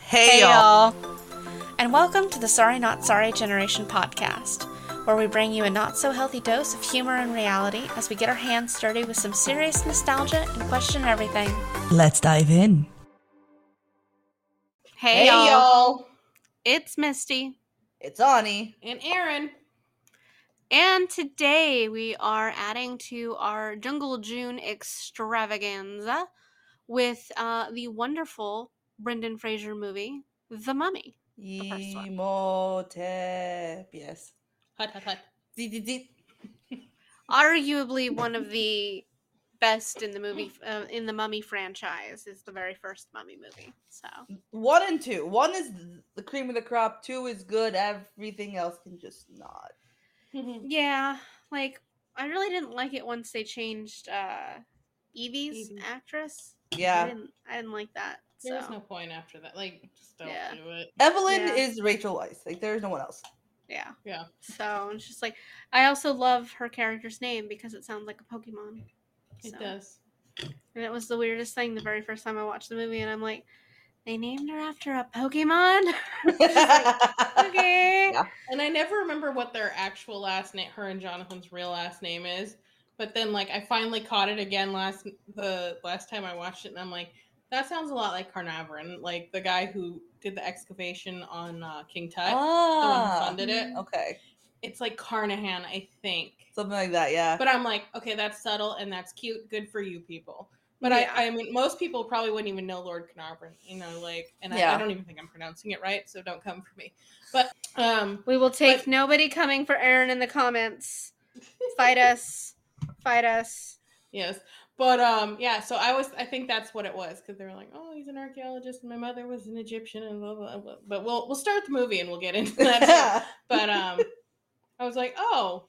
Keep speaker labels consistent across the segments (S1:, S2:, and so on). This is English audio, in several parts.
S1: Hey, y'all.
S2: And welcome to the Sorry Not Sorry Generation podcast, where we bring you a not so healthy dose of humor and reality as we get our hands dirty with some serious nostalgia and question everything.
S1: Let's dive in.
S2: Hey, y'all.
S3: It's Misty.
S4: It's Ani.
S5: And Aaron.
S3: And today we are adding to our Jungle June extravaganza with uh, the wonderful Brendan Fraser movie, The Mummy. first one.
S4: Imhotep. Yes.
S5: Hut, hut, hut.
S4: Zee, zee, zee.
S3: Arguably one of the best in the movie, uh, in the Mummy franchise, is the very first Mummy movie. So,
S4: One and two. One is the cream of the crop. Two is good. Everything else can just not.
S3: yeah, like I really didn't like it once they changed uh, Evie's
S5: Evie.
S3: actress. I
S4: Yeah.
S3: didn't, I didn't like that.
S5: There was
S3: so.
S5: no point after that. Like, just don't
S3: Yeah.
S5: do it.
S4: Evelyn
S3: Yeah.
S4: is Rachel Weisz. Like there is no one else.
S3: Yeah.
S5: Yeah.
S3: So it's just like I also love her character's name because it sounds like a Pokemon.
S5: It
S3: So-
S5: does.
S3: And it was the weirdest thing the very first time I watched the movie, and I'm like, they named her after a Pokemon. It's like, okay.
S4: Yeah.
S5: And I never remember what their actual last name, her and Jonathan's real last name is. But then, like, I finally caught it again last the last time I watched it, and I'm like, that sounds a lot like Carnarvon, like the guy who did the excavation on uh, King Tut. the one who
S4: ah,
S5: funded it.
S4: okay.
S5: It's like Carnahan, I think.
S4: Something like that. Yeah.
S5: But I'm like, okay, that's subtle and that's cute. Good for you people. But
S3: Yeah.
S5: I, I mean, most people probably wouldn't even know Lord Carnarvon, you know, like, and I,
S4: Yeah.
S5: I don't even think I'm pronouncing it right, so don't come for me. But um,
S3: We will take nobody coming for Aaron in the comments. Fight us. Fight us.
S5: yes, but um, yeah. So I was, I think that's what it was because they were like, oh, he's an archaeologist, and my mother was an Egyptian, and blah blah. blah. But we'll we'll start the movie and we'll get into that. too. but um i was like oh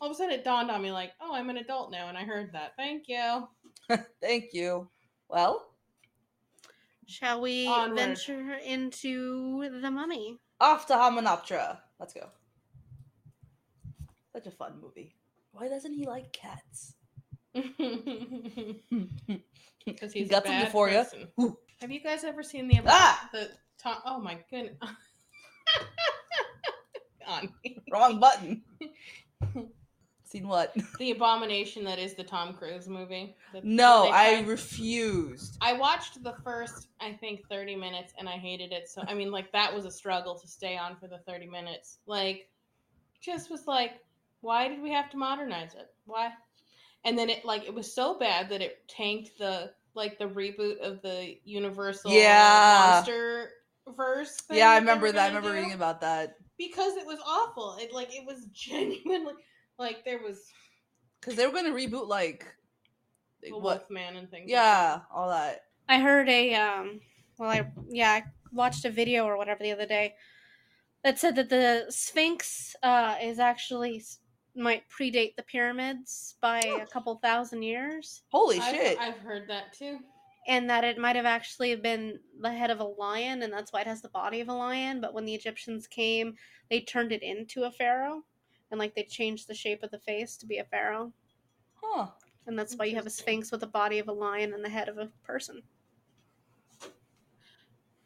S5: all of a sudden it dawned on me like oh i'm an adult now and i heard that thank you
S4: Thank you. Well,
S3: Shall we
S5: Onward.
S3: venture into the mummy?
S4: off to Hamanoptera. Let's go. Such a fun movie. Why doesn't he like cats?
S5: because he's
S4: got
S5: a
S4: some
S5: bad
S4: euphoria?
S5: person.
S4: Ooh.
S5: have you guys ever seen the
S4: Ah!
S5: the Tom- oh my goodness on
S4: Wrong button. Seen what?
S5: the abomination that is the tom cruise movie The-
S4: No,
S5: they
S4: I
S5: tried-
S4: refused.
S5: I watched the first, I think, 30 minutes and I hated it. So, I mean, like, that was a struggle to stay on for the 30 minutes. Like, just was like, why did we have to modernize it? Why? And then it, like, it was so bad that it tanked the, like, the reboot of the Universal
S4: Yeah.
S5: Monster verse.
S4: Yeah, I remember that. I remember reading about that
S5: Because it was awful. It, like, it was genuinely, like, there was
S4: because they were going to reboot like like,
S5: a
S4: what?
S5: Wolfman and things. like
S4: Yeah, all that.
S3: I heard a um well I yeah, I watched a video or whatever the other day that said that the Sphinx uh is actually s- might predate the pyramids by a couple thousand years
S4: Holy
S5: that. I've-
S4: shit!
S5: I've heard that too.
S3: and that it might have actually been the head of a lion and that's why it has the body of a lion, but when the Egyptians came, they turned it into a pharaoh and like they changed the shape of the face to be a pharaoh.
S4: huh?
S3: And that's why you have a
S5: Interesting.
S3: sphinx with the body of a lion and the head of a person.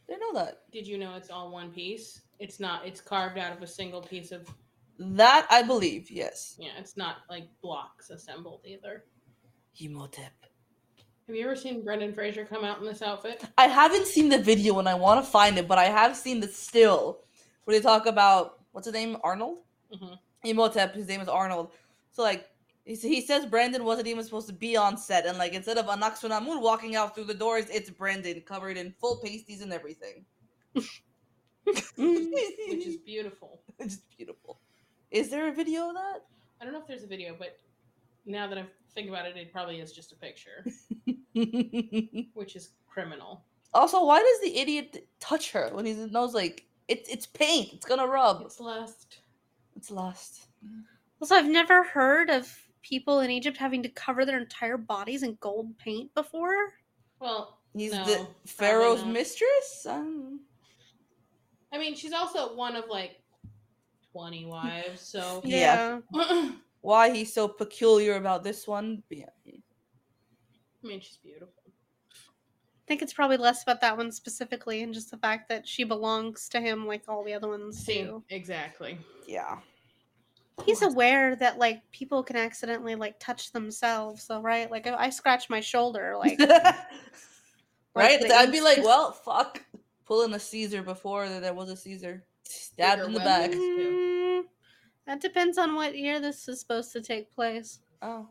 S4: Didn't know that.
S5: Did you know it's all one piece? It's not. It's carved out of a single piece of.
S4: That I believe. Yes.
S5: Yeah, it's not like blocks assembled either.
S4: Himotep.
S5: Have you ever seen Brendan Fraser come out in this outfit?
S4: I haven't seen the video and I want to find it, but I have seen the still where they talk about what's his name, Arnold.
S5: Mhm.
S4: Imhotep, his name is Arnold. So like he s- he says Brandon wasn't even supposed to be on set, and like instead of Anaxunamun walking out through the doors, it's Brandon covered in full pasties and everything.
S5: Which is
S4: Which
S5: beautiful.
S4: is beautiful. Is there a video of that?
S5: I don't know if there's a video, but now that I think about it, it probably is just a picture, which is criminal.
S4: also, why does the idiot touch her when he knows like it's it's paint, it's gonna rub,
S5: It's lust.
S4: it's lost.
S3: Also, I've never heard of people in Egypt having to cover their entire bodies in gold paint before.
S5: Well,
S4: He's
S5: no,
S4: the
S5: probably
S4: pharaoh's
S5: not.
S4: mistress. Um, I don't know.
S5: I mean, she's also one of like twenty wives. So
S4: Yeah.
S5: I
S4: Why he's so peculiar about this one? Yeah.
S5: mean, she's beautiful.
S3: think it's probably less about that one specifically and just the fact that she belongs to him like all the other ones
S5: See,
S3: do.
S5: exactly.
S4: Yeah.
S3: He's aware that like people can accidentally like touch themselves, though, right? Like if I scratch my shoulder, like
S4: right?
S3: the
S4: I'd be
S3: ink
S4: like,
S3: just-
S4: well, fuck. Pulling a Caesar before there there was a Caesar. Stabbed in the back.
S5: Bigger weapons, too.
S3: Mm, that depends on what year this is supposed to take place.
S4: Oh.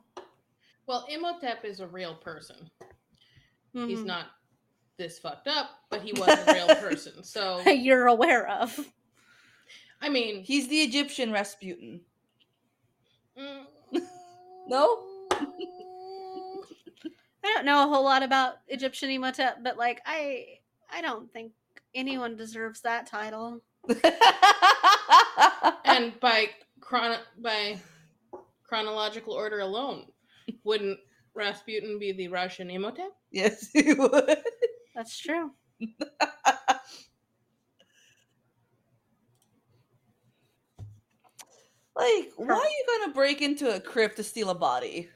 S5: Well, Imhotep is a real person. He's
S3: Mhm.
S5: not this fucked up, but he was a real person. So
S3: You're aware of.
S5: I mean,
S4: He's the Egyptian Rasputin.
S5: mm,
S4: No?
S3: I don't know a whole lot about Egyptian Imhotep, but like I, I don't think anyone deserves that title.
S5: and by chrono- by chronological order alone, wouldn't Rasputin be the Russian Imhotep?
S4: yes, he would.
S3: That's true.
S4: Like, why are you gonna break into a crypt to steal a body?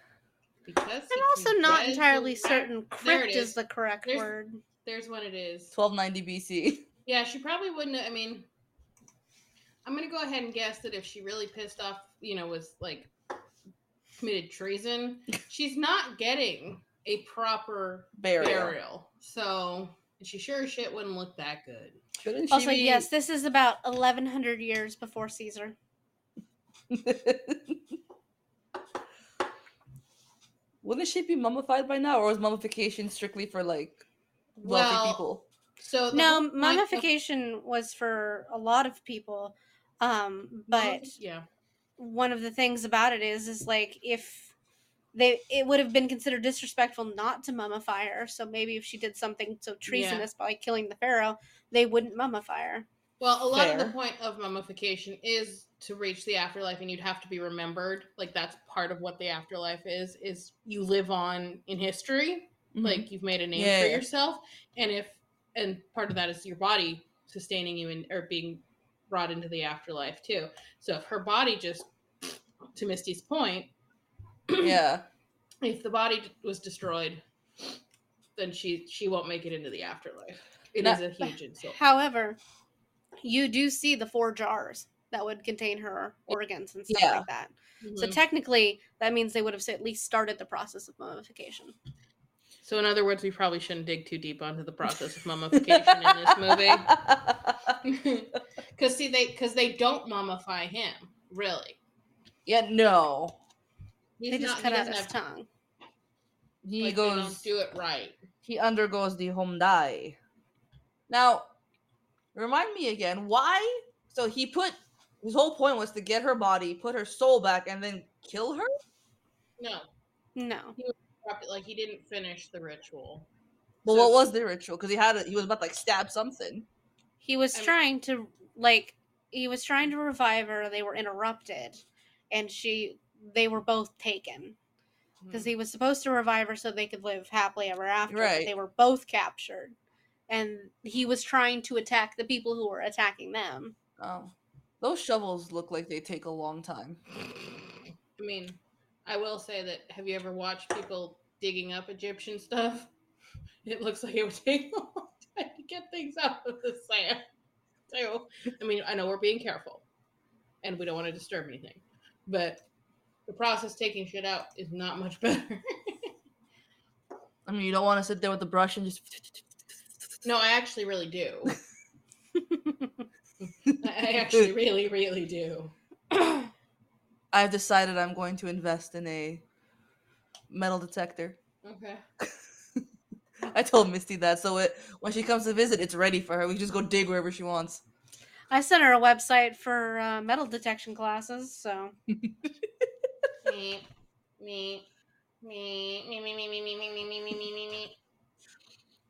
S5: Because
S3: I'm also not entirely certain
S5: There it
S3: crypt is.
S5: is.
S3: the correct
S5: There's-
S3: word.
S5: There's what it is.
S4: 1290 BC.
S5: Yeah, she probably wouldn't. I mean, I'm gonna go ahead and guess that if she really pissed off, you know, was like committed treason, she's not getting a proper
S4: Burial.
S5: burial. So and she sure as shit wouldn't look that good.
S4: Shouldn't she
S3: Also,
S4: be-
S3: yes, this is about 1100 years before Caesar.
S4: Wouldn't she be mummified by now, or is mummification strictly for like wealthy
S5: Well,
S4: people?
S5: So the
S3: No,
S5: whole point of-
S3: mummification was for a lot of people, um, but
S5: yeah,
S3: one of the things about it is is like if they it would have been considered disrespectful not to mummify her so maybe if she did something so treasonous by killing the pharaoh they wouldn't mummify her
S5: Well, a lot of
S4: Fair.
S5: the point of mummification is to reach the afterlife, and you'd have to be remembered. Like that's part of what the afterlife is: is you live on in history, like you've made a name
S4: Mm-hmm. Yeah,
S5: for
S4: yeah.
S5: yourself, and if and part of that is your body sustaining you and or being brought into the afterlife too. So if her body just, to Misty's point,
S4: Mhm. yeah,
S5: if the body d- was destroyed, then she she won't make it into the afterlife. It
S4: Now-
S5: is a huge insult.
S3: however you do see the four jars that would contain her organs and stuff
S4: Yeah.
S3: like that so
S5: Mhm.
S3: technically that means they would have at least started the process of mummification
S5: So, in other words, we probably shouldn't dig too deep onto the process of mummification in this movie, because see, they because they don't mummify him really.
S4: yeah, no,
S5: He's
S3: they just
S5: not- he
S3: cut out
S5: doesn't
S3: his
S5: have-
S3: tongue
S4: he
S5: like, they don't
S4: goes.
S5: do it right.
S4: He undergoes the Homdai. Now, remind me again why? So he put his whole point was to get her body, put her soul back, and then kill her.
S5: No,
S3: no
S5: proper- like he didn't finish the ritual.
S4: But
S5: So-
S4: what was the ritual? Because he had a, he was about to like stab something.
S3: He was
S5: I'm-
S3: trying to like he was trying to revive her. They were interrupted, and she they were both taken
S5: Hmm.
S3: because he was supposed to revive her so they could live happily ever after.
S4: Right.
S3: But they were both captured, and he was trying to attack the people who were attacking them.
S4: Oh, those shovels look like they take a long time.
S5: I mean, I will say that. Have you ever watched people digging up Egyptian stuff? It looks like it would take a long time to get things out of the sand. So, I mean, I know we're being careful, and we don't want to disturb anything, but the process taking shit out is not much better.
S4: I mean, you don't want to sit there with the brush and just.
S5: no, I actually really do. I I actually really, really do.
S4: I've decided I'm going to invest in a metal detector.
S5: Okay.
S4: I told Misty that, so it when she comes to visit, it's ready for her. We just go dig wherever she wants.
S3: I sent her a website for uh, metal detection classes, so
S5: me, me, me, me, me, me, me, me, me, me, me, me, me, me, me.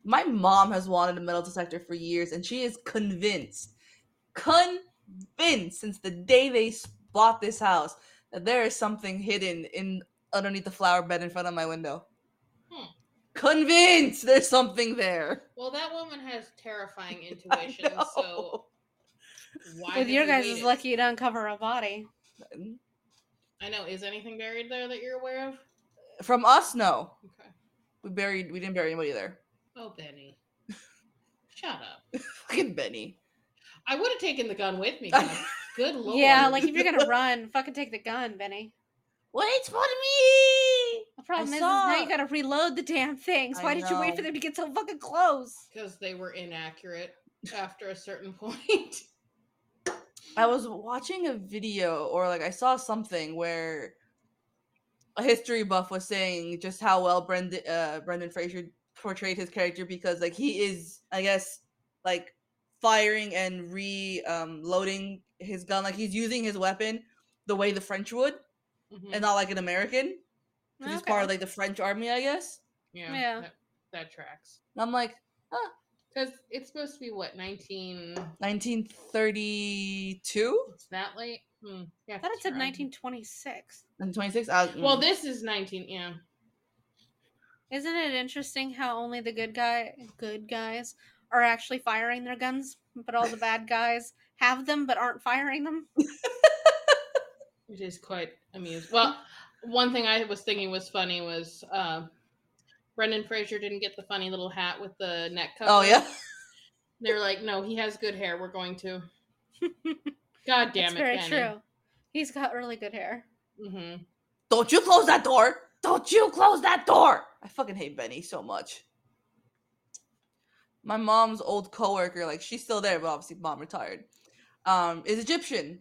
S4: My mom has wanted a metal detector for years, and she is convinced, convinced since the day they s- bought this house that there is something hidden in underneath the flower bed in front of my window.
S5: Hmm.
S4: Convinced there's something there.
S5: Well, that woman has terrifying
S4: I
S5: intuition. So
S4: know.
S5: why
S3: with
S5: did
S3: your
S5: we
S3: guys'
S5: wait it?
S3: lucky to uncover a body.
S5: I know. Is anything buried there that you're aware of?
S4: from us, no.
S5: Okay.
S4: We buried. We didn't bury anybody there.
S5: Oh, Benny. Shut up.
S4: Fucking Benny.
S5: I would have taken the gun with me. God. Good lord.
S3: Yeah, like if you're gonna run, fucking take the gun, Benny.
S4: Wait for me!
S3: The problem is, is now
S4: saw-
S3: you gotta reload the damn things.
S4: I
S3: Why did you wait for
S4: know.
S3: them to get so fucking close?
S5: because they were inaccurate after a certain point.
S4: I was watching a video or like I saw something where a history buff was saying just how well Brendan uh, Brendan Fraser portrayed his character because like he is I guess like firing and re um, loading his gun like he's using his weapon the way the French would
S5: Mhm.
S4: and not like an American 'cause he's part of like the French army I guess
S5: Yeah,
S3: Yeah.
S5: That, that tracks.
S4: and I'm like
S5: Because it's supposed to be what 19.
S4: 1932
S5: It's that late. Hmm. Yeah,
S3: I thought it said
S5: right.
S3: 1926.
S4: and 26 I, was- mm.
S5: Well, this is 19. Yeah,
S3: Isn't it interesting how only the good guy, good guys, are actually firing their guns, but all the bad guys have them but aren't firing them?
S5: it is quite amused. Well, one thing I was thinking was funny was uh, Brendan Fraser didn't get the funny little hat with the neck cover.
S4: oh yeah
S5: They're like, no, he has good hair. We're going to. God
S3: That's
S5: damn it,
S3: very
S5: Benny.
S3: true. He's got really good hair.
S5: Mm-hmm.
S4: Don't you close that door! Don't you close that door! I fucking hate Benny so much. My mom's old coworker, like she's still there, but obviously mom retired, um, is Egyptian,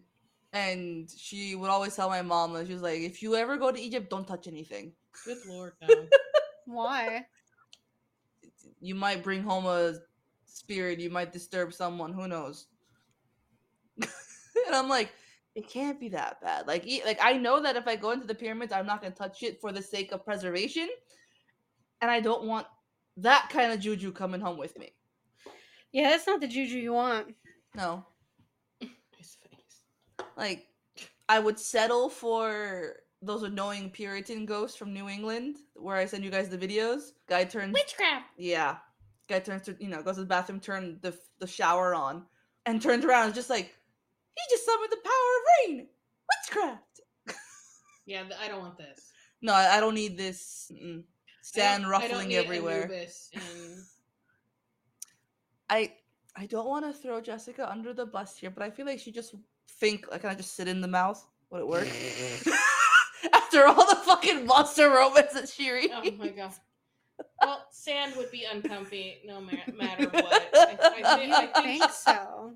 S4: and she would always tell my mom that she was like, if you ever go to Egypt, don't touch anything.
S5: Good lord, no.
S3: Why?
S4: You might bring home a spirit. You might disturb someone. Who knows? and I'm like, it can't be that bad. Like, e- like I know that if I go into the pyramids, I'm not gonna touch it for the sake of preservation, and I don't want that kind of juju coming home with me.
S3: Yeah, that's not the juju you want.
S4: No,
S5: His face.
S4: like I would settle for those annoying Puritan ghosts from New England, where I send you guys the videos. Guy turns
S5: Witchcraft.
S4: Yeah. Guy turns to you know goes to the bathroom, turn the f- the shower on, and turns around and is just like he just summoned the power of rain, witchcraft.
S5: Yeah, th- I don't want this.
S4: No, I, I don't need this mm,
S5: I don't-
S4: sand
S5: I don't
S4: ruffling
S5: need
S4: everywhere.
S5: Anubis and-
S4: I I don't want to throw Jessica under the bus here, but I feel like she just think like can I just sit in the mouth? Would it work? After all the fucking monster romance that she reads.
S5: oh my god. Well, sand would be uncomfy no ma- matter what. I, I, thi- I
S3: I
S5: think
S3: think so.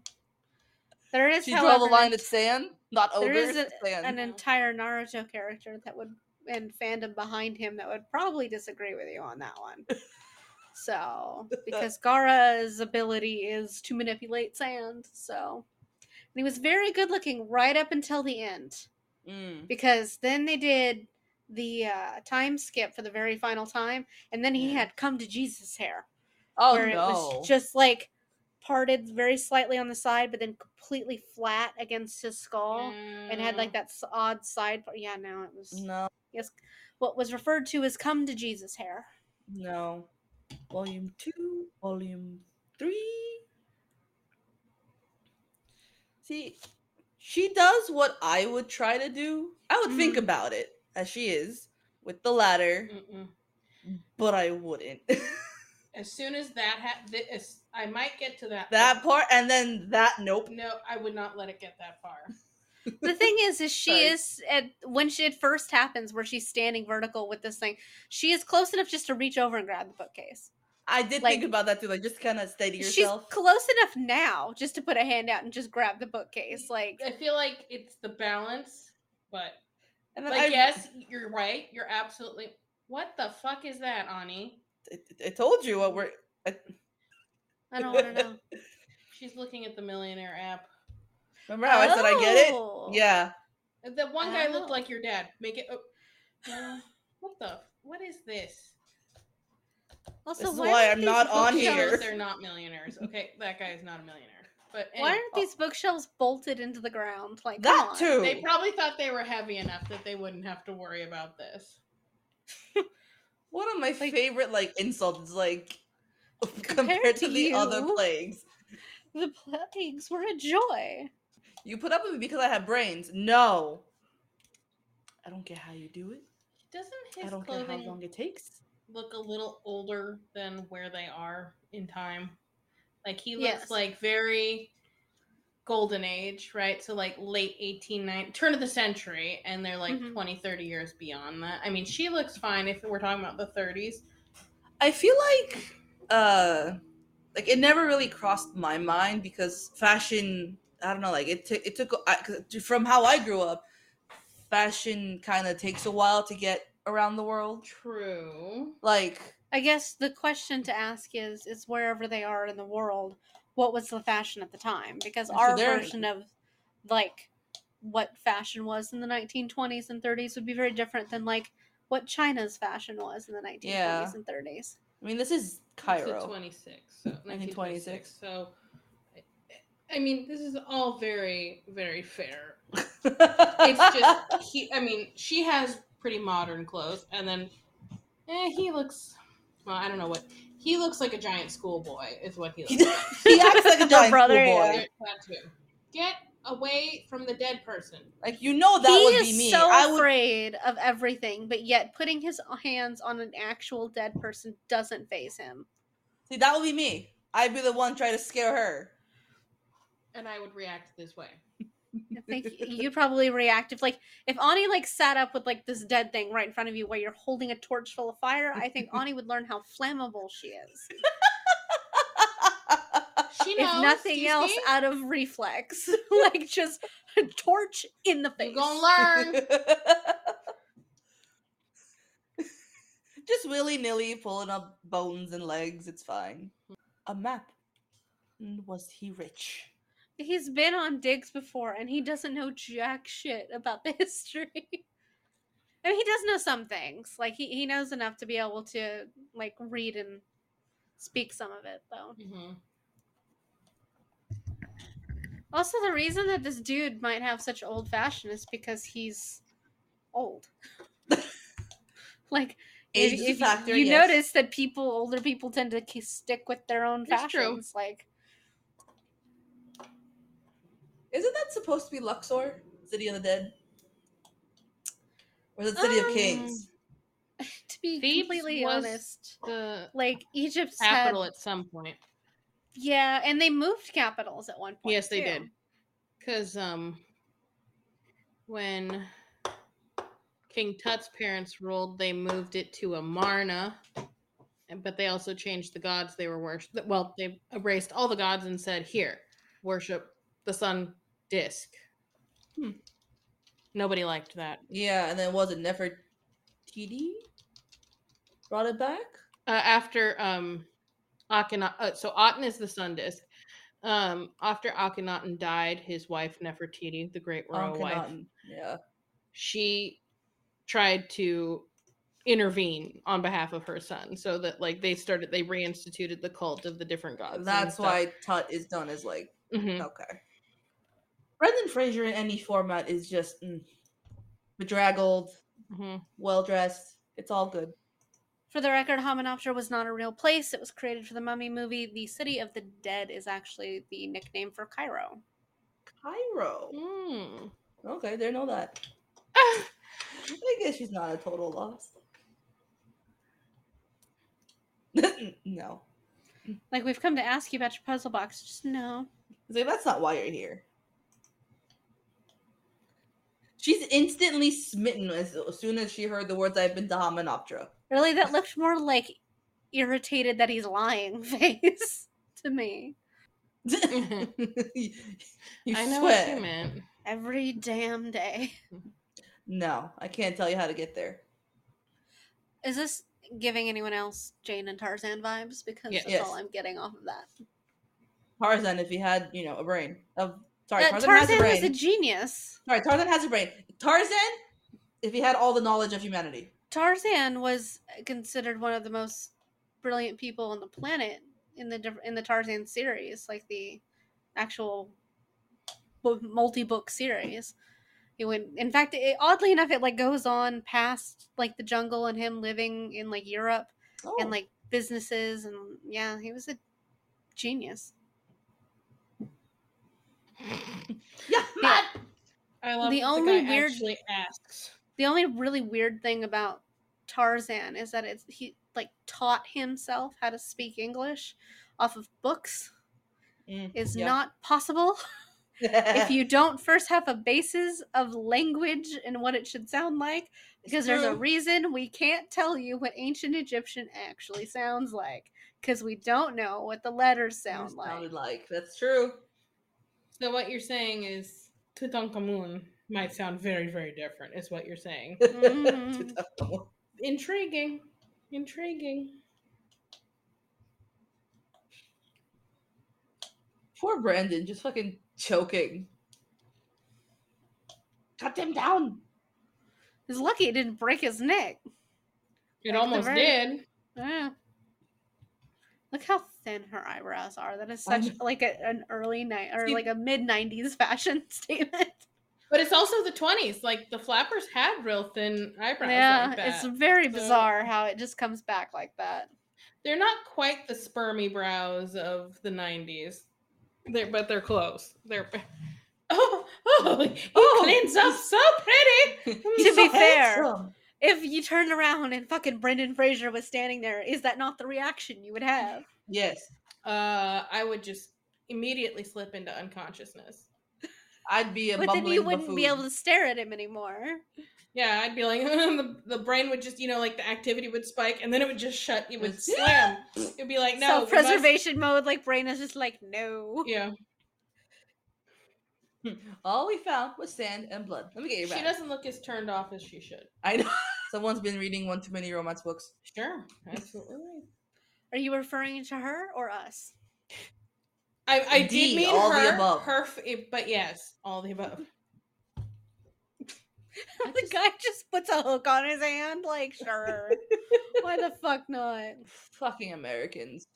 S3: There is,
S4: She draw the
S3: however,
S4: line at sand, not
S3: there
S4: ogres.
S3: is
S4: Sand.
S3: an
S5: Yeah.
S3: entire Naruto character that would and fandom behind him that would probably disagree with you on that one. So, because Gaara's ability is to manipulate sand, so and he was very good looking right up until the end
S4: Mm.
S3: because then they did the uh, time skip for the very final time, and then he
S4: Yeah.
S3: had come to Jesus hair
S4: Oh
S3: where
S4: no!
S3: it was just like parted very slightly on the side, but then completely flat against his skull and had
S4: Mm.
S3: like that s- odd side part. Yeah, no, it was
S4: no.
S3: yes, what was referred to as "come to Jesus" hair.
S4: No. Volume two, volume three. See, she does what I would try to do. I would think
S3: Mhm.
S4: about it, as she is, with the latter,
S3: Mm.
S5: Mm-mm.
S4: but I wouldn't.
S5: As soon as that ha- thi- as- I might get to that.
S4: that
S5: point.
S4: part, and then that, nope.
S5: No, I would not let it get that far.
S3: The thing is, is she
S4: Sorry.
S3: is at when she it first happens, where she's standing vertical with this thing. She is close enough just to reach over and grab the bookcase.
S4: I did
S3: Like-
S4: think about that too, like just kind of steady yourself.
S3: She's close enough now just to put a hand out and just grab the bookcase. Like
S5: I feel like it's the balance, but
S4: and then
S5: like
S4: I,
S5: yes, you're right. You're absolutely. What the fuck is that, Ani?
S4: I, I told you what we're. I,
S3: I don't want to know.
S5: She's looking at the millionaire app.
S4: remember how I said I get it?
S3: Oh.
S4: Yeah.
S5: The one guy
S3: Oh.
S5: looked like your dad. Make it. Oh, uh, what the? What is this?
S3: Also,
S4: This is
S3: why,
S4: why
S3: aren't
S4: I'm
S3: these
S4: not on
S5: Who knows?
S3: bookshelves-
S4: here.
S5: They're not millionaires. Okay, that guy is not a millionaire. But
S3: Why
S5: anyway,
S3: aren't these bookshelves bolted into the ground? Like come
S4: That
S3: on.
S4: too.
S5: They probably thought they were heavy enough that they wouldn't have to worry about this.
S4: One of my
S3: Like-
S4: favorite like insults is like compared to,
S3: to
S4: the other
S3: you.
S4: plagues.
S3: The plagues were a joy.
S4: You put up with me because I have brains. No. I don't get how you do it.
S5: Doesn't
S4: I
S5: his
S4: don't care how
S5: clothing
S4: long it takes.
S5: look a little older than where they are in time. Like he looks
S3: Yes.
S5: like very golden age, right? So like late 18, nine- turn of the century, and they're like
S3: Mhm.
S5: twenty, thirty 20, 30 years beyond that. I mean, she looks fine if we're talking about the 30s.
S4: I feel like uh like it never really crossed my mind because fashion I don't know like it took it took I, 'cause from how I grew up fashion kind of takes a while to get around the world
S5: True.
S4: like
S3: I guess the question to ask is is wherever they are in the world, what was the fashion at the time? Because
S4: So
S3: our
S4: they're-
S3: version of like what fashion was in the 1920s and 30s would be very different than like what China's fashion was in the 1920s
S4: Yeah.
S3: and 30s.
S4: I mean this is
S5: So
S4: Cairo
S5: 26. So
S4: 1926.
S5: 1926. So I- I mean, this is all very, very fair. It's just he. I mean, she has pretty modern clothes, and then eh, he looks. Well, I don't know what he looks like. A giant schoolboy is what he looks like.
S4: he acts like a
S1: Her
S4: giant
S1: brother,
S4: schoolboy.
S1: yeah.
S5: That too. Get away from the dead person.
S4: Like you know that
S3: he
S4: would
S3: is
S4: be me.
S3: so
S4: I would
S3: afraid of everything, but yet putting his hands on an actual dead person doesn't phase him.
S4: see that would be me. I'd be the one trying to scare her.
S5: And I would react this way.
S3: I think you'd probably react if like if Ani like sat up with like this dead thing right in front of you while you're holding a torch full of fire, I think Ani would learn how flammable she is.
S5: She
S3: If
S5: knows.
S3: nothing
S5: excuse
S3: else,
S5: me,
S3: out of reflex. like just a torch in the face.
S5: you're gonna
S4: Um,
S5: learn.
S4: Just willy nilly pulling up bones and legs. It's fine. A map. Mm, Was he rich?
S3: He's been on digs before and he doesn't know jack shit about the history. I mean he does know some things. Like he, he knows enough to be able to like read and speak some of it though.
S5: Mhm.
S3: Also, the reason that this dude might have such old fashion is because he's old. like, if,
S4: Age is a
S3: if
S4: factor,
S3: you
S4: yes.
S3: notice that people, older people, tend to k- stick with their own
S5: That's true.
S3: fashions. Like,
S4: Isn't that supposed to be Luxor, city of the dead, or is it city of kings?
S3: to be
S5: Thebes
S3: completely
S5: was-
S3: honest,
S5: The
S3: like Egypt's had-
S5: capital at some point.
S3: yeah, and they moved capitals at one point.
S5: Yes, they
S3: too.
S5: did. Because um, when King Tut's parents ruled, they moved it to Amarna, and- but they also changed the gods they were worship. Well, they erased all the gods and said, "Here, worship the sun disk."
S4: Hmm.
S5: Nobody liked that.
S4: Yeah, and then was it Nefertiti? Brought it back.
S5: uh, after um Akhenaten, uh, so Aten is the sun disk. Um, after Akhenaten died, his wife Nefertiti, the great royal wife,
S4: Akhenaten, Yeah.
S5: she tried to intervene on behalf of her son, so that like they started, they reinstituted the cult of the different gods. and
S4: That's
S5: stuff.
S4: why Tut is done as like
S5: Mhm.
S4: okay. Brendan Fraser in any format is just mm, bedraggled,
S5: Mhm.
S4: well dressed. It's all good.
S3: For the record, Hominoptera was not a real place. It was created for the Mummy movie. The City of the Dead is actually the nickname for Cairo.
S4: Cairo.
S5: Mm.
S4: Okay, there know that. I guess she's not a total loss. no.
S3: Like we've come to ask you about your puzzle box. Just no.
S4: It's like that's not why you're here. She's instantly smitten as, as soon as she heard the words I've been to Hominoptera.
S3: Really, that looked more like irritated that he's lying face to me.
S4: you, you
S5: Mm-hmm. I know
S4: swear.
S5: what you meant.
S3: Every damn day.
S4: No, I can't tell you how to get there.
S3: Is this giving anyone else Jane and Tarzan vibes? Because
S5: Yes.
S3: that's all
S4: Yes.
S3: I'm getting off of that.
S4: Tarzan, if he had, you know, a brain. Of sorry,
S3: Uh,
S4: Tarzan, has a
S3: Tarzan
S4: brain.
S3: was a genius.
S4: Sorry, Tarzan has a brain. Tarzan, if he had all the knowledge of humanity.
S3: Tarzan was considered one of the most brilliant people on the planet in the diff- in the Tarzan series, like the actual multi book series. It went, in fact, it, oddly enough, it like goes on past like the jungle and him living in like Europe
S4: Oh,
S3: and like businesses and yeah, he was a genius.
S4: yeah,
S5: Matt! I love
S3: The
S5: that
S3: only
S5: guy
S3: weird-
S5: actually asks.
S3: The only really weird thing about Tarzan is that it's he like taught himself how to speak English off of books
S4: Mm,
S3: is
S4: yeah.
S3: not possible if you don't first have a basis of language and what it should sound like
S4: It's
S3: because there's a
S4: true.
S3: reason we can't tell you what ancient Egyptian actually sounds like because we don't know what the letters
S4: It
S3: sound like.
S4: sounded like that's true.
S5: So what you're saying is Tutankhamun might sound very, very different. Is what you're saying?
S3: Mm.
S5: Intriguing, intriguing.
S4: Poor Brandon, just fucking choking. Cut him down.
S3: He's lucky it didn't break his neck.
S5: It
S3: Back to
S5: almost
S3: Vern.
S5: did.
S3: Yeah. Mm. Look how thin her eyebrows are. That is such
S4: Um,
S3: like a, an early night or
S5: see-
S3: like a mid '90s fashion statement.
S5: But it's also the 20s. Like the flappers had real thin eyebrows.
S3: yeah,
S5: like that.
S3: it's very
S5: So-
S3: bizarre how it just comes back like that.
S5: They're not quite the spermy brows of the 90s. They're but they're close. They're Oh, oh, he
S4: Oh,
S5: cleans up
S4: he's-
S5: so pretty.
S3: To be fair, If you turned around and fucking Brendan Fraser was standing there, is that not the reaction you would have?
S4: Yes.
S5: Uh, I would just immediately slip into unconsciousness.
S4: I'd be a
S3: but then you
S4: bumbling
S3: wouldn't be able
S4: buffoon.
S3: to stare at him anymore.
S5: Yeah, I'd be like, the, the brain would just, you know, like the activity would spike and then it would just shut, it would
S4: Yes.
S5: slam. It'd be like, no.
S3: so
S5: we must-
S3: preservation mode, like brain is just like no.
S5: Yeah.
S4: All we found was sand and blood. Let me get
S5: She
S4: your back.
S5: doesn't look as turned off as she should.
S4: I know. Someone's been reading one too many romance books.
S5: Sure. Absolutely. right.
S3: Are you referring to her or us?
S5: I, I
S4: Indeed,
S5: did mean
S4: all the
S5: her,
S4: above.
S5: her, f- it- but yes, all the above.
S3: the guy just puts a hook on his hand, like, sure. Why the fuck not?
S4: Fucking Americans.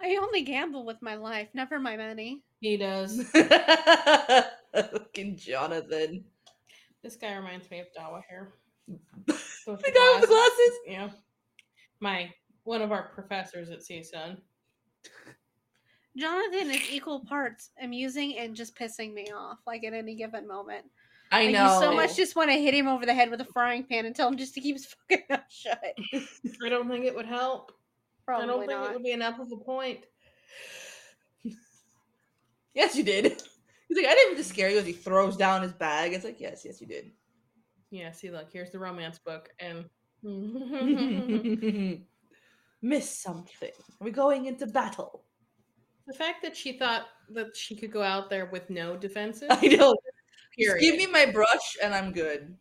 S3: I only gamble with my life, never my money.
S5: He does.
S4: Fucking Jonathan.
S5: This guy reminds me of Dawa here.
S4: The guy with the glasses.
S5: Yeah. My one of our professors at CSUN.
S3: Jonathan is equal parts amusing and just pissing me off, like at any given moment.
S4: I
S3: Like,
S4: know.
S3: You so much just want to hit him over the head with a frying pan and tell him just to keep his fucking mouth shut.
S5: I don't think it would help.
S3: Probably
S5: I don't think
S3: not.
S5: it would be enough of a point.
S4: Yes, you did. He's like, I didn't mean to scare you as he throws down his bag. It's like, yes, yes, you did.
S5: Yeah, see, look, here's the romance book, and the
S4: Miss something. We're going into battle.
S5: fact that she thought that she could go out there with no defenses.
S4: I know. Just
S5: Period.
S4: give me my brush and I'm good.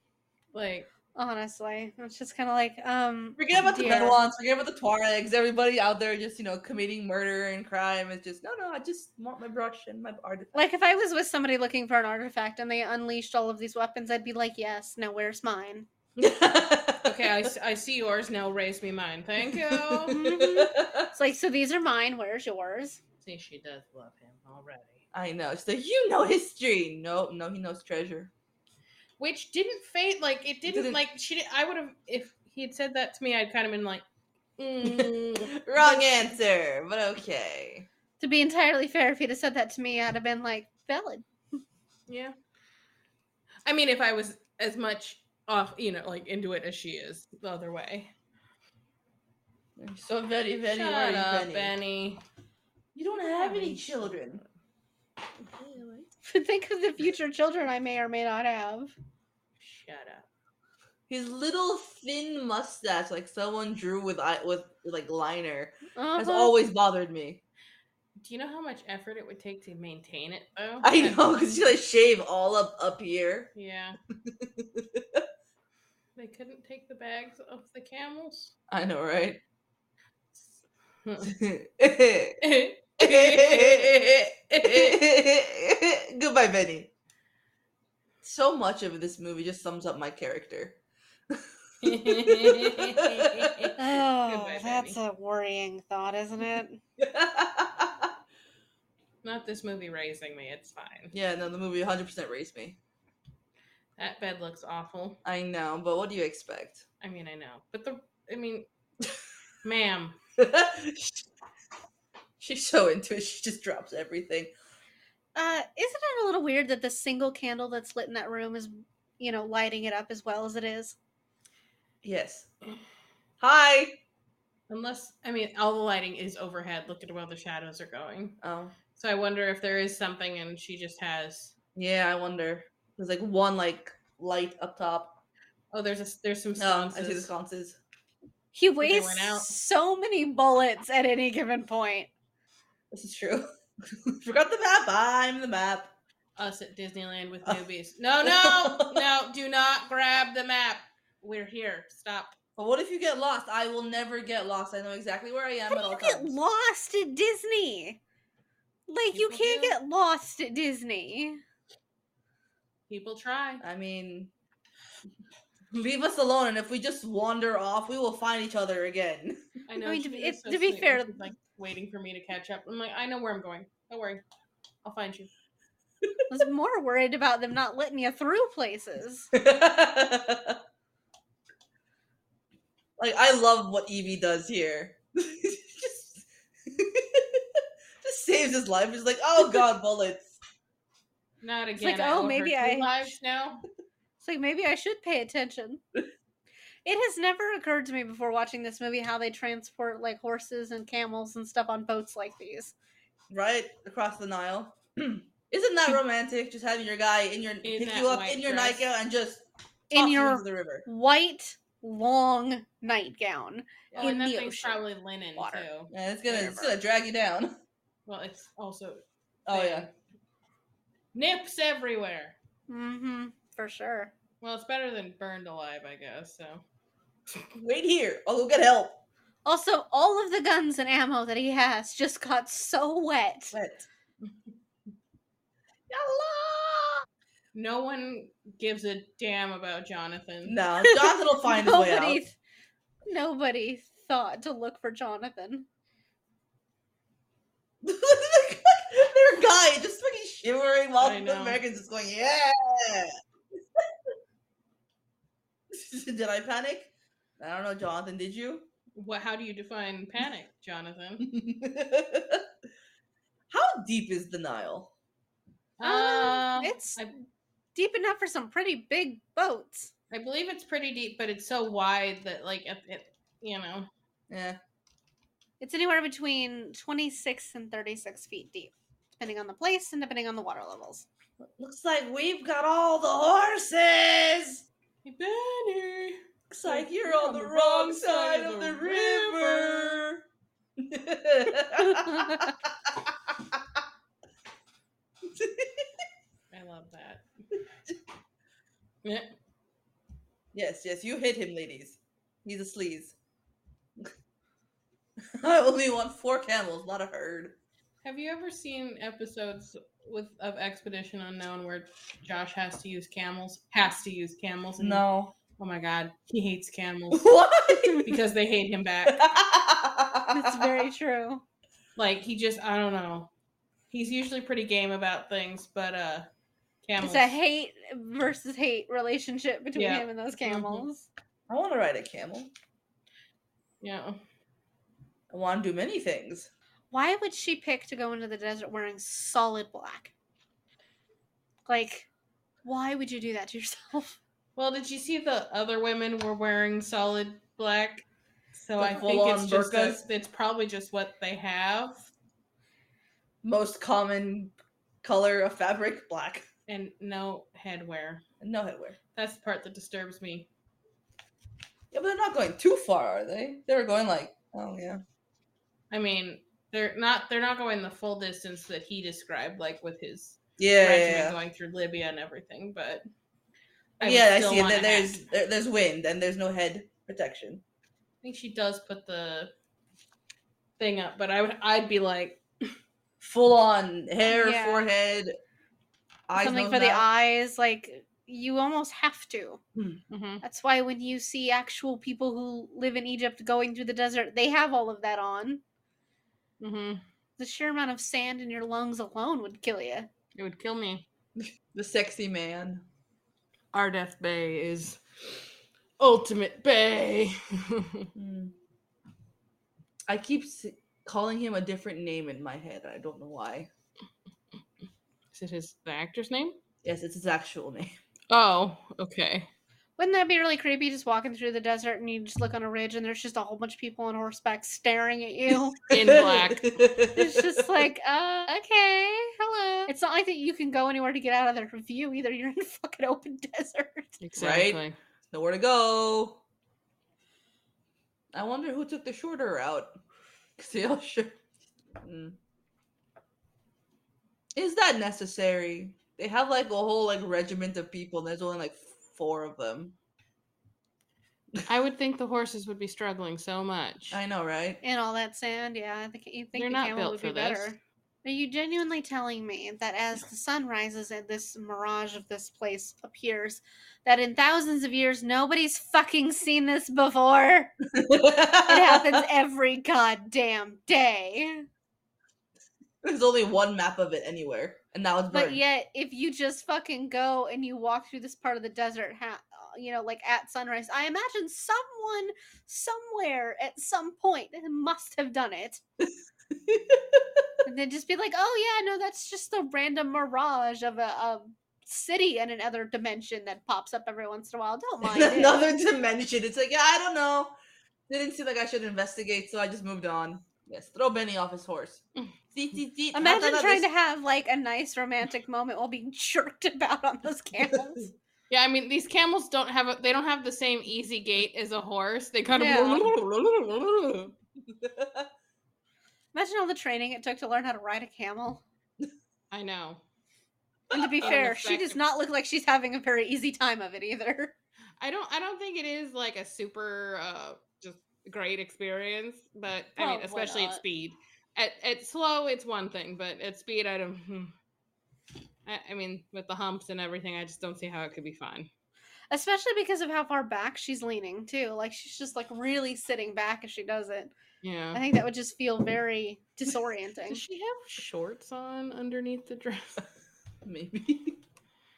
S5: like
S3: Honestly, it's just kind of like, um,
S4: Forget about the
S3: dear.
S4: Bedouins. Forget about the Tuaregs. Everybody out there just, you know, committing murder and crime. It's just, no, no, I just want my brush and my artifact.
S3: Like if I was with somebody looking for an artifact and they unleashed all of these weapons, I'd be like, yes, now where's mine?
S5: okay, I, s- I see yours now. Raise me mine. Thank you.
S4: Mhm.
S3: It's like, so these are mine. Where's yours?
S5: see, she does love him already,
S4: I know. So you know history. No, no, he knows treasure.
S5: which didn't fade. Like it didn't.
S4: Didn't-
S5: Like she. Did, I would have if he had said that to me. I'd kind of been like, mm,
S4: Wrong answer, but okay.
S3: To be entirely fair, if he'd have said that to me, I'd have been like, valid.
S5: yeah. I mean, if I was as much off, you know, like into it as she is, the other way.
S4: You're so very, very
S5: Shut
S4: worried,
S5: up,
S4: Benny.
S5: Benny.
S4: You don't have any children.
S3: Think of the future children I may or may not have.
S5: Shut up.
S4: His little thin mustache, like someone drew with eye with like liner, has
S3: Uh-huh.
S4: always bothered me.
S5: Do you know how much effort it would take to maintain it though?
S4: I
S5: That-
S4: know because you like shave all up up here.
S5: Yeah. they couldn't take the bags off the camels.
S4: I know, right? Goodbye, Benny. So much of this movie just sums up my character.
S5: Goodbye,
S3: Oh,
S5: Benny.
S3: that's a worrying thought, isn't it?
S5: Not this movie raising me. It's fine.
S4: yeah, no, the movie 100% raised me.
S5: That bed looks awful.
S4: I know, but what do you expect?
S5: I mean, I know, but the I mean, ma'am.
S4: She's so into it, she just drops everything.
S3: Uh, isn't it a little weird that the single candle that's lit in that room is, you know, lighting it up as well as it is?
S4: Yes. Hi.
S5: Unless, I mean, all the lighting is overhead. Look at where the shadows are going.
S4: Oh.
S5: So I wonder if there is something and she just has.
S4: Yeah, I wonder. There's like one like light up top.
S5: Oh, there's a there's some
S4: No, I see the
S5: sconces.
S4: sconces.
S3: He
S5: they went
S3: wastes
S5: out.
S3: so many bullets at any given point.
S4: This is true. Forgot the map. I'm the map.
S5: us at Disneyland with
S4: Oh.
S5: newbies. No, no, no, do not grab the map. We're here. Stop.
S4: But what if you get lost? I will never get lost. I know exactly where I am
S3: How
S4: at
S3: do
S4: all
S3: you get
S4: times.
S3: lost at Disney? Like you
S5: People
S3: can't
S5: do.
S3: get lost at Disney.
S5: People try.
S4: I mean, leave us alone, and if we just wander off, we will find each other again.
S5: I know.
S3: mean, to
S5: she
S3: be-
S5: was
S3: it- to be
S5: sweet when
S3: fair-
S5: she was, like waiting for me to catch up. I'm like, I know where I'm going. Don't worry, I'll find you.
S3: I was more worried about them not letting you through places.
S4: like I love what Evie does here. just, just saves his life. He's like, oh god, bullets.
S5: Not
S3: It's
S5: again.
S3: like,
S5: I
S3: oh,
S5: owe her
S3: maybe
S5: two
S3: I-
S5: lives now.
S3: It's like maybe I should pay attention. It has never occurred to me before watching this movie how they transport like horses and camels and stuff on boats like these.
S4: Right across the Nile. Isn't that romantic? Just having your guy in your pick
S5: that
S4: you up
S5: white
S4: in your
S5: dress.
S4: nightgown and just
S3: In
S4: toss you
S3: your
S4: into the river.
S3: white long nightgown.
S5: Oh,
S3: In
S5: and that
S3: the
S5: thing's
S3: ocean.
S5: probably linen
S3: Water.
S5: too.
S4: Yeah, it's gonna it's
S5: River.
S4: gonna drag you down.
S5: Well, it's also.
S4: Oh
S5: thin.
S4: yeah.
S5: Nips everywhere.
S3: Mm-hmm. For sure.
S5: Well, it's better than burned alive, I guess. So
S4: Wait here. I'll go get help.
S3: Also, all of the guns and ammo that he has just got so wet.
S4: Wet.
S5: no one gives a damn about Jonathan.
S4: No, Jonathan will find his way out.
S3: nobody, nobody thought to look for Jonathan.
S4: Their guy just fucking shivering while
S5: I
S4: the
S5: know.
S4: Americans just going, yeah. did I panic? I don't know, Jonathan. Did you?
S5: What? How do you define panic, Jonathan?
S4: How deep is the Nile?
S5: Uh,
S3: Um, it's
S5: I-
S3: deep enough for some pretty big boats.
S5: I believe it's pretty deep, but it's so wide that like it, it you know.
S4: Yeah,
S3: It's anywhere between 26 and 36 feet deep, depending on the place and depending on the water levels.
S4: looks like we've got all the horses.
S5: Hey, Benny.
S4: Looks like
S5: Like,
S4: you're
S5: we're
S4: on the wrong side of the river.
S5: I love that. Yeah,
S4: Yes, yes, you hit him, ladies. He's a sleaze. I only want four camels, not a herd.
S5: Have you ever seen episodes with of Expedition Unknown where Josh has to use camels? Has to use camels. and-
S4: No.
S5: Oh my god, he hates camels
S4: Why?
S5: because they hate him back.
S3: That's very true.
S5: Like he just, I don't know. He's usually pretty game about things, but uh, camels.
S3: It's a hate versus hate relationship between
S5: Yeah.
S3: him and those camels.
S4: I want to ride a camel.
S5: yeah.
S4: I want to do many things.
S3: Why would she pick to go into the desert wearing solid black? Like, why would you do that to yourself?
S5: Well, did you see the other women were wearing solid black? So
S4: The
S5: I think
S4: full-on
S5: it's just a,
S4: burqas?
S5: it's probably just what they have,
S4: Most common color of fabric, black.
S5: and no headwear.
S4: And no headwear.
S5: That's the part that disturbs me.
S4: Yeah, but they're not going too far, are they? They were going like, oh yeah.
S5: I mean, they're not they're not going the full distance that he described, like with his
S4: Yeah,
S5: regiment
S4: yeah,
S5: going through Libya and everything. But
S4: yeah.
S5: would
S4: Yeah, I
S5: still
S4: see. it.
S5: want
S4: There-
S5: a
S4: There's
S5: hat.
S4: there, there's wind and there's no head protection.
S5: I think she does put the thing up, but I would I'd be like,
S4: Full on hair,
S3: Yeah.
S4: forehead, eyes,
S3: Something
S4: nose,
S3: for the
S4: mouth.
S3: eyes. Like, you almost have to.
S5: mhm.
S3: That's why when you see actual people who live in Egypt going through the desert, they have all of that on.
S5: Mm-hmm.
S3: The sheer amount of sand in your lungs alone would kill you.
S5: it would kill me.
S4: The sexy man.
S5: Ardeth Bay is ultimate bay.
S3: Hmm.
S4: Mm. I keep s- calling him a different name in my head. I don't know why.
S5: is it his the actor's name?
S4: Yes, it's his actual name.
S5: Oh, okay.
S3: Wouldn't that be really creepy just walking through the desert and you just look on a ridge and there's just a whole bunch of people on horseback staring at you?
S5: In black.
S3: it's just like, uh, okay, hello. It's not like that you can go anywhere to get out of their view either. You're in a fucking open desert.
S5: Exactly.
S4: nowhere to go. I wonder who took the shorter route. 'Cause they all sure. Mm. Is that necessary? They have like a whole like regiment of people, and there's only like four of them.
S5: I would think the horses would be struggling so much.
S4: I know, right?
S3: And all that sand, yeah. I think you think
S5: They're
S3: the
S5: not
S3: camel
S5: built
S3: would
S5: for
S3: be
S5: this.
S3: better. Are you genuinely telling me that as the sun rises and this mirage of this place appears, that in thousands of years nobody's fucking seen this before? It happens every goddamn day.
S4: There's only one map of it anywhere, and now it's burned.
S3: But yet, if you just fucking go and you walk through this part of the desert, ha- uh, you know, like at sunrise, I imagine someone somewhere at some point must have done it. and then just be like, oh, yeah, no, that's just a random mirage of a, a city in another dimension that pops up every once in a while. Don't mind. it."
S4: Another dimension. It's like yeah, I don't know. Didn't seem like I should investigate, so I just moved on. Yes, throw Benny off his horse. Deet, deet, deet. How
S3: Imagine
S4: did I
S3: trying to
S4: miss-
S3: have like a nice romantic moment while being jerked about on those camels.
S5: Yeah, I mean these camels don't have a, they don't have the same easy gait as a horse. They kind of
S3: Imagine all the training it took to learn how to ride a camel.
S5: I know.
S3: And to be
S4: Oh,
S5: In
S3: fair, she does
S5: effect.
S3: not look like she's having a very easy time of it either.
S5: I don't I don't think it is like a super uh just great experience, but I mean
S3: Probably
S5: especially at
S3: not.
S5: speed. At at slow it's one thing, but at speed I don't hmm. I, I mean with the humps and everything, I just don't see how it could be fun.
S3: Especially because of how far back she's leaning too. Like she's just like really sitting back if she does it. I
S5: Yeah.
S3: think that would just feel very disorienting.
S5: Does she have shorts on underneath the dress?
S4: Maybe.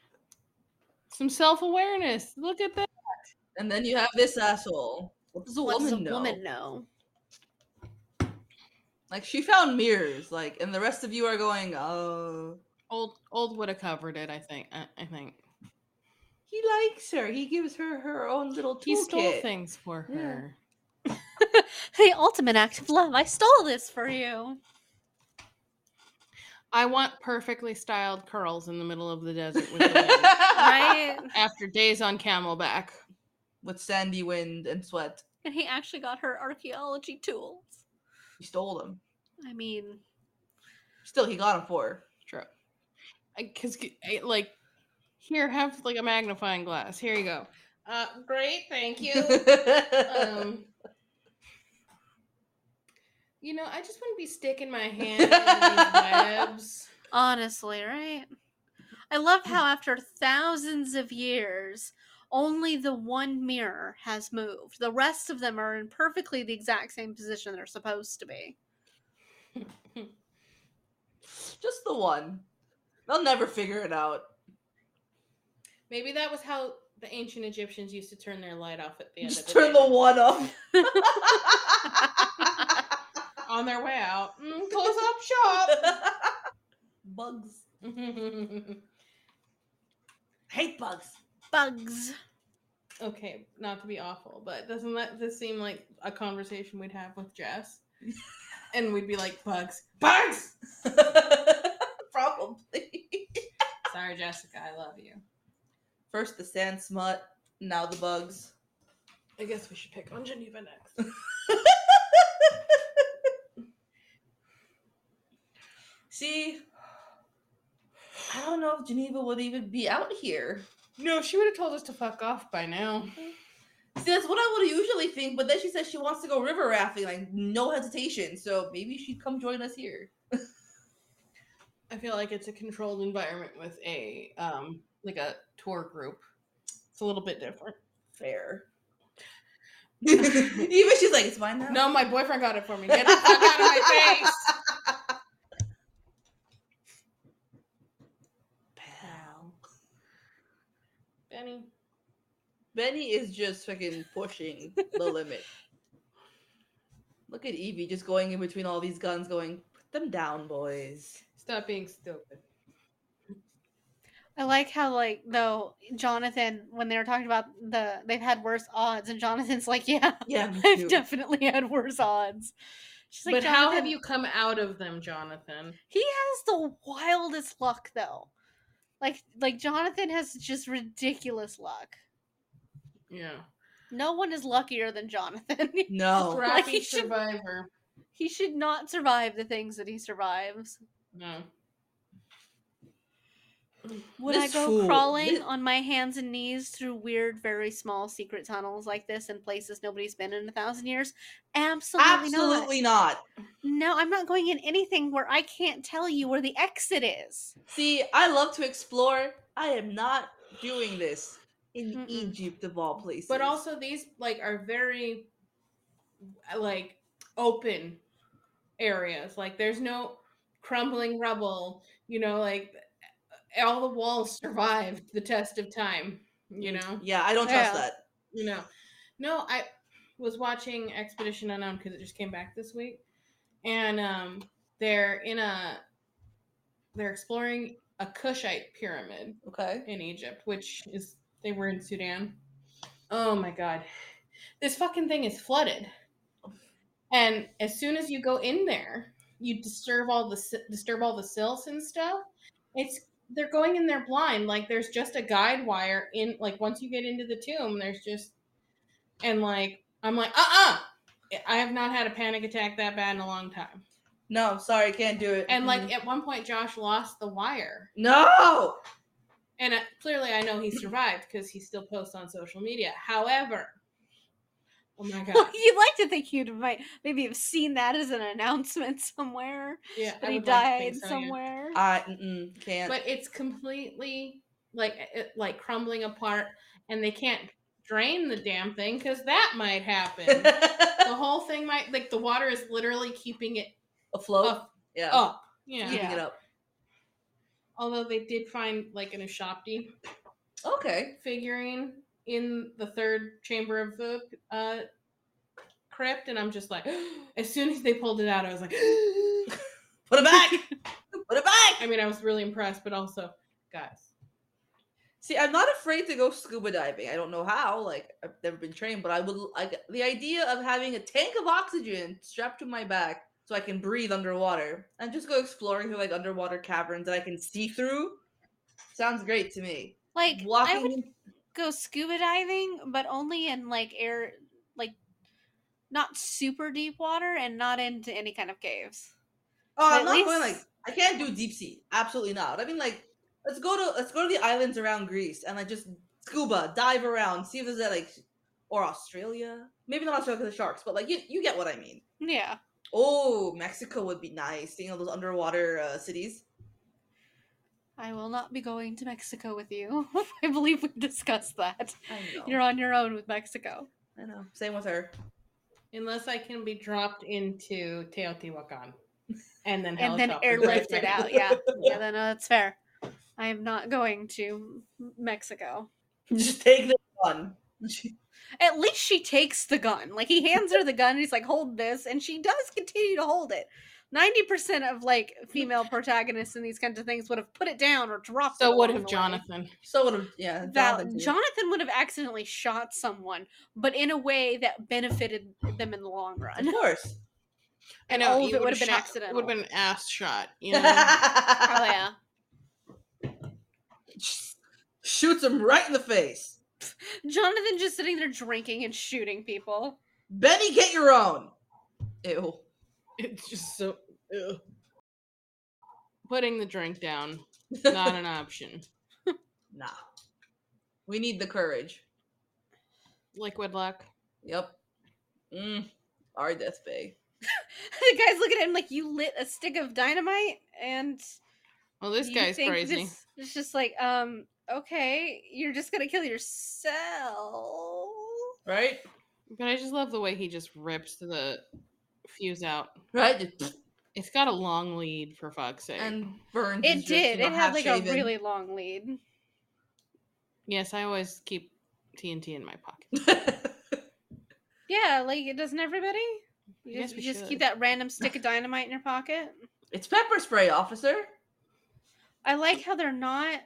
S5: Some self-awareness. Look at that.
S4: And then you have this asshole. What does a
S3: What does
S4: woman know?
S3: woman know?
S4: Like she found mirrors, like, and the rest of you are going, "Oh,
S5: Old old would have covered it, I think. I, I think.
S4: he likes her. He gives her her own little
S5: He stole
S4: toolkit."
S5: things for
S4: Yeah.
S5: her.
S3: The ultimate act of love. I stole this for you.
S5: I want perfectly styled curls in the middle of the desert with the wind
S3: Right?
S5: after days on camelback.
S4: With sandy wind and sweat,
S3: and he actually got her archaeology tools.
S4: he stole them.
S3: I mean,
S4: Still, he got them for her.
S5: True. Because, like, here, have like a magnifying glass. Here you go. Uh, great, thank um, you know, I just wouldn't be sticking my hand in these webs.
S3: Honestly, right? I love how after thousands of years, only the one mirror has moved. The rest of them are in perfectly the exact same position they're supposed to be.
S4: Just the one. They'll never figure it out.
S5: Maybe that was how the ancient Egyptians used to turn their light off at the end
S4: Just
S5: of the
S4: turn
S5: day.
S4: the one off.
S5: on their way out. Mm, close up shop.
S4: bugs.
S5: okay,
S4: Hate bugs.
S3: Bugs.
S5: not to be awful, but doesn't that this seem like a conversation we'd have with Jess? and we'd be like, bugs, bugs.
S4: Probably.
S5: Sorry, Jessica, I love you.
S4: First the sand smut, now the bugs.
S5: I guess we should pick on Geneva next.
S4: See, I don't know if Geneva would even be out here.
S5: no, she would have told us to fuck off by now.
S4: See, that's what I would usually think, but then she says she wants to go river rafting, like no hesitation. So maybe she'd come join us here.
S5: I feel like it's a controlled environment with a um like a tour group. It's a little bit different.
S4: Fair. even she's like, it's mine now.
S5: No, my boyfriend got it for me. Get the fuck out of my face.
S4: Pal.
S5: Benny.
S4: Benny is just fucking pushing the limit. Look at Evie just going in between all these guns, going, put them down, boys.
S5: Stop being stupid.
S3: I like how like though Jonathan when they were talking about the they've had worse odds and Jonathan's like yeah
S4: Yeah, me
S3: I've
S4: too.
S3: definitely had worse odds. She's like
S5: but how have
S3: "Jonathan,
S5: you come out of them, Jonathan?
S3: He has the wildest luck though. Like like Jonathan has just ridiculous luck.
S5: Yeah.
S3: No one is luckier than Jonathan.
S4: No.
S5: Scrappy
S3: he should-
S5: survivor.
S3: he should not survive the things that he survives.
S5: No.
S3: Would
S4: This
S3: I go
S4: fool-
S3: crawling
S4: thi-
S3: on my hands and knees through weird, very small secret tunnels like this in places nobody's been in a thousand years? Absolutely,
S4: Absolutely not.
S3: not. No, I'm not going in anything where I can't tell you where the exit is.
S4: See, I love to explore. I am not doing this in
S3: Mm-mm.
S4: Egypt of all places.
S5: But also these like are very like open areas. Like there's no crumbling rubble, you know, like all the walls survived the test of time, you know.
S4: yeah, I don't trust
S3: Yeah.
S4: that.
S5: You know. No, I was watching Expedition Unknown because it just came back this week. And um they're in a they're exploring a Kushite pyramid
S4: Okay.
S5: in Egypt, which is they were in Sudan. Oh my god. This fucking thing is flooded. And as soon as you go in there, you disturb all the si- disturb all the sills and stuff. It's they're going in there blind. Like there's just a guide wire in like once you get into the tomb, there's just and like I'm like, uh-uh. I have not had a panic attack that bad in a long time.
S4: No, sorry, can't do it.
S5: And like
S4: Mm.
S5: at one point Josh lost the wire
S4: no.
S5: and uh, clearly I know he survived because he still posts on social media. However, oh my god,
S3: You'd like to think you'd might maybe have seen that as an announcement somewhere
S5: yeah,
S3: that
S5: I
S3: he
S5: would like to
S3: died
S5: think so, yeah.
S3: somewhere.
S4: I mm-mm, can't.
S5: But it's completely like it, like crumbling apart, and they can't drain the damn thing because that might happen. the whole thing might like the water is literally keeping it
S4: Afloat.
S5: up,
S4: yeah.
S5: up. Oh, Yeah.
S4: Keeping it
S3: Yeah.
S4: up.
S5: Although they did find like an Ushapti
S4: Okay.
S5: figurine in the third chamber of the uh, crypt, and I'm just like, as soon as they pulled it out, I was like,
S4: Put it back. Put it back.
S5: I mean, I was really impressed, but also, guys,
S4: See, I'm not afraid to go scuba diving. I don't know how. Like, I've never been trained, but I would like the idea of having a tank of oxygen strapped to my back so I can breathe underwater and just go exploring through like underwater caverns that I can see through. Sounds great to me.
S3: like I
S4: Walking,
S3: would
S4: in-
S3: go scuba diving, but only in like air, like not super deep water and not into any kind of caves.
S4: oh, I'm
S3: at
S4: not going like
S3: least-
S4: I can't do deep sea. Absolutely not. I mean, like, let's go to let's go to the islands around Greece and like just scuba dive around, see if there's that like, or Australia. Maybe not Australia because of sharks, but like you you get what I mean.
S3: Yeah.
S4: Oh, Mexico would be nice. Seeing all those underwater uh, cities.
S3: I will not be going to Mexico with you. I believe we discussed that.
S4: I know.
S3: You're on your own with Mexico.
S4: I know. Same with her.
S5: unless I can be dropped into Teotihuacan and then
S3: and then
S5: helicoptered
S3: airlifted
S5: back.
S3: out. Yeah. Yeah, then uh, that's fair. I am not going to M- Mexico.
S4: Just take the one.
S3: At least she takes the gun. Like he hands her the gun and he's like, hold this. And she does continue to hold it. 90% of like female protagonists in these kinds of things would have put it down or dropped it.
S5: So would
S3: along
S5: have
S3: the way.
S5: Jonathan.
S4: So would have yeah.
S3: Val-
S4: Jonathan
S3: Jonathan,
S4: too.
S3: would have accidentally shot someone, but in a way that benefited them in the long
S4: Of
S3: run.
S4: course.
S5: I
S3: know, all you of Oh, it would would've have been shot- accidental.
S5: Would
S3: would've
S5: have been
S3: been
S5: an ass shot. You know?
S3: Oh
S4: yeah.
S3: yeah.
S4: Shoots him right in the face.
S3: Jonathan just sitting there drinking and shooting people.
S4: Benny, get your own. Ew.
S5: it's just so. ugh. Putting the drink down, not an option.
S4: Nah. We need the courage.
S5: Liquid luck.
S4: Yep. Mm. Our death bay.
S3: the guy's looking at him like you lit a stick of dynamite and
S5: Well, this
S3: you
S5: guy's
S3: think
S5: crazy.
S3: this- it's just like, um, okay, you're just gonna kill yourself.
S4: Right?
S5: But I just love the way he just rips the fuse out.
S4: Right? Just-
S5: It's got a long lead, for fuck's sake.
S4: And burns. his
S3: It
S4: wrist, you
S3: did.
S4: know,
S3: It had like a
S4: half-shaven.
S3: really long lead.
S5: Yes, I always keep TNT in my pocket.
S3: Yeah, like it doesn't everybody? You
S5: I guess
S3: just,
S5: we
S3: you just
S5: should.
S3: keep that random stick of dynamite in your pocket.
S4: it's pepper spray, officer.
S3: I like how they're not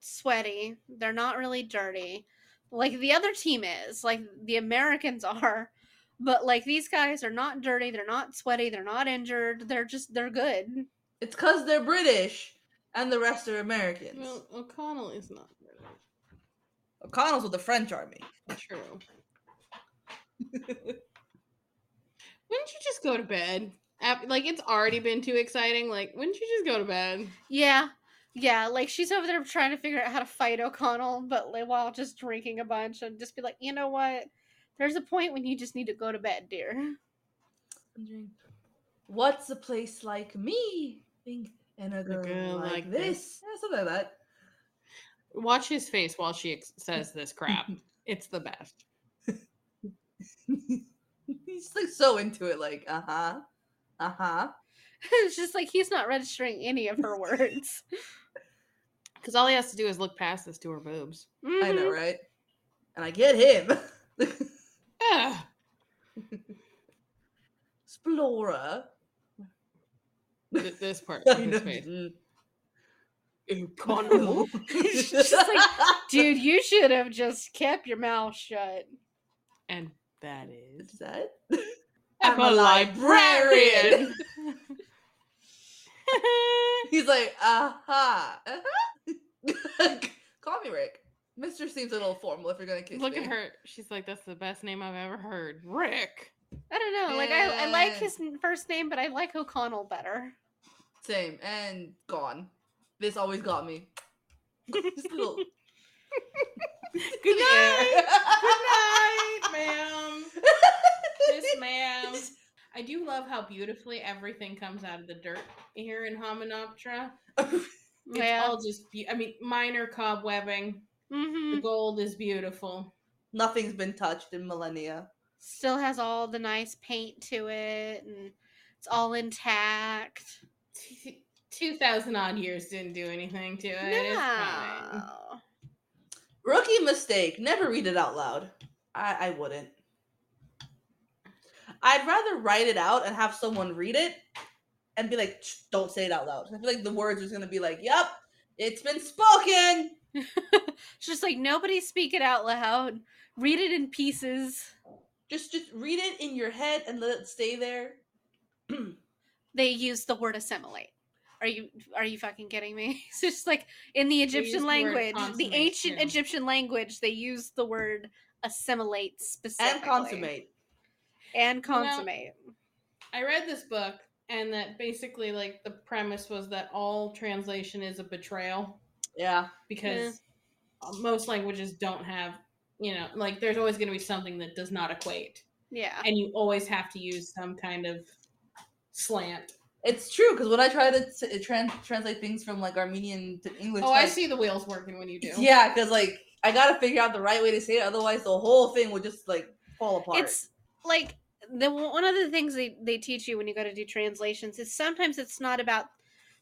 S3: sweaty. They're not really dirty. Like the other team is, like the Americans are, but like these guys are not dirty, they're not sweaty, they're not injured. They're just they're good.
S4: It's because they're British and the rest are Americans.
S5: Well, O'Connell is not really
S4: O'Connell's with the French army.
S5: true. wouldn't you just go to bed? Ap- Like it's already been too exciting. Like wouldn't you just go to bed?
S3: Yeah. Yeah, like she's over there trying to figure out how to fight O'Connell, but like, while just drinking a bunch and just be like, you know what? There's a point when you just need to go to bed, dear.
S4: wondering, What's a place like me? Think and a girl,
S5: girl
S4: like,
S5: like
S4: this.
S5: this.
S4: Yeah, something like that.
S5: Watch his face while she ex- says this crap. it's the best.
S4: He's like so into it, like, uh-huh. Uh-huh.
S3: it's just like he's not registering any of her words.
S5: Because all he has to do is look past this to her boobs.
S4: I know,
S5: Mm-hmm.
S3: Mhm.
S4: right? And I get him.
S5: Ugh.
S4: Explorer.
S5: Th- this part.
S4: I
S5: His
S4: know.
S5: face.
S4: Mm.
S5: O'Connell.
S4: She's
S3: just like- Mm-hmm. Dude, you should have just kept your mouth shut.
S5: And that is.
S4: Is that?
S5: I'm a librarian.
S4: He's like, aha. uh-huh. Call me Rick. Mr. seems a little formal if you're gonna kiss
S5: Look
S4: me.
S5: at her. She's like, that's the best name I've ever heard. Rick.
S3: I don't know. Like I, I like
S4: Yeah.
S3: his n- first name, but I like O'Connell better.
S4: Same and gone. This always got me. Just a little-
S5: Good night.
S4: night.
S5: Good night, ma'am. Miss ma'am. I do love how beautifully everything comes out of the dirt here in Hominoptera. It's
S3: yeah.
S5: all just, be- I mean, minor cobwebbing.
S3: hmm
S5: The gold is beautiful.
S4: Nothing's been touched in millennia.
S3: Still has all the nice paint to it, and it's all intact.
S5: T- 2,000 odd years didn't do anything to it. It's fine.
S3: No.
S4: Rookie mistake. Never read it out loud. I, I wouldn't. I'd rather write it out and have someone read it and be like, "Shh, don't say it out loud. I feel like the words is gonna be like, yep, it's been spoken.
S3: It's just like nobody speak it out loud. Read it in pieces.
S4: Just just read it in your head and let it stay there.
S3: They use the word assimilate. Are you are you fucking kidding me? It's just like in the Egyptian
S5: use the word
S3: language, the
S5: consummate,
S3: ancient
S5: too.
S3: Egyptian language, they use the word assimilate specifically
S4: And consummate.
S3: and
S5: You know,
S3: consummate.
S5: I read this book, and that basically, like, the premise was that all translation is a betrayal.
S4: Yeah.
S5: because most languages don't have you know like there's always going to be something that does not equate
S3: yeah.
S5: and you always have to use some kind of slant
S4: It's true because when I try to t- trans- translate things from like Armenian to English,
S5: oh i
S4: like,
S5: see the wheels working when you do
S4: Yeah, because like I gotta figure out the right way to say it, otherwise the whole thing will just like fall apart.
S3: It's like the one of the things they, they teach you when you go to do translations is sometimes it's not about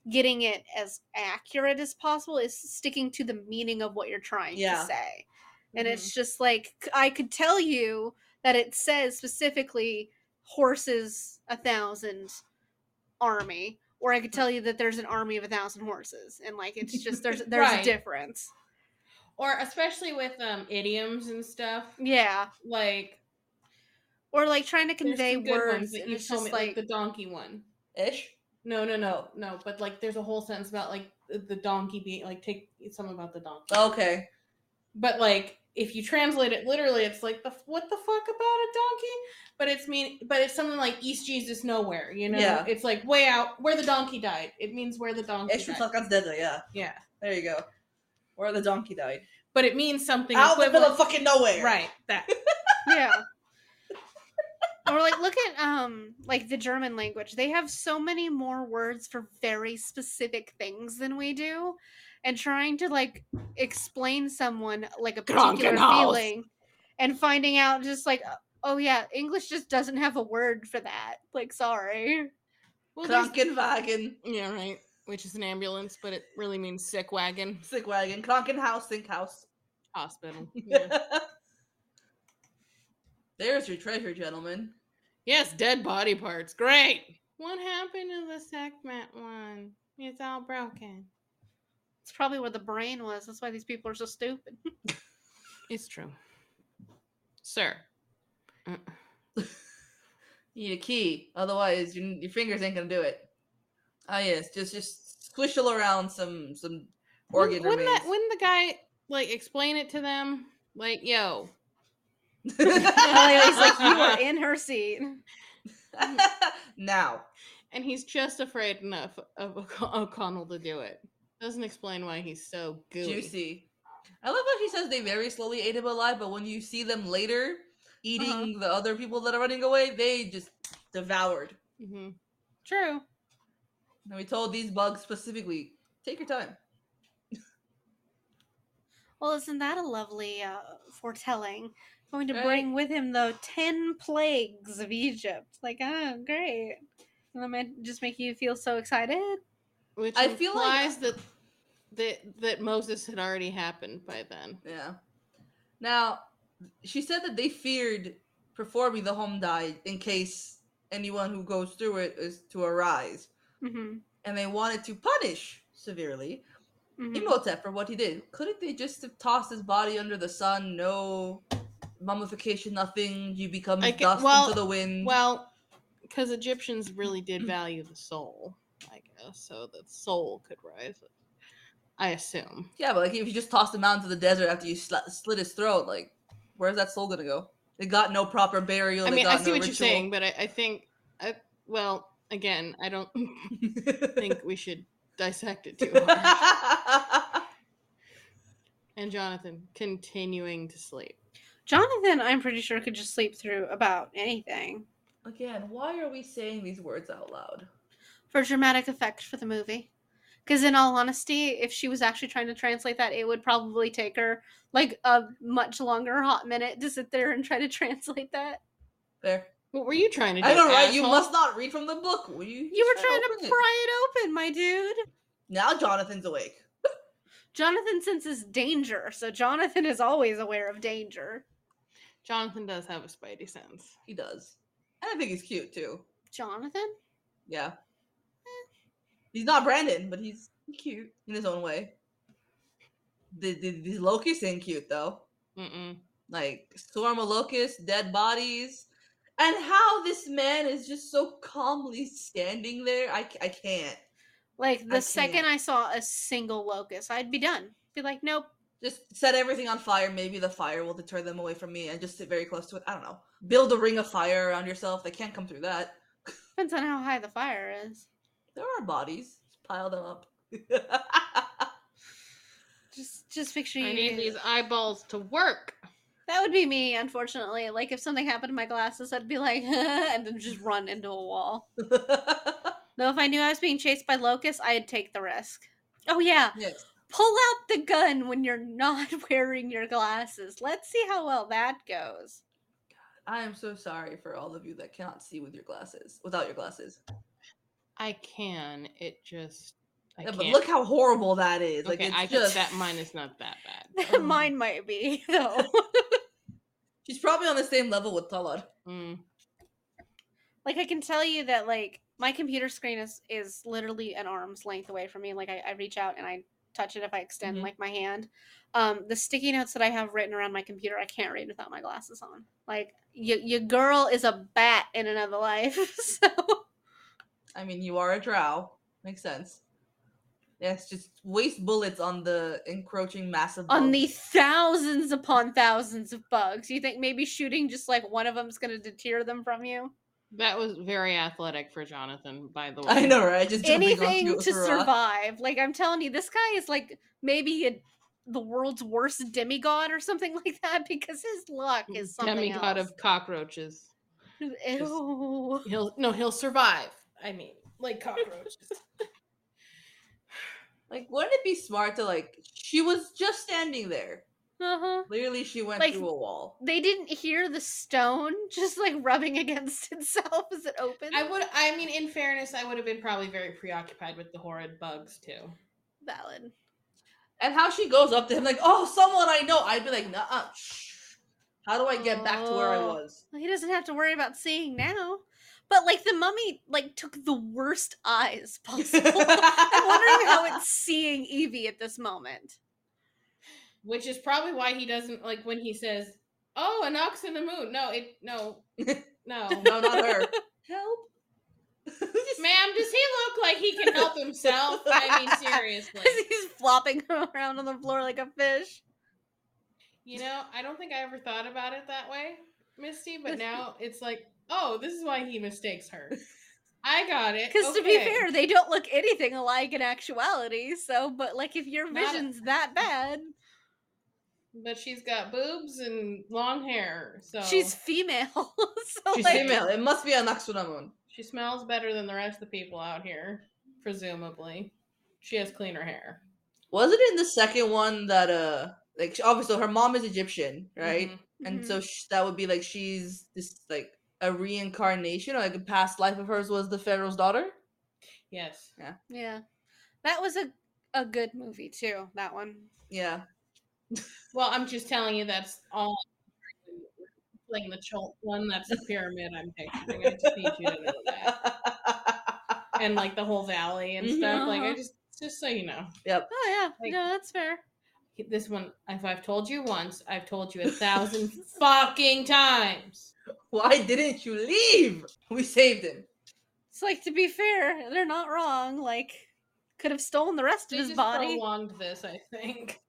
S3: getting it as accurate as possible, it's sticking to the meaning of what you're trying
S4: Yeah.
S3: to say.
S5: Mm-hmm.
S3: and it's just like c- I could tell you that it says specifically horses a thousand army, or I could tell you that there's an army of a thousand horses, and like it's just there's there's a
S5: Right.
S3: difference.
S5: or especially with um idioms and stuff
S3: Yeah,
S5: like
S3: or like trying to
S5: there's
S3: convey
S5: some good ones
S3: words,
S5: that
S3: and
S5: you
S3: it's
S5: told
S3: just
S5: me,
S3: like,
S5: the donkey one
S4: ish.
S5: no no no no but like there's a whole sentence about like the- the donkey being like take something about the donkey
S3: Oh,
S4: Okay.
S5: but like if you translate it literally it's like the what the fuck about a donkey but it's mean but it's something like east jesus nowhere you know
S4: Yeah.
S5: it's like way out where the donkey died it means where the donkey
S4: Ish was
S5: died.
S4: not Deda, yeah.
S5: yeah
S4: There you go. Where the donkey died.
S5: but it means something
S4: Out in the middle
S5: equivalent
S4: of fucking nowhere.
S5: right that
S3: yeah. Or like look at um like the German language. They have so many more words for very specific things than we do. And trying to like explain someone like a particular
S5: Krankenhaus.
S3: feeling and finding out just like oh yeah, English just doesn't have a word for that. Like sorry.
S5: well, there's-
S4: Krankenwagen,
S5: yeah right which is an ambulance but it really means sick wagon
S4: sick wagon, Krankenhaus, sink house.
S5: hospital Yeah.
S4: There's your treasure, gentlemen.
S5: yes dead body parts great what happened to the segment one it's all broken
S3: It's probably where the brain was. That's why these people are so stupid.
S5: It's true. Sir.
S4: You need a key, otherwise your, your fingers ain't gonna do it. Ah, yes, just just squishle around some some organ
S5: Wouldn't, wouldn't
S4: remains.
S5: that, wouldn't the guy like explain it to them? Like, yo,
S3: He's like, you are in her seat.
S4: now,
S5: and he's just afraid enough of O'Co- O'Connell to do it. Doesn't explain why he's so gooey.
S4: juicy. I love how he says they very slowly ate him alive, but when you see them later eating the other people that are running away, they just devoured.
S5: hmm True.
S4: And we told these bugs specifically, take your time.
S3: Well, isn't that a lovely uh, foretelling? Going to
S4: Right?
S3: bring with him though ten plagues of Egypt. Like, oh, great! And that might just make you feel so excited.
S5: Which
S4: I feel like-
S5: implies that that that Moses had already happened by then.
S4: Yeah. Now, she said that they feared performing the home died in case anyone who goes through it is to arise,
S3: hmm
S4: and they wanted to punish severely
S3: mm-hmm.
S5: Mm-hmm.
S4: Imhotep for what he did. Couldn't they just have tossed his body under the sun? No mummification, nothing. You become
S5: I ca-
S4: dust
S5: well-
S4: into the wind.
S5: Well, because Egyptians really did
S4: Mm.
S5: value the soul, I guess, so the soul could rise. I assume.
S4: yeah, but like if you just tossed him out into the desert after you sl- slit his throat, like where's that soul gonna go? They got no proper burial.
S5: I
S4: they
S5: mean,
S4: got
S5: I see
S4: no
S5: what
S4: ritual.
S5: you're saying, but I, I think, I, well, again, I don't think we should dissect it too hard. and Jonathan continuing to sleep.
S3: Jonathan, I'm pretty sure could just sleep through about anything
S4: Again, why are we saying these words out loud?
S3: for dramatic effect for the movie. Because in all honesty, if she was actually trying to translate that, it would probably take her like a much longer hot minute to sit there and try to translate that.
S4: There.
S5: What were you trying to do?
S4: I know, right? You
S5: asshole?
S4: must not read from the book. Will you?
S3: You were
S4: just
S3: trying to
S4: open it?
S3: pry it open, my dude.
S4: Now Jonathan's awake.
S3: Jonathan senses danger, so Jonathan is always aware of danger.
S5: Jonathan does have a spidey sense.
S4: He does, and I think he's cute too.
S3: Jonathan?
S4: Yeah. He's not Brandon, but he's cute in his own way. The, the, the locusts ain't cute though.
S5: Mm-mm.
S4: Like storm of locusts, dead bodies, and how this man is just so calmly standing there. I, c- I can't.
S3: Like the
S4: I
S3: second
S4: can't.
S3: I saw a single locust, I'd be done. Be like, nope.
S4: Just set everything on fire. Maybe the fire will deter them away from me, and just sit very close to it. I don't know. Build a ring of fire around yourself. They can't come through that.
S3: Depends on how high the fire is.
S4: There are bodies. Just pile them up.
S3: Just just picture you.
S5: I need these eyeballs to work.
S3: That would be me, unfortunately. Like if something happened to my glasses, I'd be like, and then just run into a wall. Though if I knew I was being chased by locusts, I'd take the risk. Oh yeah,
S4: yes.
S3: pull out the gun when you're not wearing your glasses. Let's see how well that goes.
S4: I am so sorry for all of you that cannot see with your glasses, without your glasses.
S5: I can. It just. I
S4: Yeah,
S5: can't.
S4: but look how horrible that is. Like
S5: okay,
S4: it's
S5: I
S4: just
S5: guess that mine is not that bad.
S4: Oh.
S3: Mine might be though.
S4: She's probably on the same level with Talad.
S5: Mm.
S3: like I can tell you that like my computer screen is is literally an arm's length away from me. Like I, I reach out and I touch it if I extend
S4: Mhm.
S3: like my hand. Um, the sticky notes that I have written around my computer, I can't read without my glasses on. Like your your girl is a bat in another life. So
S4: I mean, you are a drow. Makes sense. That's just waste bullets on the encroaching massive.
S3: on the
S4: bugs.
S3: thousands upon thousands of bugs, you think maybe shooting just like one of them is going to deter them from you?
S5: That was very athletic for Jonathan, by the way.
S4: I know, right? Just jumping onto
S3: anything
S4: a
S3: to
S4: rock.
S3: survive. Like I'm telling you, this guy is like maybe a, the world's worst demigod or something like that because his luck is something
S5: Mm, Demigod
S3: else.
S5: of cockroaches.
S3: Ew.
S5: He'll no, he'll survive. I mean, like cockroaches.
S4: Like, wouldn't it be smart to like? She was just standing there.
S3: Uh-huh.
S4: Literally, she went
S3: Like-
S4: through a wall.
S3: They didn't hear the stone just like rubbing against itself as it opened.
S5: I would. I mean, in fairness, I would have been probably very preoccupied with the horrid bugs too.
S3: valid.
S4: And how she goes up to him, like, "Oh, someone I know." I'd be like, "Nah, shh. how do I get back to where I
S3: Oh.
S4: was?"
S3: Well, he doesn't have to worry about seeing now. But like the mummy like took the worst eyes possible. I'm wondering how it's seeing Evie at this moment.
S5: Which is probably why he doesn't like when he says, "Oh, an ox in the moon." No, it no, no,
S4: No, not her.
S3: Help.
S5: ma'am. Does he look like he can help himself? I mean, seriously.
S3: As he's flopping around on the floor like a fish.
S5: You know, I don't think I ever thought about it that way, Misty. But now it's like, oh, this is why he mistakes her. I got it.
S3: Because to be
S5: okay.
S3: fair, they don't look anything alike in actuality. So, but like if your
S5: Not a-
S3: vision's that bad,
S5: but she's got boobs and long hair, so
S3: she's female. so
S4: She's
S3: like,
S4: female. It must be an Aksunamun.
S5: she smells better than the rest of the people out here, presumably. She has cleaner hair,
S4: Was it in the second one that uh like she- obviously her mom is Egyptian, right?
S3: Mm-hmm,
S5: Mhm.
S3: hmm,
S4: And so sh- that would be like she's this like a reincarnation or like a past life of hers was the pharaoh's daughter.
S5: Yes.
S3: yeah, that was a a good movie too. That one.
S4: Yeah.
S5: Well, I'm just telling you that's all. Playing the Chult one, that's the pyramid I'm picturing. I just need you to know that, and like the whole valley and stuff. Like I
S3: Mhm.
S5: just, just so you know,
S3: Oh yeah,
S5: Like-
S3: no, that's fair.
S5: this one. If I've told you once, I've told you a thousand fucking times.
S4: Why didn't you leave? We saved him.
S3: It's like to be fair, they're not wrong. Like, could have stolen the rest
S5: They
S3: of his
S5: just
S3: body.
S5: prolonged this, I think.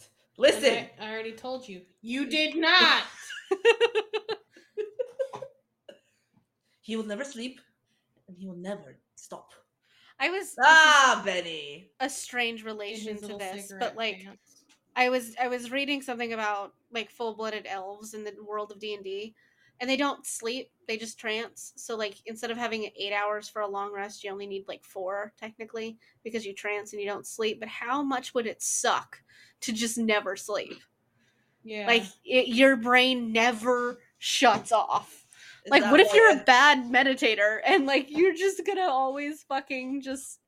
S5: And
S4: Listen,
S5: I, I already told you. You did not.
S4: he will never sleep, and he will never stop.
S3: I was this is
S4: Ah, Benny.
S3: a strange
S5: In his
S3: relation to
S5: little
S3: this,
S5: cigarette
S3: but like
S5: pants.
S3: I was I was reading something about like full-blooded elves in the world of D&D and they don't sleep, they just trance. So like instead of having 8 hours for a long rest, you only need like 4 technically because you trance and you don't sleep. But how much would it suck to just never sleep?
S5: yeah,
S3: Like it, your brain never shuts off.
S4: It's
S3: Like
S4: that
S3: what if
S4: boy.
S3: you're a bad meditator and like you're just going to always fucking just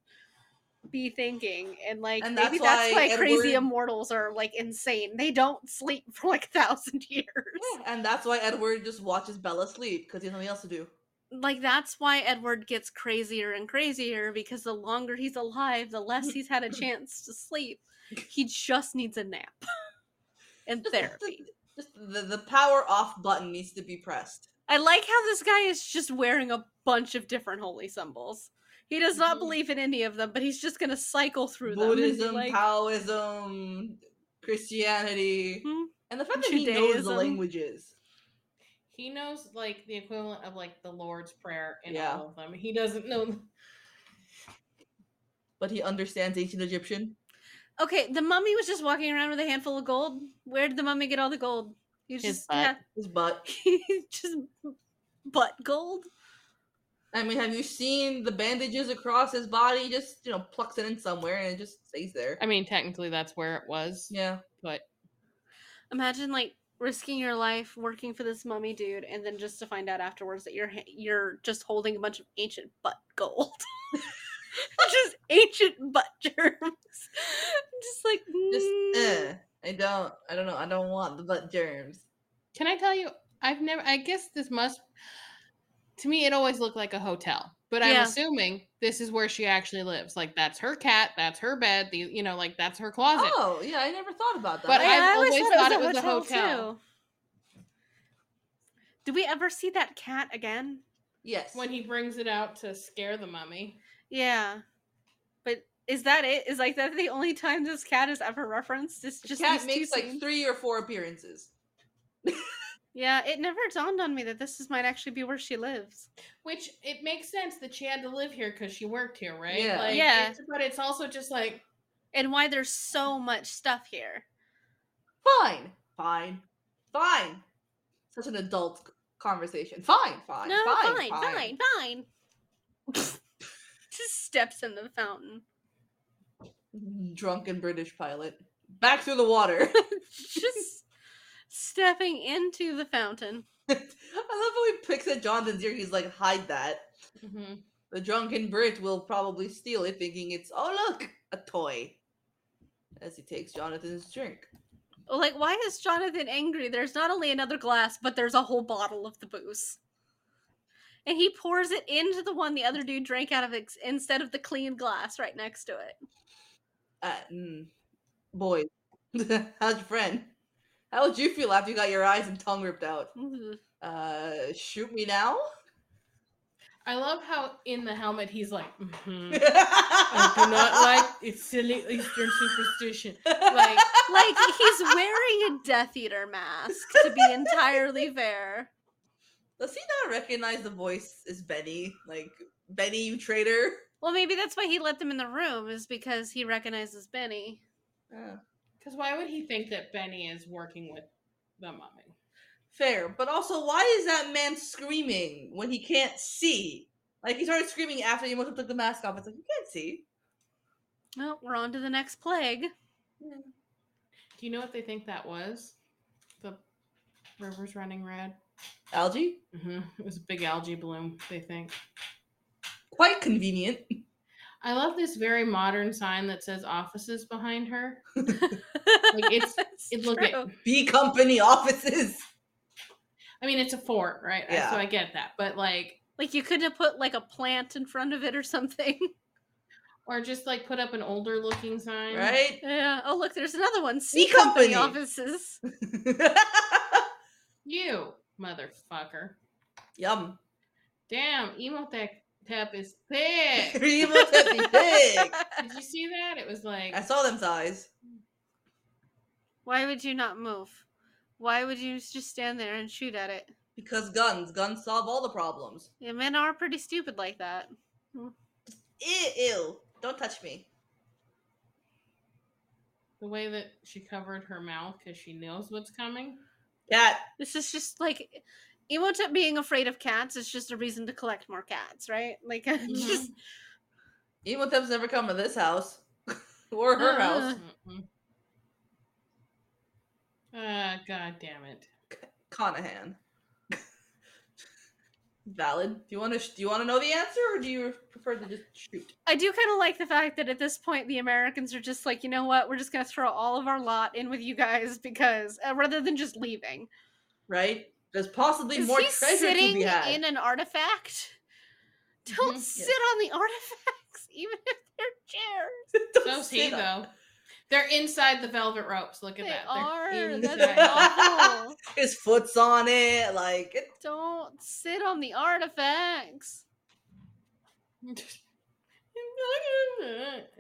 S3: be thinking and like
S4: And
S3: maybe
S4: that's
S3: that's why,
S4: why
S3: crazy
S4: Edward-
S3: immortals are like insane. They don't sleep for like a thousand years.
S4: Yeah, and that's why Edward just watches Bella sleep because he has nothing else to do.
S3: Like that's why Edward gets crazier and crazier because the longer he's alive, the less he's had a chance to sleep. He just needs a nap and
S4: Just-
S3: therapy.
S4: Just the, the power off button needs to be pressed.
S3: I like how this guy is just wearing a bunch of different holy symbols. He does not
S5: Mhm.
S3: believe in any of them, but he's just gonna cycle through
S4: Buddhism,
S3: them. and be like,
S4: Taoism, Christianity,
S3: "Hmm,
S4: and the fact that he knows the
S3: Judaism.
S4: languages.
S5: he knows like the equivalent of like the Lord's Prayer in
S4: Yeah.
S5: all of them. He doesn't know.
S4: But he understands ancient Egyptian.
S3: Okay, the mummy was just walking around with a handful of gold. Where did the mummy get all the gold? He was
S5: His
S3: just
S5: butt.
S4: His butt.
S3: yeah, just butt gold.
S4: I mean, have you seen the bandages across his body? He just you know plucks it in somewhere and it just stays there.
S5: I mean, technically, that's where it was.
S4: yeah,
S5: But
S3: Imagine like risking your life working for this mummy dude, and then just to find out afterwards that you're ha- you're just holding a bunch of ancient butt gold. just ancient butt germs. just like
S4: just
S3: mm.
S4: eh. I don't. I don't know. I don't want the butt germs.
S5: can I tell you? I've never. I guess this must. To me, it always looked like a hotel, but
S3: Yeah.
S5: I'm assuming this is where she actually lives. Like that's her cat, that's her bed. The you know, like that's her closet.
S4: Oh yeah, I never thought about that.
S5: But
S3: Yeah,
S5: I've
S3: I always
S5: always
S3: thought,
S5: thought
S3: it was a hotel.
S5: hotel.
S3: Too. Did we ever see that cat again?
S4: yes,
S5: When he brings it out to scare the mummy.
S3: Yeah. But is that it? Is like that the only time this cat is ever referenced? It's
S4: The
S3: just
S4: cat
S3: these two
S4: makes like
S3: scenes?
S4: three or four appearances.
S3: Yeah, it never dawned on me that this is might actually be where she lives.
S5: Which it makes sense that she had to live here because she worked here, right?
S4: Yeah.
S5: Like,
S3: Yeah.
S5: it's- but it's also just like
S3: And why there's so much stuff here.
S4: Fine, fine, fine. Such an adult c- conversation. Fine, fine,
S3: no,
S4: fine,
S3: fine, fine, fine. just steps in the fountain.
S4: Drunken British pilot. Back through the water.
S3: just stepping into the fountain.
S4: I love how he picks at Jonathan's ear. He's like, hide that.
S5: mhm.
S4: The drunken Brit will probably steal it, thinking it's, oh, look, a toy. As he takes Jonathan's drink.
S3: Like, why is Jonathan angry? There's not only another glass, but there's a whole bottle of the booze. and he pours it into the one the other dude drank out of ex- instead of the clean glass right next to it.
S4: Uh, mm, boy, how's your friend? How would you feel after you got your eyes and tongue ripped out?
S3: Ugh.
S4: Uh, shoot me now?
S5: I love how in the helmet he's like, "Mhm, I do not
S4: I
S5: like it's silly Eastern superstition. Like,
S3: Like he's wearing a Death Eater mask. To be entirely fair,
S4: Does he not recognize the voice as Benny? Like, Benny, you traitor?
S3: well, maybe that's why he let them in the room is because he recognizes Benny.
S4: Uh,
S5: because why would he think that Benny is working with the mummy?
S4: fair. But also, why is that man screaming when he can't see? Like, he started screaming after he took the mask off. It's like, you can't see.
S3: Well, we're on to the next plague.
S5: Do you know what they think that was? The river's running red.
S4: Algae?
S5: hmm It was a big algae bloom. They think.
S4: Quite convenient.
S5: I love this very modern sign that says offices behind her. Like, it's- it- look it-
S3: true.
S4: B Company offices.
S5: I mean, it's a fort, right? I-
S4: Yeah.
S5: So I get that, but like,
S3: like you could have put like a plant in front of it or something.
S5: or just like put up an older looking sign,
S4: Right?
S3: Yeah. Oh, look, there's another one. C
S4: Sea
S3: company.
S4: Company.
S3: offices.
S5: You motherfucker!
S4: Yum.
S5: Damn, Emotep Tep is thick.
S4: Evil Tippy Pig.
S5: Did you see that? It was like
S4: I saw them size.
S3: Why would you not move? Why would you s- just stand there and shoot at it?
S4: Because guns. Guns solve all the problems.
S3: Yeah, men are pretty stupid like that.
S4: Ew. ew. Don't touch me.
S5: the way that she covered her mouth because she knows what's coming.
S4: Cat.
S3: This is just like Emotep being afraid of cats is just a reason to collect more cats, right? Like
S4: Mm-hmm.
S3: it's just
S4: Evil Tips never come to this house. or
S3: Uh-uh.
S4: her house.
S5: Mm-hmm. Mm-mm. Ah, god damn it!
S4: Conahan. Valid. Do you want to? Do you want to know the answer, or do you prefer to just shoot?
S3: I do kind of like the fact that at this point the Americans are just like, you know what, we're just gonna throw all of our lot in with you guys because uh, rather than just leaving.
S4: Right? There's possibly
S3: Is
S4: more
S3: he
S4: treasure to
S3: sitting
S4: be had. Mm-hmm.
S3: in an artifact? Don't
S5: Mhm.
S3: sit on the artifacts, even if they're chairs.
S4: Don't
S5: So is he
S4: sit on-
S5: though. They're inside the velvet ropes. Look at
S3: They
S5: that. They're
S3: are.
S5: inside.
S3: That's awful.
S4: His foot's on it. Like it,
S3: Don't sit on the artifacts.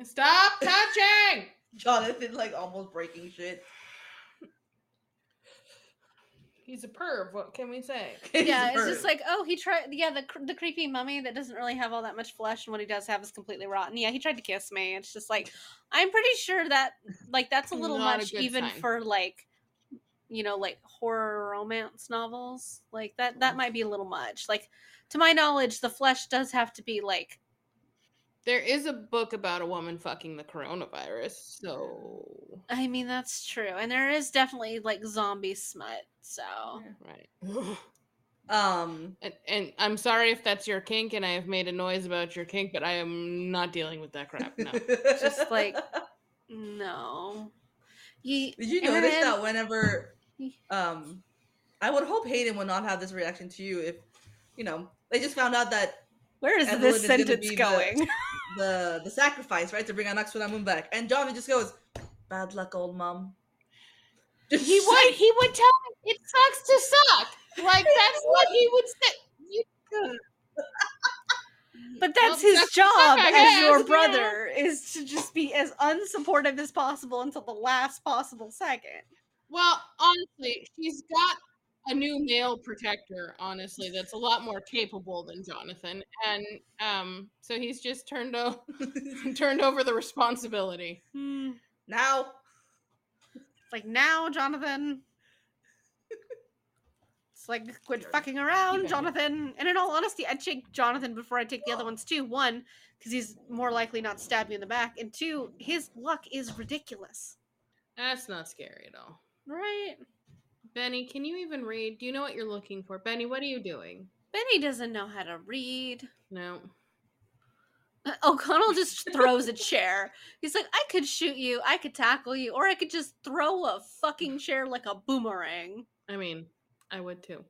S5: Stop touching!
S4: Jonathan, like almost breaking shit.
S5: He's a perv. What can we say?
S3: Yeah, it's
S4: Bird.
S3: just like, oh, he tried. Yeah, the cr- the creepy mummy that doesn't really have all that much flesh, and what he does have is completely rotten. Yeah, he tried to kiss me. It's just like, I'm pretty sure that like that's a little
S5: Not a
S3: much
S5: good
S3: even
S5: sign.
S3: for like, you know, like horror romance novels. Like that that might be a little much. Like to my knowledge, the flesh does have to be like
S5: There is a book about a woman fucking the coronavirus, so
S3: I mean, that's true. And there is definitely like zombie smut. So
S5: right.
S4: um,
S5: And, and I'm sorry if that's your kink, and I have made a noise about your kink, but I am not dealing with that crap. No.
S4: just
S3: like- no. Ye-
S4: Did you notice
S3: Aaron-
S4: that whenever
S3: Ye-
S4: um I would hope Hayden would not have this reaction to you if you know they just found out that
S3: Where is
S4: Evelyn
S3: this
S4: is gonna
S3: sentence
S4: be the-
S3: going?
S4: the the sacrifice, right, to bring Anaxuna Moon back. And Jonathan just goes, Bad luck, old mom.
S5: He would he would tell me it sucks to suck. Like that's what he would say. You-
S3: But that's
S5: Well,
S3: his
S5: that's
S3: job
S5: I
S3: as your
S5: guess,
S3: brother is to just be as unsupportive as possible until the last possible second.
S5: Well, honestly, she's got a new male protector, honestly, that's a lot more capable than Jonathan. And um, so he's just turned over turned over the responsibility.
S3: Hmm.
S4: Now
S3: It's like now, Jonathan. It's like quit
S4: Sure.
S3: fucking around,
S5: bet.
S3: Jonathan. And in all honesty, I'd take Jonathan before I take the other ones too. One, because he's more likely not to stab me in the back, and two, his luck is ridiculous.
S5: That's not scary at all.
S3: Right?
S5: Benny, can you even read? Do you know what you're looking for? Benny, what are you doing?
S3: Benny doesn't know how to read.
S5: No.
S3: O'Connell just throws a chair. He's like, I could shoot you, I could tackle you, or I could just throw a fucking chair like a boomerang.
S5: I mean, I would too.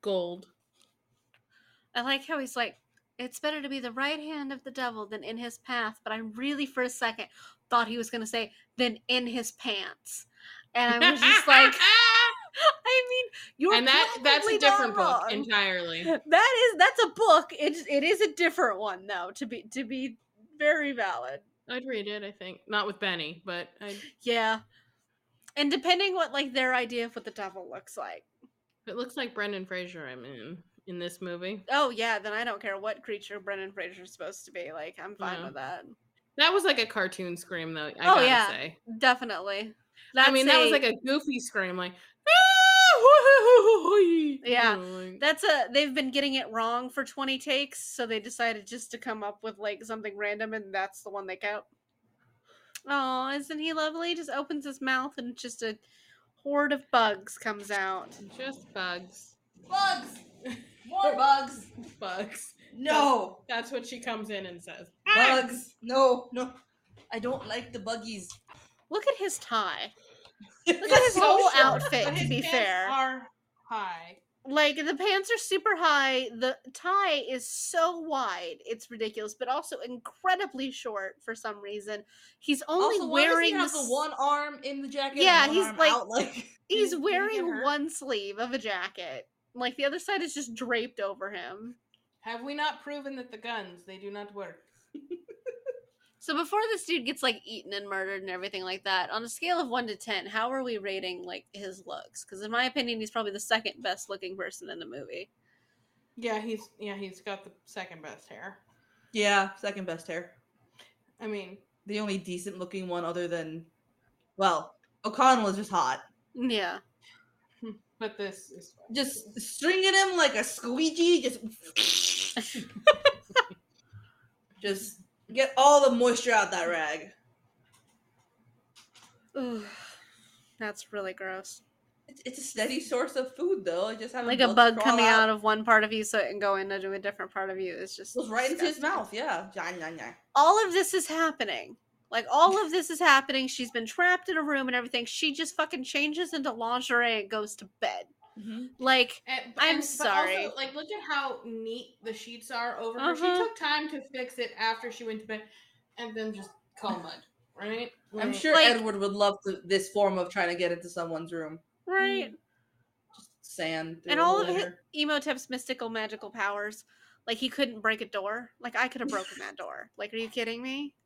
S5: Gold.
S3: I like how he's like, it's better to be the right hand of the devil than in his path. But I really, for a second, thought he was going to say, than in his pants. And I was just like, I mean, you're
S5: and that that's
S3: probably
S5: a
S3: not
S5: different book
S3: wrong.
S5: entirely.
S3: that is that's a book. It it is a different one though. To be to be very valid.
S5: I'd read it, I think. Not with Benny, but I'd,
S3: Yeah. And depending what like their idea of what the devil looks like.
S5: if it looks like Brendan Fraser. I'm in in this movie.
S3: Oh yeah, then I don't care what creature Brendan Fraser's supposed to be. Like I'm fine
S5: Yeah.
S3: with that.
S5: That was like a cartoon scream, though. I
S3: Oh,
S5: gotta
S3: yeah.
S5: say.
S3: Definitely.
S5: I mean, that was like
S3: a
S5: a goofy scream, like. "Ah, you
S3: Yeah,
S5: know, like-
S3: that's a they've been getting it wrong for 20 takes, so they decided just to come up with like something random and that's the one they got. Oh, isn't he lovely? Just opens his mouth and just a horde of bugs comes out.
S5: just bugs,
S4: Bugs! More bugs!
S5: bugs.
S4: No!
S5: That's what she comes in and says.
S4: Bugs! No, no. I don't like the buggies.
S3: Look at his tie. Look at
S5: It's
S3: his
S5: so
S3: whole
S5: short,
S3: outfit
S5: but
S3: to
S5: his
S3: be
S5: pants
S3: fair.
S5: are high.
S3: like the pants are super high the tie is so wide it's ridiculous but also incredibly short for some reason he's only
S4: also, why does he
S3: wearing
S4: have
S3: the
S4: the
S3: s-
S4: one arm in the jacket? and
S3: Yeah,
S4: one
S3: he's
S4: arm
S3: like-
S4: out, like
S3: he's
S5: Did he get
S3: wearing
S5: hurt?
S3: one sleeve of a jacket like the other side is just draped over him
S5: Have we not proven that the guns they do not work?
S3: so before this dude gets like eaten and murdered and everything like that on a scale of 1 to 10 how are we rating like his looks because in my opinion he's probably the second best looking person in the movie
S5: Yeah, he's yeah he's got the second best hair.
S4: Yeah, second best hair.
S5: I mean,
S4: The only decent looking one other than well, O'Connell is just hot.
S3: yeah
S5: but this is
S4: Just stringing him like a squeegee, just just get all the moisture out that rag.
S3: Ooh, that's really gross
S4: It's, it's a steady source of food though. I just having
S3: like a bug
S4: crawl
S3: coming out. of one part of you so it can go into a different part of you is just
S4: goes right into his
S3: disgusting.
S4: mouth. Yeah, yeah, yeah, yeah.
S3: all of this is happening like all of this is happening she's been trapped in a room and everything she just fucking changes into lingerie and goes to bed Mm-hmm. like
S5: And-
S3: I'm
S5: Eh, and- but
S3: sorry.
S5: Also, like, look at how neat the sheets are over her. She
S3: Uh-huh.
S5: took time to fix it after she went to bed, and then just call mud, right?
S4: I'm
S5: Like,
S4: sure
S3: Like-
S4: Edward would love to, this form of trying to get into someone's room.
S3: right
S4: Sand
S3: and
S4: through
S3: all of
S4: the
S3: his
S4: litter.
S3: emotep's mystical magical powers like he couldn't break a door like i could have broken that door like are you kidding me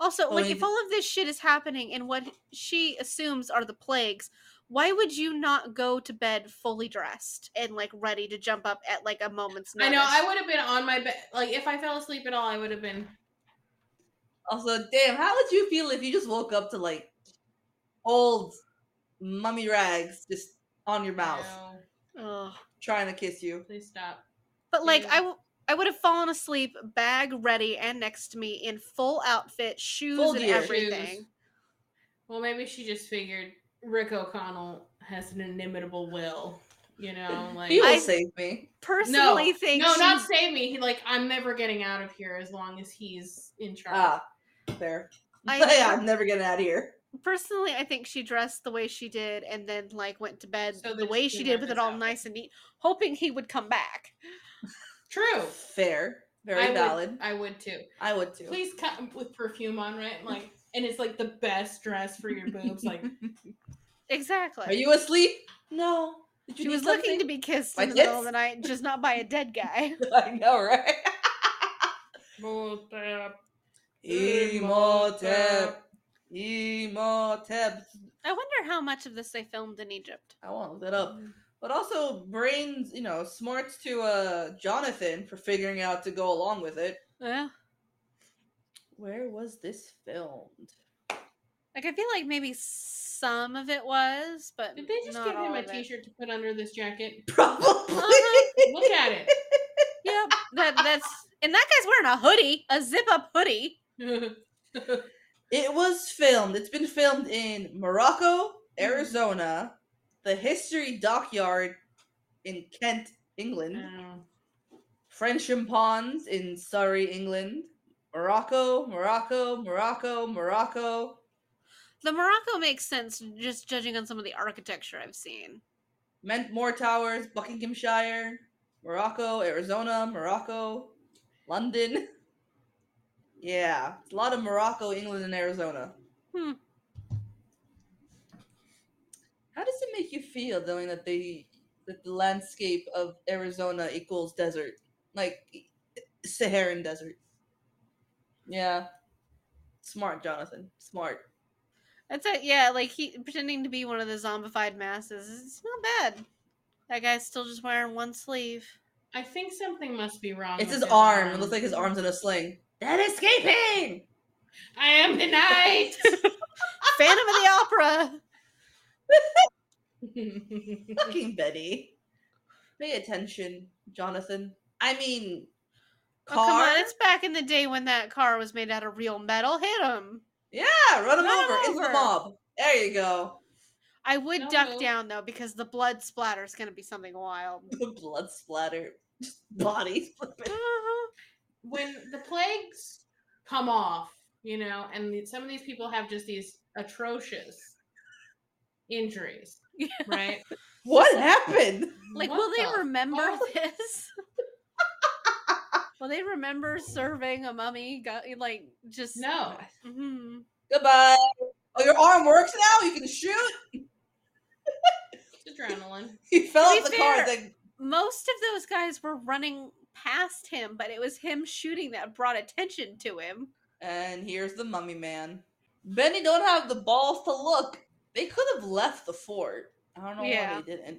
S3: also
S4: Oh,
S3: like
S4: and-
S3: if all of this shit is happening and what she assumes are the plagues why would you not go to bed fully dressed and like ready to jump up at like a moment's
S5: I
S3: notice
S5: know. I would have been on my bed. Like, if I fell asleep at all, I would have been.
S4: Also, damn, how would you feel if you just woke up to like old mummy rags just on your mouth
S5: No,
S3: Ugh.
S4: trying to kiss you?
S5: please stop.
S3: But like
S5: Yeah.
S3: I, w- I would have fallen asleep, bag ready and next to me in full outfit, shoes
S4: Full
S3: and
S4: gear.
S3: everything.
S5: Shoes. Well, maybe she just figured Rick O'Connell has an inimitable will. You know, like
S4: He will
S3: I-
S4: save me.
S3: Personally, think
S5: no,
S3: she-
S5: not save me. He, like I'm never getting out of here as long as he's in charge.
S4: Ah, fair.
S3: I-
S4: yeah, I'm never getting out of here.
S3: personally, I think she dressed the way she did and then like went to bed
S5: So
S3: the
S5: then
S3: way
S5: she
S3: she
S5: wore
S3: did with it
S5: this
S3: all
S5: outfit.
S3: nice and neat, hoping he would come back.
S5: True.
S4: Fair. Very
S5: Oh. I would-
S4: valid.
S5: I would too.
S4: I would too.
S5: Please come with perfume on, right? Like, and it's like the best dress for your boobs. Like,
S3: Exactly.
S4: Are you asleep? No. Did you
S3: she
S4: need
S3: was looking to
S4: something?
S3: be kissed
S4: My
S3: in the middle of
S4: tits?
S3: the night, just not by a dead guy.
S4: I know, right?
S5: Motep.
S4: Emotep. Emotep.
S3: I wonder how much of this they filmed in Egypt.
S4: I won't look that up. But also brains, you know, smarts to uh Jonathan for figuring out to go along with it.
S3: Yeah.
S4: Where was this filmed?
S3: Like I feel like maybe some of it was, but
S5: Did they just
S3: not
S5: give him
S3: all
S5: a
S3: of it.
S5: T-shirt to put under this jacket?
S4: Probably.
S5: Uh-huh. Look at it.
S3: Yep, that that's and that guy's wearing a hoodie, a zip up hoodie.
S4: It was filmed. It's been filmed in Morocco, Arizona, the History Dockyard in Kent, England,
S5: Oh.
S4: Frensham Ponds in Surrey, England, Morocco, Morocco, Morocco, Morocco.
S3: The Morocco makes sense just judging on some of the architecture I've seen.
S4: Mentmore Towers, Buckinghamshire, Morocco, Arizona, Morocco, London. Yeah, it's a lot of Morocco, England, and Arizona.
S3: Hmm.
S4: How does it make you feel knowing that the that the landscape of Arizona equals desert, like e, Saharan desert? Yeah, smart, Jonathan. Smart.
S3: That's it. Yeah, like he pretending to be one of the zombified masses. It's not bad. That guy's still just wearing one sleeve.
S5: I think something must be wrong.
S4: It's
S5: with
S4: his arm. It looks like his arm's in a sling. That escaping.
S5: I am denied.
S3: Phantom of the Opera. Oh,
S4: Fucking Betty. Pay attention, Jonathan. I mean,
S3: Oh,
S4: car.
S3: come on, it's back in the day when that car was made out of real metal. Hit him.
S4: Yeah, run him
S3: Run
S4: over.
S3: him
S4: It's the
S3: over.
S4: mob. There you go.
S3: I would
S5: No,
S3: duck
S5: no.
S3: down though because the blood splatter is going to be something wild.
S4: The blood splatter. Just Bodies flipping.
S3: Uh-huh.
S5: when the plagues come off, you know, and the- some of these people have just these atrocious injuries, right?
S4: What happened?
S3: Like,
S5: What
S3: will they
S5: the
S3: remember
S5: fuck?
S3: this? will they remember serving a mummy? Go- like, just
S5: No,
S3: Mhm.
S4: Goodbye. Oh, your arm works now. You can shoot.
S5: it's adrenaline.
S4: He fell
S3: To be
S4: off the car.
S3: fair-
S4: and Then
S3: Most of those guys were running past him, but it was him shooting that brought attention to him.
S4: And here's the mummy man. Benny don't have the balls to look. They could have left the fort. I don't know
S3: Yeah.
S4: why they didn't.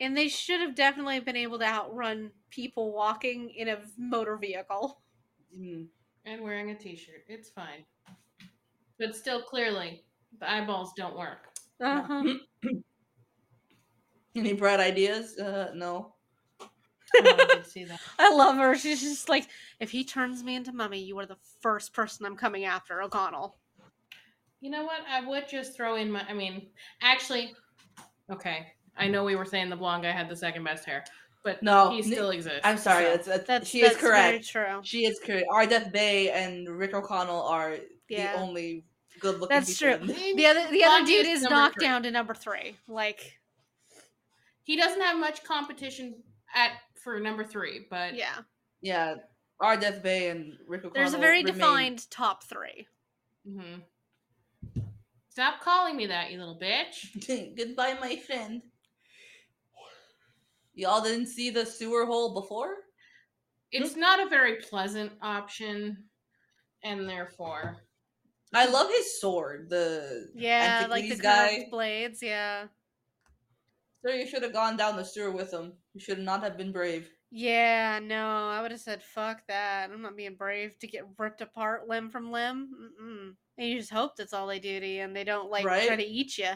S3: And they should have definitely been able to outrun people walking in a motor vehicle.
S4: Mm.
S5: And wearing a t shirt. It's fine. But still, clearly, the eyeballs don't work.
S3: Uh-huh.
S4: Any bright ideas? Uh, no.
S5: Oh, I did see that.
S3: I love her. She's just like, if he turns me into mummy, you are the first person I'm coming after, O'Connell.
S5: You know what? I would just throw in my. I mean, actually, okay. I know we were saying the blonde guy had the second best hair, but
S3: Oh,
S4: No,
S5: he
S4: n-
S5: still exists.
S4: I'm sorry.
S5: so-
S4: That's, that's,
S3: That's
S4: she
S3: that's
S4: is correct.
S3: Very true.
S4: She is correct. Ardeth Bay and Rick O'Connell are
S3: Yeah.
S4: the only good-looking.
S3: That's
S4: people in this.
S3: The other the other
S5: Blondie
S3: dude is
S5: number
S3: knocked
S5: three.
S3: down to number three. Like,
S5: He doesn't have much competition at for number three, but
S3: yeah,
S4: Yeah, Ardeth Bay and Rick O'Connell.
S3: there's a very
S4: remain-
S3: defined top three.
S5: Mhm. Stop calling me that, you little bitch.
S4: Goodbye, my friend. Y'all didn't see the sewer hole before?
S5: It's not a very pleasant option, and therefore,
S4: I
S3: Mm.
S4: love his sword. The
S3: Yeah, like the
S4: Antiquities
S3: curved
S4: guy.
S3: blades. Yeah,
S4: sir, you should have gone down the sewer with him. You should not have been brave.
S3: yeah. No, I would have said fuck that. I'm not being brave to get ripped apart limb from limb. Mm-mm. And you just hope that's all they do to you, and they don't like try
S4: Right?
S3: to eat you.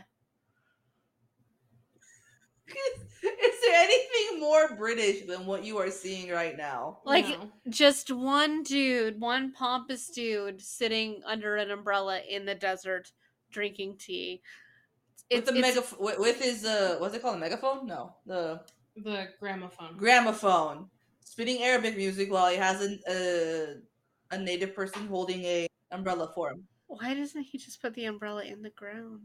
S4: Is there anything more British than what you are seeing right now?
S3: Like,
S5: no.
S3: just one dude, one pompous dude sitting under an umbrella in the desert drinking tea.
S4: With
S3: It's,
S4: the
S3: it's
S4: mega with, with his uh, what's it called? A megaphone? No, the
S5: the gramophone.
S4: gramophone, spitting Arabic music while he has an, uh, a native person holding a umbrella for him.
S3: why doesn't he just put the umbrella in the ground?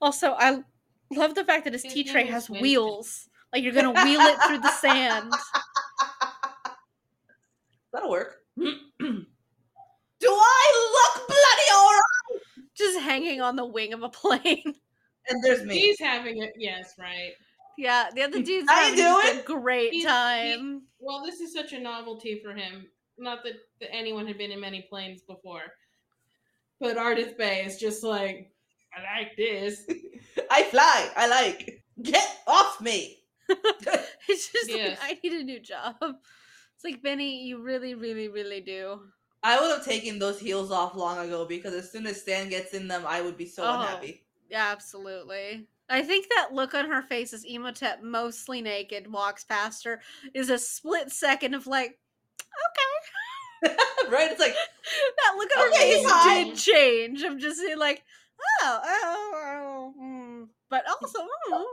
S3: Also, I love the fact that his
S5: His
S3: tea
S5: name
S3: tray
S5: is
S3: has
S5: Winston.
S3: wheels. Like you're gonna wheel it through the sand.
S4: That'll work. Do I look bloody alright?
S3: Just hanging on the wing of a plane.
S4: And there's me.
S5: He's having it. Yes, right.
S3: yeah, the other dude's
S4: How you
S3: having just a
S4: doing?
S3: great
S5: He's- he-
S3: time.
S5: Well, this is such a novelty for him. Not that, that anyone had been in many planes before, but Ardith Bay is just like, I like this.
S4: I fly. I like. Get off me.
S3: It's just like,
S5: Yes.
S3: I need a new job. It's like Benny, you really, really, really do.
S4: I would have taken those heels off long ago because as soon as Stan gets in them, I would be so
S3: Oh.
S4: unhappy.
S3: Yeah, absolutely. I think that look on her face as Emotep, mostly naked, walks past her is a split second of like, okay.
S4: right? It's like
S3: That look on her
S4: Okay,
S3: face
S4: he's hot.
S3: did change. I'm just saying like, hmm." oh, oh, oh, mm, but also, mm.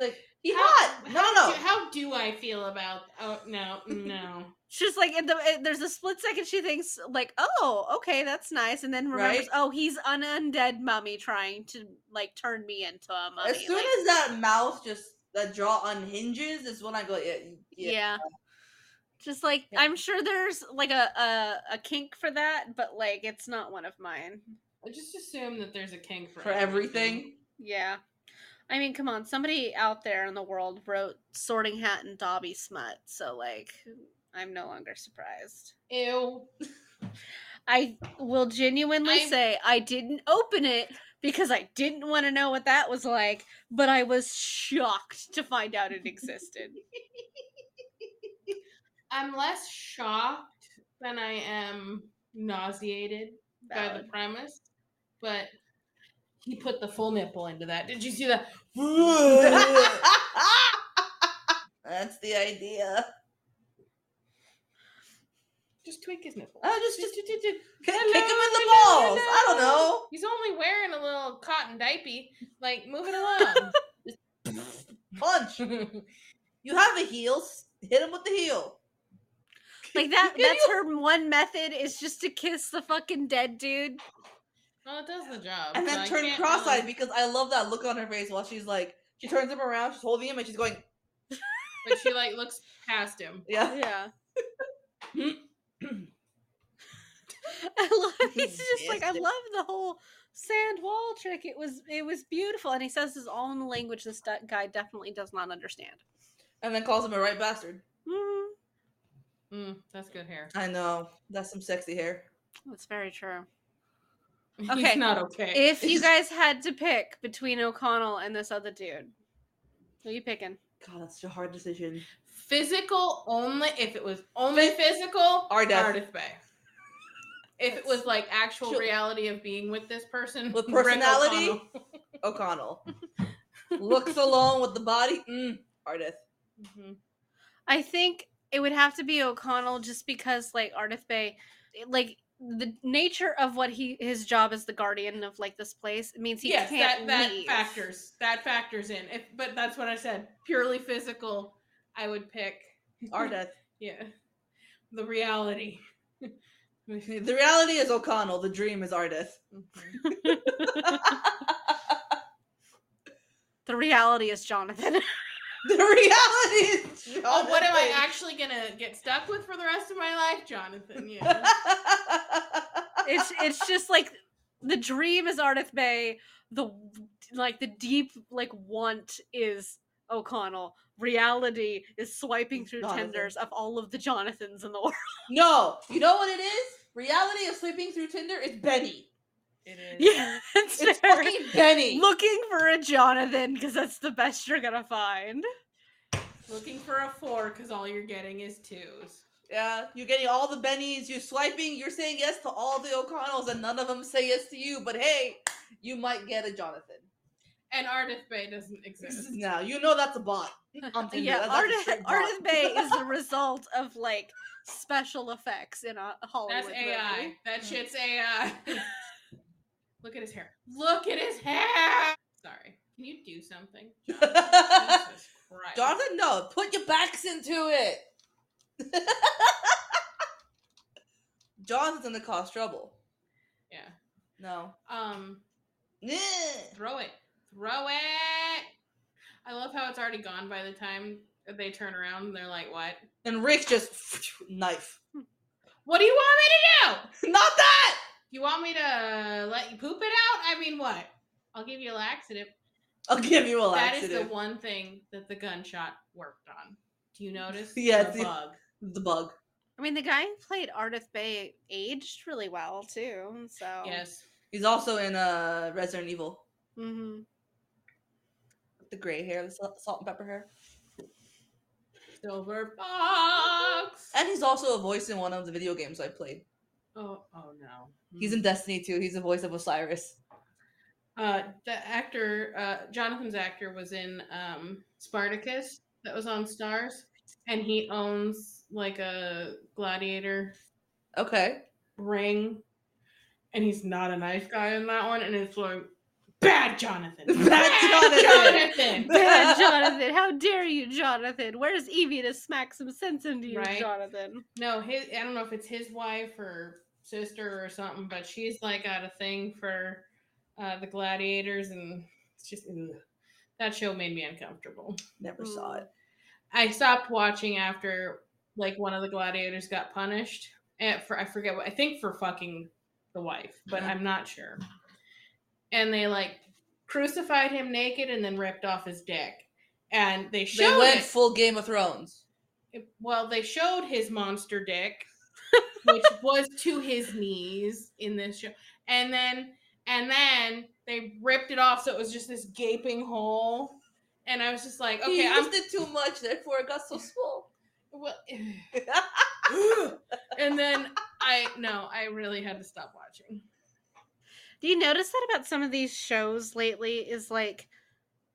S4: like He
S5: How-
S4: hot. No,
S5: how
S4: no, no.
S5: Do, how do I feel about? Oh no, no.
S3: She's like, in the, uh, there's a split second she thinks like, oh, okay, that's nice, and then remembers,
S4: Right?
S3: oh, he's an undead mummy trying to like turn me into a mummy.
S4: as soon
S3: like-
S4: as that mouth just that jaw unhinges, is when I go. Yeah,
S3: yeah.
S4: yeah.
S3: Just like
S4: Yeah.
S3: I'm sure there's like a, a a kink for that, but like it's not one of mine.
S5: I just assume that there's a king for,
S4: For everything.
S3: Yeah. I mean, come on, somebody out there in the world wrote Sorting Hat and Dobby Smut, so like I'm no longer surprised.
S5: Ew.
S3: I will genuinely
S5: I'm-
S3: say I didn't open it because I didn't want to know what that was like, but I was shocked to find out it existed.
S5: I'm less shocked than I am nauseated by the
S3: Valid.
S5: premise, but he put the full nipple into that. Did you see that?
S4: That's the idea.
S5: Just tweak his nipple.
S4: Oh, just just
S5: Do, do, do, do.
S4: kick,
S5: Hello,
S4: kick him in the
S5: hello,
S4: balls. I don't
S5: hello.
S4: know.
S5: He's only wearing a little cotton diaper. Like, move it along.
S4: Punch. You have a heel. s- Hit him with the heel.
S3: Like that
S4: Can
S3: that's her one method is just to kiss the fucking dead dude.
S5: well, it does the job.
S4: and
S5: so
S4: then
S5: I
S4: turn
S5: can't
S4: cross-eyed
S5: really-
S4: because I love that look on her face while she's like she turns him around, she's holding him, and she's going,
S5: But she like looks past him.
S4: yeah.
S3: Yeah. I love he's just like I
S4: Yes.
S3: love the whole sand wall trick. It was it was beautiful, and he says his own language. This du- guy definitely does not understand.
S4: and then calls him a right bastard.
S3: Mm,
S5: Mm, that's good hair.
S4: I know that's some sexy hair.
S3: that's very true. Okay.
S5: He's not okay.
S3: If you guys had to pick between O'Connell and this other dude, who you picking?
S4: God, that's such a hard decision.
S5: physical only if it was only physical
S4: Ardeth.
S5: Ardeth Bay. If it was like actual
S4: She'll-
S5: reality of being with this person
S4: With
S5: Rick
S4: personality?
S5: O'Connell.
S4: O'Connell looks alone with the body. Mm, Ardith.
S5: Mhm.
S3: I think it would have to be O'Connell, just because like Ardith Bay, like the nature of what he his job as the guardian of like this place means he
S5: Yes,
S3: can't
S5: that, that
S3: leave.
S5: factors that factors in. If but that's what I said. Purely physical, I would pick
S4: Ardeth.
S5: Yeah, the reality.
S4: The reality is O'Connell. The dream is Ardith.
S5: Mhm.
S3: The reality is Jonathan.
S4: The reality is. Jonathan.
S5: oh, what am I actually gonna get stuck with for the rest of my life, Jonathan? Yeah.
S3: it's it's just like the dream is Ardith Bay, the w- like the deep like want is O'Connell. Reality is swiping through
S4: Jonathan.
S3: tenders of all of the Jonathans in the world.
S4: no, you know what it is. Reality of sweeping through Tinder is Benny.
S5: It is.
S3: Yeah, it's
S4: It's
S3: there.
S4: fucking Benny.
S3: looking for a Jonathan because that's the best you're gonna find.
S5: Looking for a four because all you're getting is twos.
S4: Yeah, you're getting all the bennies. You're swiping. You're saying yes to all the O'Connells, and none of them say yes to you. But hey, you might get a Jonathan.
S5: And Ardith Bay doesn't
S4: This
S5: exist.
S4: is now you know that's a bot.
S5: Um,
S4: On Tinder.
S3: yeah,
S4: That's- that's a straight
S3: Ardith,
S4: bot.
S3: Ardith Bay is the result of like special effects in a Hollywood.
S5: That's
S3: movie.
S5: AI. That shit's AI. Look at his hair. Look at his hair. Sorry. Can you do something? Jesus Christ.
S4: Jonathan, no, put your backs into it. John's gonna cause trouble.
S5: Yeah.
S4: No.
S5: Um.
S4: Nyeh.
S5: Throw it. Throw it. I love how it's already gone by the time they turn around. and They're like, "What?
S4: And Rick just knife.
S5: What do you want me to do?
S4: Not that.
S5: You want me to let you poop it out? I mean, what? I'll give you a laxative.
S4: I'll give you a
S5: That is
S4: laxative.
S5: the one thing that the gunshot worked on. Do you notice?
S4: Yeah,
S5: the
S4: it's the-
S5: bug.
S4: the bug.
S3: I mean, the guy who played Ardith Bay aged really well too.
S4: Oh.
S3: So
S5: Yes.
S4: He's also in uh Resident Evil.
S3: hmm
S4: The gray hair, the sal- salt and pepper hair.
S5: Silver box.
S4: And he's also a voice in one of the video games I played.
S5: Oh, oh no.
S4: He's in Destiny 2. He's the voice of Osiris.
S5: Uh, the actor, uh, Jonathan's actor, was in um, Spartacus that was on Stars, and he owns like a gladiator
S4: Okay.
S5: ring, and he's not a nice guy in that one, and it's like Bad Jonathan.
S4: Bad Jonathan.
S5: Jonathan.
S3: Bad Jonathan, how dare you, Jonathan? Where's Evie to smack some sense into you,
S5: Right?
S3: Jonathan?
S5: No, his, I don't know if it's his wife or sister or something, but she's like got a thing for uh, the gladiators, and it's just ugh. that show made me uncomfortable.
S4: Never saw it.
S5: I stopped watching after like one of the gladiators got punished. And for I forget what I think for fucking the wife, but I'm not sure. And they like crucified him naked and then ripped off his dick. And they
S4: They
S5: showed
S4: went
S5: it.
S4: full Game of Thrones.
S5: It- well they showed his monster dick which was to his knees in this show and then and then they ripped it off so it was just this gaping hole and i was just like
S4: Okay, he
S5: okay
S4: used
S5: i'm
S4: it too much, therefore it got so small.
S5: well, and then i no i really had to stop watching
S3: Do you notice that about some of these shows lately? Is like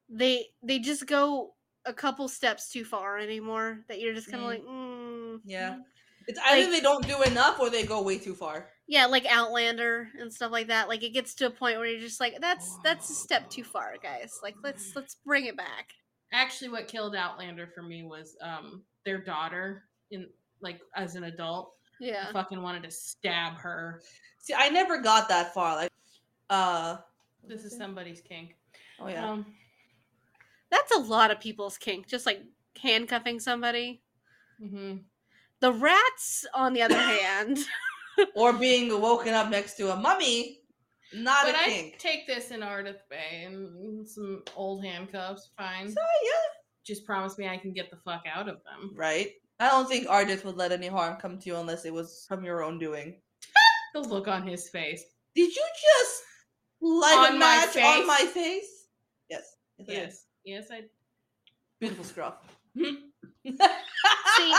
S3: they they just go a couple steps too far anymore. That you're just kind of
S4: Mm.
S3: like, mm.
S4: yeah. It's either
S3: Like-
S4: they don't do enough or they go way too far.
S3: yeah, like Outlander and stuff like that. Like it gets to a point where you're just like, that's that's a step too far, guys. Like let's let's bring it back.
S5: actually what killed outlander for me was um their daughter in like as an adult
S3: Yeah.
S5: i fucking wanted to stab her
S4: See, I never got that far. Like, uh, what
S5: this
S4: was
S5: is
S4: it?
S5: somebody's kink
S4: Oh yeah.
S5: um
S3: That's a lot of people's kink, just like handcuffing somebody.
S5: mhm.
S3: The rats, on the other hand,
S4: or being woken up next to a mummy, not
S5: but
S4: a
S5: I
S4: kink.
S5: take this in Ardith Bay and some old handcuffs. Fine.
S4: So yeah,
S5: Just promise me I can get the fuck out of them.
S4: right. I don't think Ardith would let any harm come to you unless it was from your own doing.
S5: The look on his face.
S4: Did you just light a
S5: On my
S4: match
S5: face?
S4: on my face? Yes. Yes. I did.
S5: Yes. Yes, I.
S4: Beautiful scruff.
S3: See,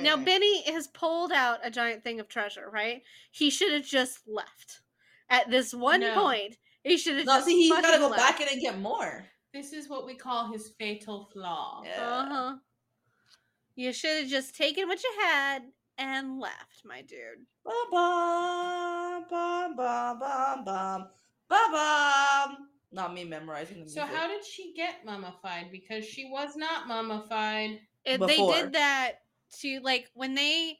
S3: now
S4: Eh.
S3: Benny has pulled out a giant thing of treasure, right? He should have just left. At this one
S5: No.
S3: point, he should have
S4: no,
S3: just
S4: see, he's gotta
S3: fucking
S4: go
S3: left.
S4: back in and get more.
S5: This is what we call his fatal flaw.
S4: Yeah.
S3: Uh-huh. You should have just taken what you had and left, my dude.
S4: Ba bum bum bum bum bum bum bum. Not me memorizing the music.
S5: So how did she get mummified? Because she was not mummified.
S3: It- they
S4: Before.
S3: did that to like when they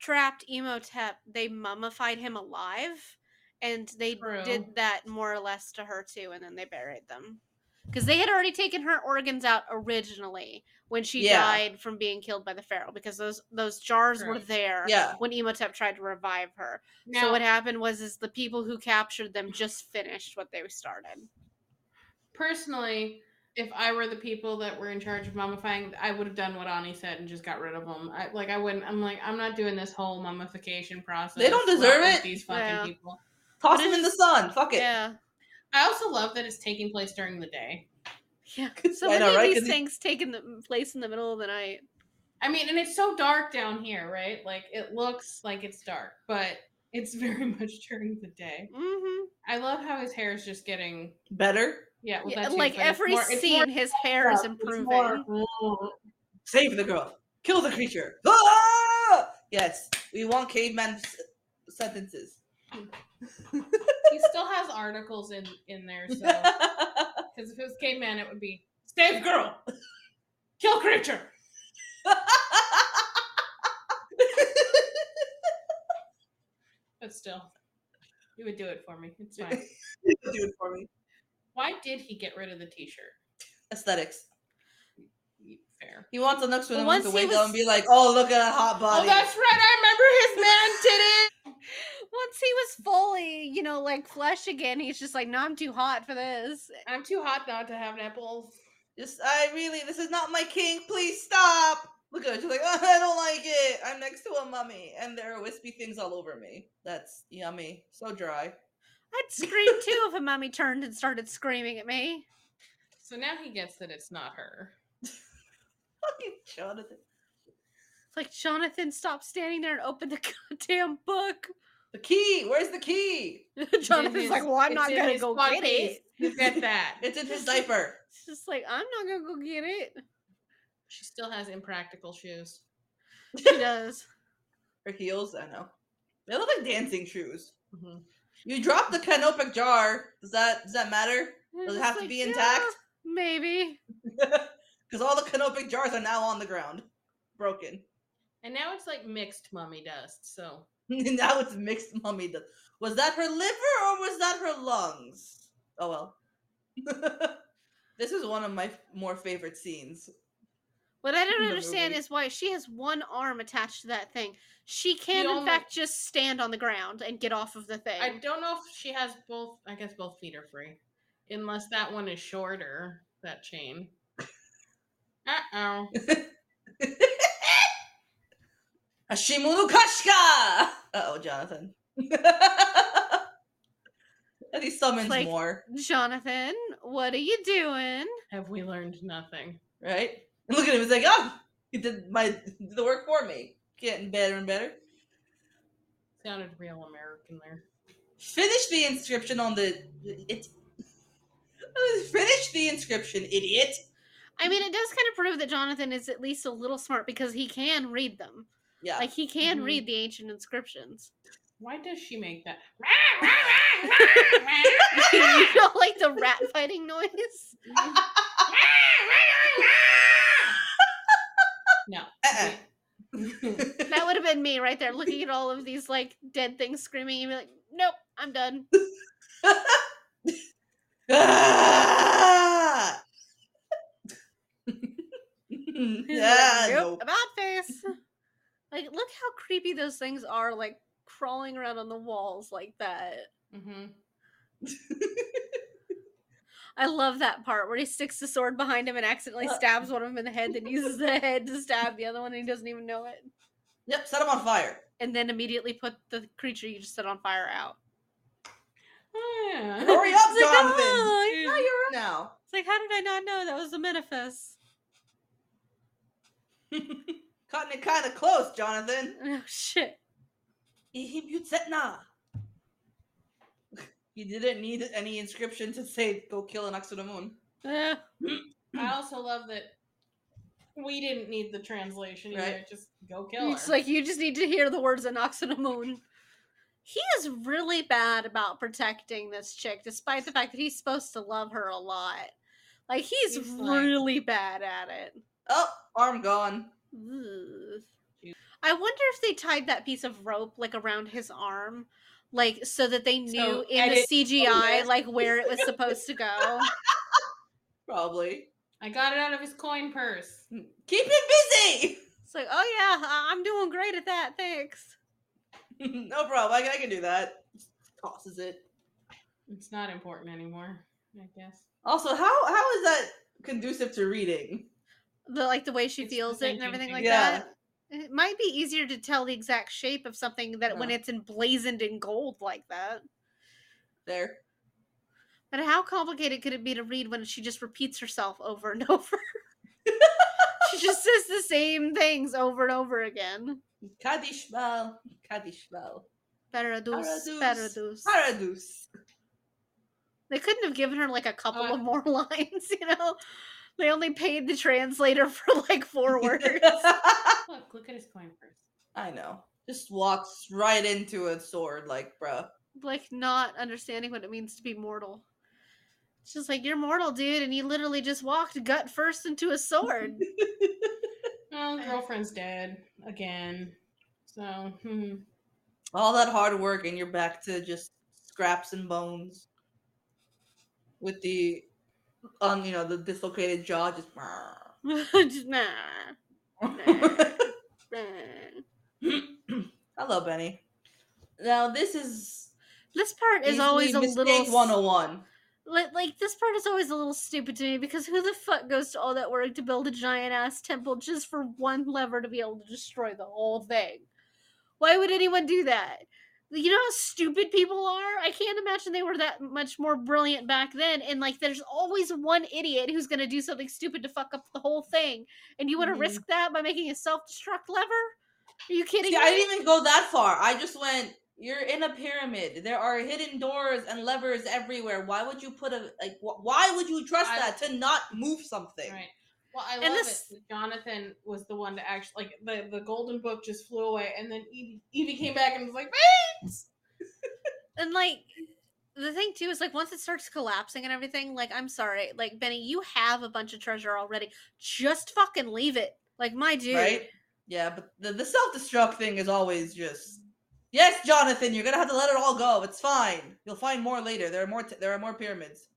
S3: trapped Emotep, they mummified him alive, and they
S5: True.
S3: did that more or less to her too, and then they buried them because they had already taken her organs out originally when she
S4: Yeah.
S3: died from being killed by the pharaoh because those those jars were
S5: Correct.
S3: there
S4: Yeah.
S3: when Emotep tried to revive her.
S5: Now,
S3: so what happened was is the people who captured them just finished what they started.
S5: personally, if I were the people that were in charge of mummifying, I would have done what Ani said and just got rid of them. I, like I wouldn't. I'm like I'm not doing this whole mummification process.
S4: don't deserve
S5: Not with
S4: it.
S5: These fucking
S3: Yeah.
S5: people.
S4: Toss
S3: But
S4: him in the
S3: it's-
S4: sun. Fuck it.
S3: Yeah.
S5: I also love that it's taking place during the day.
S3: Yeah. So
S4: I
S3: many
S4: know,
S3: of
S4: right?
S3: these
S4: 'Cause it-
S3: things take in the place in the middle of the night.
S5: I mean, and it's so dark down here, right? Like it looks like it's dark, but it's very much during the day.
S3: Mm-hmm.
S5: I love how his hair is just getting
S4: Better.
S5: yeah, well,
S3: Yeah,
S5: that too,
S3: like
S5: but it's
S3: every
S5: more- it's
S3: scene,
S5: more
S3: his hair is
S5: up, it's
S3: improving.
S5: more- mm.
S4: Save the girl. Kill the creature. Ah! Yes, we want caveman s- sentences.
S5: he still has articles in in there, so because if it was caveman, it would be save girl, kill creature. But still, you would do it for me. It's fine.
S4: Do it for me.
S5: Why did he get rid of the T-shirt?
S4: Aesthetics.
S5: Fair.
S4: He wants the next
S3: Well,
S4: one well, to
S3: once he
S4: wake
S3: was-
S4: up and be like, "Oh, look at that hot
S5: Oh,
S4: body."
S5: that's right. I remember his man did it.
S3: Once he was fully, you know, like flesh again, he's just like, no, I'm too hot for this.
S5: I'm too hot not to have nipples.
S4: Just, I really, this is not my king. Please stop. Look at her. She's like, "Oh, I don't like it. I'm next to a mummy, and there are wispy things all over me. That's yummy. So dry.
S3: I'd scream too if a mummy turned and started screaming at me.
S5: So now he gets that it's not her.
S4: Fucking Jonathan.
S3: It's like, Jonathan, stop standing there and open the goddamn book.
S4: The key. Where's the key?
S5: in
S3: Jonathan's
S5: his-
S3: like, well, I'm
S5: it's
S3: not
S5: in
S3: going to
S5: his
S3: go
S5: one
S3: get
S5: piece.
S3: it.
S5: You get that.
S4: It's in his diaper.
S3: It's just like, I'm not going to go get it.
S5: she still has impractical shoes.
S3: She does.
S4: Her heels. I know. They look like dancing shoes.
S5: Mhm.
S4: You dropped the canopic jar. Does that does that matter?
S3: And
S4: Does it
S3: it's
S4: have to
S3: like,
S4: be
S3: yeah,
S4: intact?
S3: Maybe.
S4: Because all the canopic jars are now on the ground, broken.
S5: And now it's like mixed mummy dust. So
S4: now it's mixed mummy. dust. Was that her liver or was that her lungs? Oh well. this is one of my f- more favorite scenes.
S3: What I
S4: In
S3: don't
S4: the
S3: understand
S4: movie.
S3: is why she has one arm attached to that thing. She can,
S5: The
S3: in
S5: only-
S3: fact, just stand on the ground and get off of the thing.
S5: I don't know if she has both. I guess both feet are free, unless that one is shorter. That chain. Uh oh.
S4: Hashimunu Kashka! Oh, Jonathan. and he summons
S3: Like-
S4: more,
S3: Jonathan, what are you doing?
S5: Have we learned nothing?
S4: right? And look at him. He's like, oh, he did my did the work for me. Getting better and better.
S5: Sounded real American there.
S4: Finish the inscription on the. It. Finish the inscription, idiot.
S3: I mean, it does kind of prove that Jonathan is at least a little smart because he can read them.
S4: Yeah.
S3: Like he can
S5: Mhm.
S3: read the ancient inscriptions.
S5: Why does she make that?
S3: you know, like the rat fighting noise.
S5: no.
S4: Uh-uh.
S3: That would have been me right there, looking at all of these like dead things screaming and be like, "Nope, I'm done."
S4: Ah! yeah,
S3: nope,
S4: nope.
S3: about face. Like, look how creepy those things are, like crawling around on the walls like that.
S5: Mhm.
S3: I love that part where he sticks the sword behind him and
S4: Uh.
S3: accidentally stabs one of them in the head, then uses the head to stab the other one, and he doesn't even know it.
S4: Yep, set him on fire.
S3: And then immediately put the creature you just set on fire out.
S5: Oh, yeah.
S4: Hurry up,
S3: It's like,
S4: Jonathan!
S3: "Oh, I-
S4: Now you're up now.
S3: It's like, how did I not know that was the manifest?
S4: Cutting it kind of close, Jonathan.
S3: Oh shit!
S4: Ihibutsetna. You didn't need any inscription to say go kill an ox to the moon.
S3: Uh,
S5: I also love that we didn't need the translation either.
S4: Right.
S5: Just go kill her.
S3: it's like you just need to hear the words of Noxina Moon. He is really bad about protecting this chick, despite the fact that he's supposed to love her a lot. Like he's,
S5: He's like-
S3: really bad at it.
S4: Oh, arm gone.
S3: Ugh. I wonder if they tied that piece of rope like around his arm, like so that they knew
S5: So,
S3: in
S5: edit
S3: the CGI
S5: somewhere.
S3: like where it was supposed to go.
S4: Probably.
S5: I got it out of his coin purse.
S3: Mm.
S4: Keep it
S3: It's like, oh yeah, I- I'm doing great at that. Thanks.
S4: busy! no problem. I, can- I can do that. Tosses it.
S5: It's not important anymore, I guess.
S4: Also, how how is that conducive to reading?
S3: The like the way she
S5: It's
S3: feels it and
S5: presenting
S3: everything like
S4: things. Yeah.
S3: that. It might be easier to tell the exact shape of something that when
S4: Huh.
S3: it's emblazoned in gold like that.
S4: There.
S3: But how complicated could it be to read when she just repeats herself over and over? she just says the same things over and over again.
S4: Kadishbal. Kadishbal.
S3: Paradus,
S4: Paradus,
S3: paradus.
S4: Paradus.
S3: They couldn't have given her like a couple
S5: Uh,
S3: of more lines, you know? They only paid the translator for like four words.
S5: Look, look at his coin purse.
S4: I know. Just walks right into a sword, like, bruh.
S3: like not understanding what it means to be mortal. It's just like you're mortal, dude, and he literally just walked gut first into a sword.
S5: Oh, girlfriend's dead again. So, hmm.
S4: All that hard work, and you're back to just scraps and bones. With the, um, you know, the dislocated jaw, just.
S3: just nah, nah.
S4: Hello, Benny. Now this is
S3: This part is
S4: easily
S3: always a
S4: mistake
S3: little s-
S4: 101.
S3: like, like this part is always a little stupid to me because who the fuck goes to all that work to build a giant ass temple just for one lever to be able to destroy the whole thing? Why would anyone do that? You know how stupid people are? I can't imagine they were that much more brilliant back then. And like there's always one idiot who's gonna do something stupid to fuck up the whole thing. And you wanna
S4: Mhm.
S3: risk that by making a self-destruct lever? Are you kidding
S4: See,
S3: me?
S4: I didn't even go that far. I just went. You're in a pyramid. There are hidden doors and levers everywhere. Why would you put a like? wh- Why would you trust
S5: I-
S4: that to not move something?
S5: Right. Well, I
S3: And
S5: love
S3: this-
S5: it. that Jonathan was the one to actually like the, the golden book just flew away, and then Evie, Evie came back and was like, "Babe,
S3: and like the thing too is like once it starts collapsing and everything, like I'm sorry, like Benny, you have a bunch of treasure already. Just fucking leave it. Like my dude.
S4: right? Yeah, but the, the self destruct thing is always just. Yes, Jonathan, you're gonna have to let it all go. It's fine. You'll find more later. There are more. T- there are more pyramids.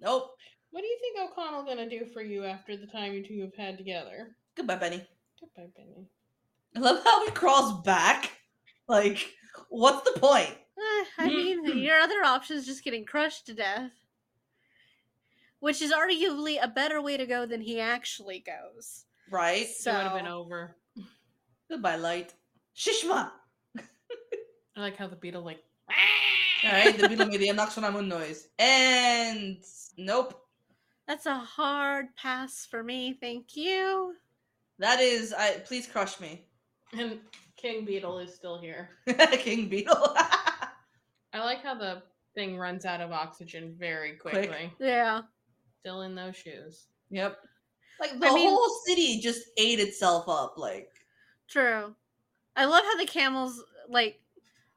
S4: Nope.
S5: What do you think O'Connell gonna do for you after the time you two have had together?
S4: Goodbye, Benny.
S5: Goodbye, Benny.
S4: I love how he crawls back. Like, what's the point?
S3: Eh, I
S4: Mm-hmm.
S3: mean, your other option is just getting crushed to death. Which is arguably a better way to go than he actually goes.
S4: Right?
S5: It would have been
S3: So-
S5: over.
S4: Goodbye, light. Shishma.
S5: I like how the beetle like
S4: All right, the beetle made the Anaxonamun noise. And nope.
S3: That's a hard pass for me. Thank you.
S4: That is. I please crush me,
S5: and King Beetle is still here.
S4: King Beetle.
S5: I like how the thing runs out of oxygen very
S4: Quick.
S5: quickly.
S3: Yeah.
S5: Still in those shoes.
S4: yep. Like the
S3: mean-
S4: whole city just ate itself up. Like.
S3: True. I love how the camels like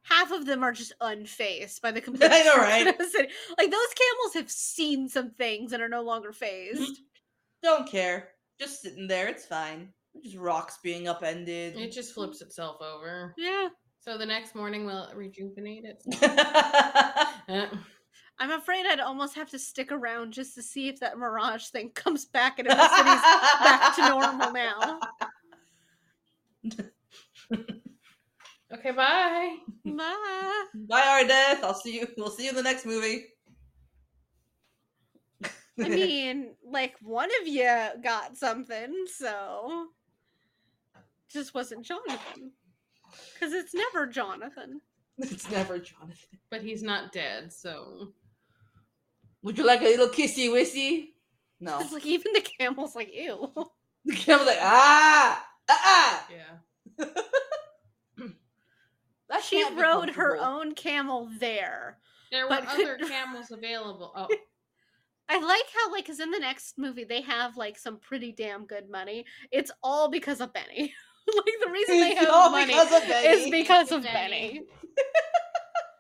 S3: half of them are just unfazed by the complete
S4: I know,
S3: destruction
S4: right?
S3: of the city. Like those camels have seen some things and are no longer phased.
S4: Mm-hmm. Don't care. Just sitting there. It's fine. Just rocks being upended.
S5: It just flips itself over.
S3: yeah.
S5: So the next morning we'll rejuvenate it. Eh.
S3: I'm afraid I'd almost have to stick around just to see if that mirage thing comes back and if the city's back to normal now.
S5: okay, bye.
S3: Bye.
S4: Bye, Ardeth. I'll see you. We'll see you in the next movie.
S3: I mean, like one of you got something, so just wasn't Jonathan. Cause it's never Jonathan.
S4: it's never Jonathan.
S5: But he's not dead, so
S4: Would you like a little kissy wissy? No.
S3: It's like even the camel's like, ew.
S4: The camera's like ah ah. ah.
S5: yeah.
S4: That
S3: She
S4: ah." can't be
S3: rode her
S4: comfortable.
S3: own camel there.
S5: There were
S3: But
S5: other
S3: could-
S5: camels available. Oh,
S3: I like how, like, because in the next movie they have like some pretty damn good money. It's all because of Benny. like the reason they
S4: It's
S3: have
S4: all
S3: money
S4: because of
S3: is
S4: Benny.
S3: because
S5: It's
S3: of Benny.
S5: Benny.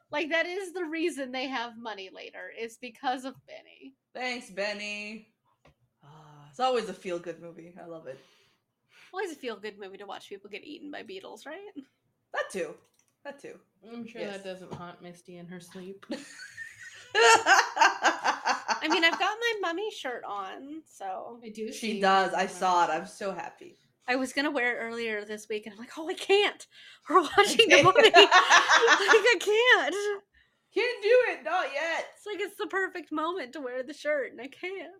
S3: like that is the reason they have money later. Is because of Benny.
S4: Thanks, Benny. Ah, it's always a feel good movie. I love it.
S3: Always a feel good movie to watch people get eaten by beetles, right?
S4: That too. That too.
S5: I'm sure
S4: Yes.
S5: that doesn't haunt Misty in her sleep.
S3: I mean, I've got my mummy shirt on, so
S5: I do.
S4: she does. I saw it. I'm so happy.
S3: I was gonna wear it earlier this week, and I'm like, oh, I can't. We're watching the mummy. like I can't.
S4: Can't do it. Not yet.
S3: It's like it's the perfect moment to wear the shirt, and I can't.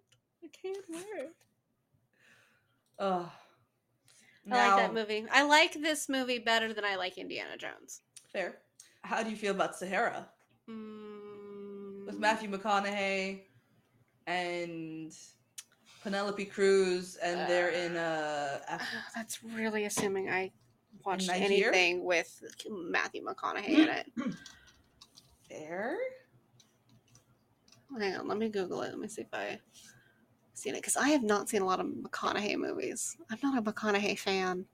S3: I can't wear it.
S4: Oh.
S3: I like that movie. I like this movie better than I like Indiana Jones.
S4: Fair. How do you feel about Sahara
S3: Mm,
S4: with Matthew McConaughey and Penelope Cruz, and they're in uh, Af-
S3: That's really assuming I watched
S4: Nigeria?
S3: anything with Matthew McConaughey in it.
S4: fair.
S3: Hang on, let me Google it. Let me see if I seen it because I have not seen a lot of McConaughey movies. I'm not a McConaughey fan.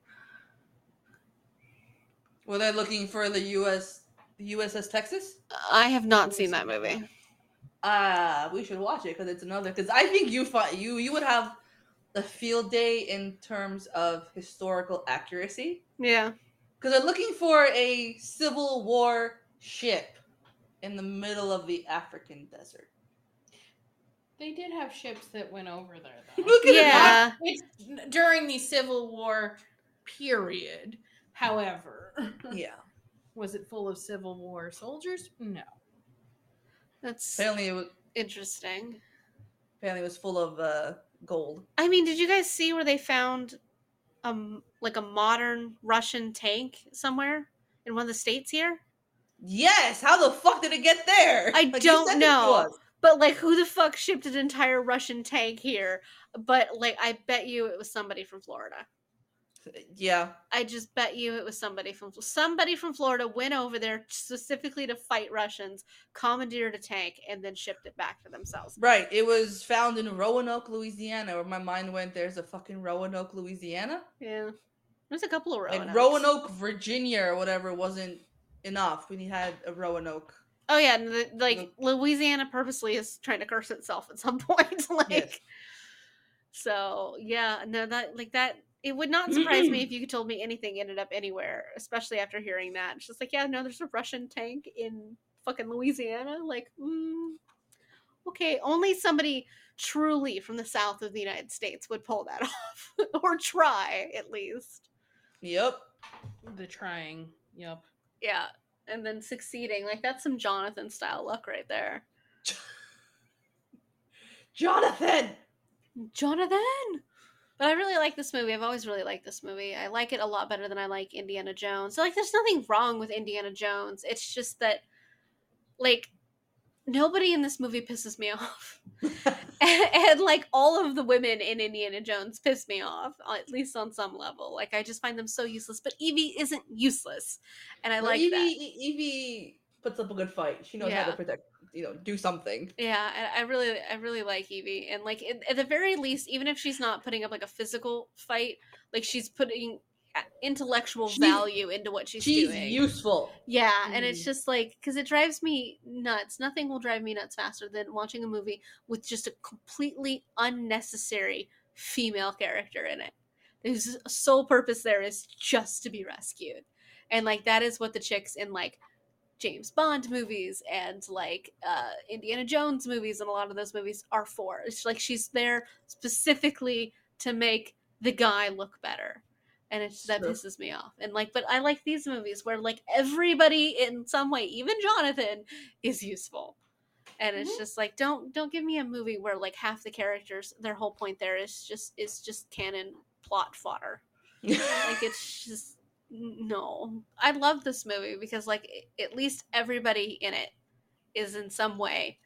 S4: Were they looking for the U.S. the USS Texas?
S3: I have not
S5: Let me
S3: seen
S5: see
S3: that
S5: that.
S3: movie.
S4: Ah, we should watch it because it's another. Because I think you find you you would have a field day in terms of historical accuracy.
S3: Yeah,
S4: Because they're looking for a Civil War ship in the middle of the African desert.
S5: They did have ships that went over there, though.
S4: Look at that.
S3: yeah.
S5: it's during the Civil War period. However,
S4: Yeah.
S5: was it full of Civil War soldiers? No.
S3: That's
S4: Apparently, it was,
S3: interesting.
S4: apparently it was full of uh, gold.
S3: I mean, did you guys see where they found um like a modern Russian tank somewhere in one of the states here?
S4: Yes. How the fuck did it get there?
S3: I
S4: you
S3: don't
S4: sent it to
S3: know.
S4: us.
S3: But like who the fuck shipped an entire Russian tank here? But like I bet you it was somebody from Florida.
S4: Yeah.
S3: I just bet you it was somebody from somebody from Florida went over there specifically to fight Russians, commandeered a tank and then shipped it back for themselves.
S4: Right. It was found in Roanoke, Louisiana, where my mind went. There's a fucking Roanoke, Louisiana.
S3: Yeah. There's a couple of Roanoke.
S4: Like Roanoke, Virginia, or whatever wasn't enough. We had a Roanoke.
S3: Oh yeah, and the, like Louisiana purposely is trying to curse itself at some point. like,
S4: Yes.
S3: so yeah, no, that like that. It would not surprise me if you told me anything ended up anywhere, especially after hearing that. It's just like, yeah, no, there's a Russian tank in fucking Louisiana. Like, mm, okay, only somebody truly from the south of the United States would pull that off, or try at least.
S4: Yep.
S5: The trying. Yep.
S3: Yeah, and then succeeding. Like that's some Jonathan style luck right there.
S4: Jonathan.
S3: Jonathan. But I really like this movie. I've always really liked this movie. I like it a lot better than I like Indiana Jones. So, like, there's nothing wrong with Indiana Jones. It's just that, like, nobody in this movie pisses me off. and, like, all of the women in Indiana Jones piss me off, uh, at least on some level. Like, I just find them so useless. But Evie isn't useless. And I
S4: No,
S3: like
S4: Evie,
S3: that.
S4: E- Evie puts up a good fight. She knows how
S3: Yeah.
S4: to protect, you know, do something.
S3: Yeah, I, I really, I really like Evie, and like at, at the very least, even if she's not putting up like a physical fight, like she's putting a- intellectual
S4: She's-
S3: value into what she's,
S4: She's
S3: doing. Mm-hmm.
S4: useful.
S3: yeah, and it's just like because it drives me nuts. Nothing will drive me nuts faster than watching a movie with just a completely unnecessary female character in it. Whose sole purpose there is just to be rescued, and like that is what the chicks in like James Bond movies and like uh, Indiana Jones movies and a lot of those movies are for. It's like she's there specifically to make the guy look better. And it's that
S4: Sure.
S3: pisses me off. And like, but I like these movies where like everybody in some way, even Jonathan, is useful. And it's
S5: Mhm.
S3: just like don't don't give me a movie where like half the characters their whole point there is just is just canon plot fodder like it's just n- no i love this movie because like i- at least everybody in it is in some way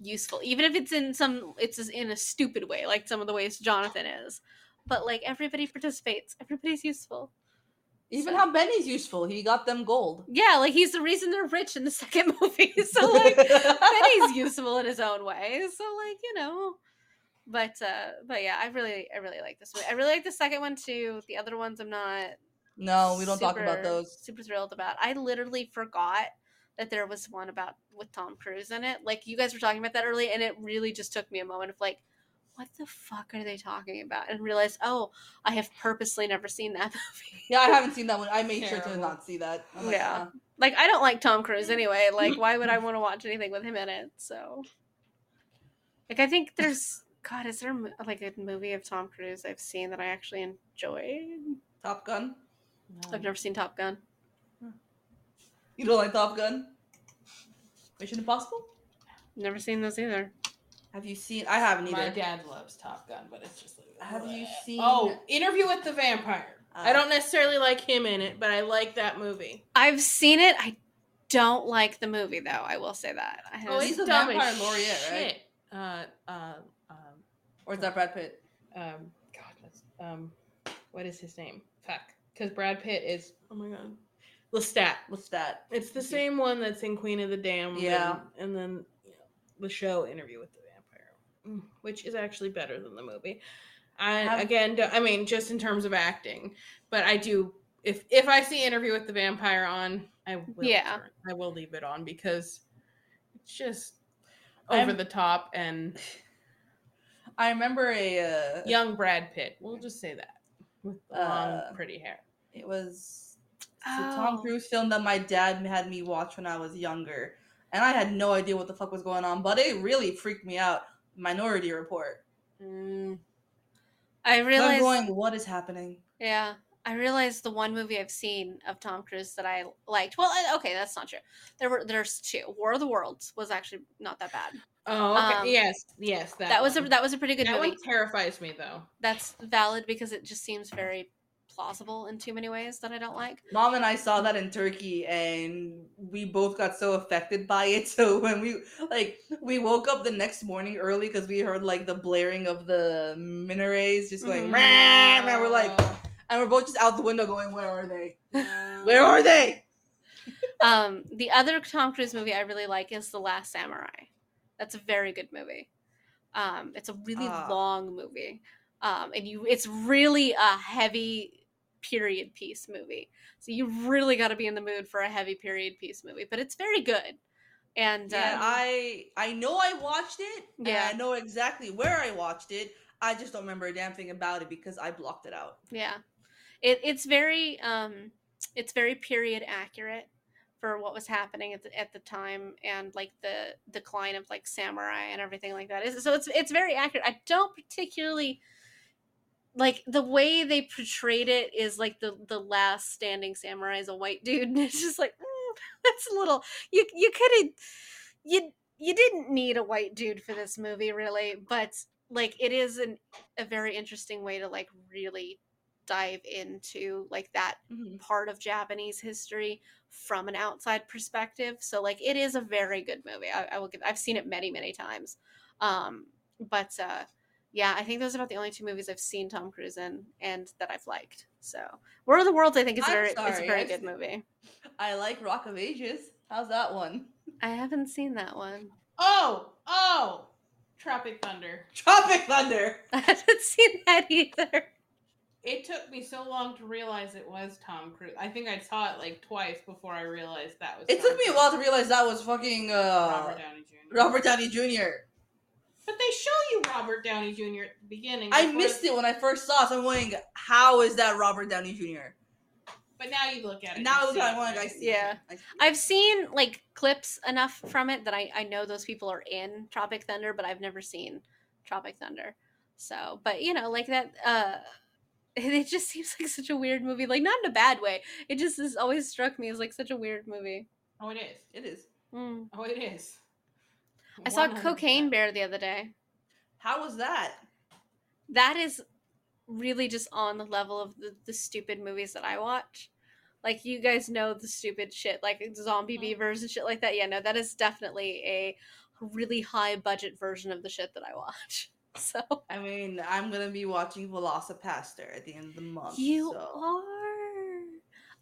S3: useful even if it's in some it's just in a stupid way like some of the ways jonathan is but like everybody participates everybody's useful
S4: Even how Benny's useful. He got them gold.
S3: yeah like he's the reason they're rich in the second movie so like Benny's useful in his own way. So like, you know. But uh but yeah, I really I really like this movie. I really like the second one too. The other ones I'm not
S4: no, Oh, we don't talk about
S3: super-
S4: those.
S3: Super thrilled about. I literally forgot that there was one about with Tom Cruise in it. Like you guys were talking about that early, and it really just took me a moment of like, what the fuck are they talking about? And realized, oh, I have purposely never seen that movie.
S4: Yeah, I haven't seen that one. I made sure to
S5: Terrible.
S4: not see that. I'm
S3: Yeah.
S4: "Nah."
S3: like I don't like Tom Cruise anyway. Like why would I want to watch anything with him in it? So like I think there's God, is there a mo- like a movie of Tom Cruise I've seen that I actually enjoyed?
S4: Top Gun.
S5: Um,
S4: Oh.
S3: I've never seen Top Gun.
S4: You don't like Top Gun? Mission Impossible?
S3: Never seen those either.
S4: Have you seen? I haven't
S5: My
S4: either.
S5: dad loves Top Gun, but it's just like.
S4: Have you
S5: bleh.
S4: seen-
S5: Oh, Interview with the Vampire. I
S4: Uh,
S5: don't necessarily like him in it, but I like that movie.
S3: I've seen it. I don't like the movie though. I will say that. I have
S5: Oh,
S4: he's
S5: he's
S4: a
S5: dumb
S4: vampire
S5: as
S4: laureate, right?
S5: shit. Uh, uh, um,
S4: Or is that Brad Pitt?
S5: um, God, that's, um, what is his name? Fuck, because Brad Pitt is. Oh my God, Lestat.
S4: What's that?
S5: It's the
S4: Okay.
S5: same one that's in Queen of the Damned.
S4: Yeah.
S5: And, and then you know, the show Interview with the Vampire, mm, which is actually better than the movie. I
S4: Have-
S5: again, do I mean, just in terms of acting, but I do. If if I see Interview with the Vampire on, I will.
S3: Yeah.
S5: turn- I will leave it on because it's just over
S4: I'm-
S5: the top and
S4: I remember a. Uh,
S5: young Brad Pitt. We'll just say that with the
S4: Uh,
S5: long, pretty hair.
S4: It was it's a Tom
S3: Oh.
S4: Cruise film that my dad had me watch when I was younger, and I had no idea what the fuck was going on, but it really freaked me out. Minority Report. mm.
S3: I
S4: So
S3: realized.
S4: I'm going, what is happening?
S3: yeah, I realized the one movie I've seen of Tom Cruise that I liked. Well, I- okay, that's not true. There were there's two. War of the Worlds was actually not that bad.
S5: Oh, okay.
S3: um,
S5: yes, yes. That,
S3: That, was a
S5: one.
S3: that was a pretty good
S5: that
S3: movie.
S5: one terrifies me though.
S3: That's valid because it just seems very plausible in too many ways that I don't like.
S4: Mom and I saw that in Turkey, and we both got so affected by it. So when we like we woke up the next morning early because we heard like the blaring of the minarets just going,
S5: Mm-hmm.
S3: Mhm.
S4: "Rah," and we're like, and we're both just out the window going, where are they? Where are they?
S3: um, the other Tom Cruise movie I really like is The Last Samurai. That's a very good movie. Um, it's a really
S4: Ah.
S3: long movie, um, and you it's really a heavy period piece movie. So you really got to be in the mood for a heavy period piece movie, but it's very good. And
S4: Yeah,
S3: uh,
S4: I I know I watched it. Yeah,
S3: Yeah.
S4: I know exactly where I watched it. I just don't remember a damn thing about it because I blocked it out.
S3: Yeah. It, it's very um it's very period accurate for what was happening at the, at the time and like the decline of like samurai and everything like that. Is so it's it's very accurate. I don't particularly like the way they portrayed it is like the the last standing samurai is a white dude and it's just like mm, that's a little you you could have you you didn't need a white dude for this movie really but like it is an a very interesting way to like really dive into like that part of Japanese history from an outside perspective. So like it is a very good movie. I, I will give. I've seen it many many times. Um, but uh, yeah, I think those are about the only two movies I've seen Tom Cruise in and that I've liked. So War of the Worlds, I think is a
S4: I'm
S3: very it's a
S4: sorry,
S3: very
S4: I've
S3: good
S4: seen-
S3: movie.
S4: I like Rock of Ages. How's that one?
S3: I haven't seen that one.
S5: Oh, oh, Tropic Thunder.
S4: Tropic Thunder.
S3: I haven't seen that either.
S5: It took me so long to realize it was Tom Cruise. I think I saw it like twice before I realized that was.
S4: It
S5: Tom
S4: took me a
S5: Cruise.
S4: while to realize that was fucking uh
S5: Robert Downey Jr.
S4: Robert Downey Jr.
S5: But they show you Robert Downey Jr. at the beginning.
S4: I
S5: before-
S4: missed it when I first saw it. So I'm going, how is that Robert Downey Jr.?
S5: But now you look at it.
S4: And now
S5: you
S4: look
S5: see
S4: at it,
S5: it,
S4: I
S5: right?
S4: see.
S3: Yeah.
S4: I see.
S3: I've seen like clips enough from it that I, I know those people are in Tropic Thunder, but I've never seen Tropic Thunder. So, but you know, like that, uh, it just seems like such a weird movie. Like not in a bad way. It just has always struck me as like such a weird movie.
S5: Oh, it is.
S4: It is.
S3: Mm.
S5: Oh, it is.
S3: I saw
S5: 100%.
S3: Cocaine Bear the other day.
S4: How was that?
S3: That is really just on the level of the, the stupid movies that I watch. Like you guys know the stupid shit, like zombie
S5: Mhm.
S4: Mm-hmm.
S3: beavers and shit like that. Yeah, no, that is definitely a really high budget version of the shit that I watch. So
S4: I mean, I'm gonna be watching Velocipaster at the end of the month.
S3: you
S4: so.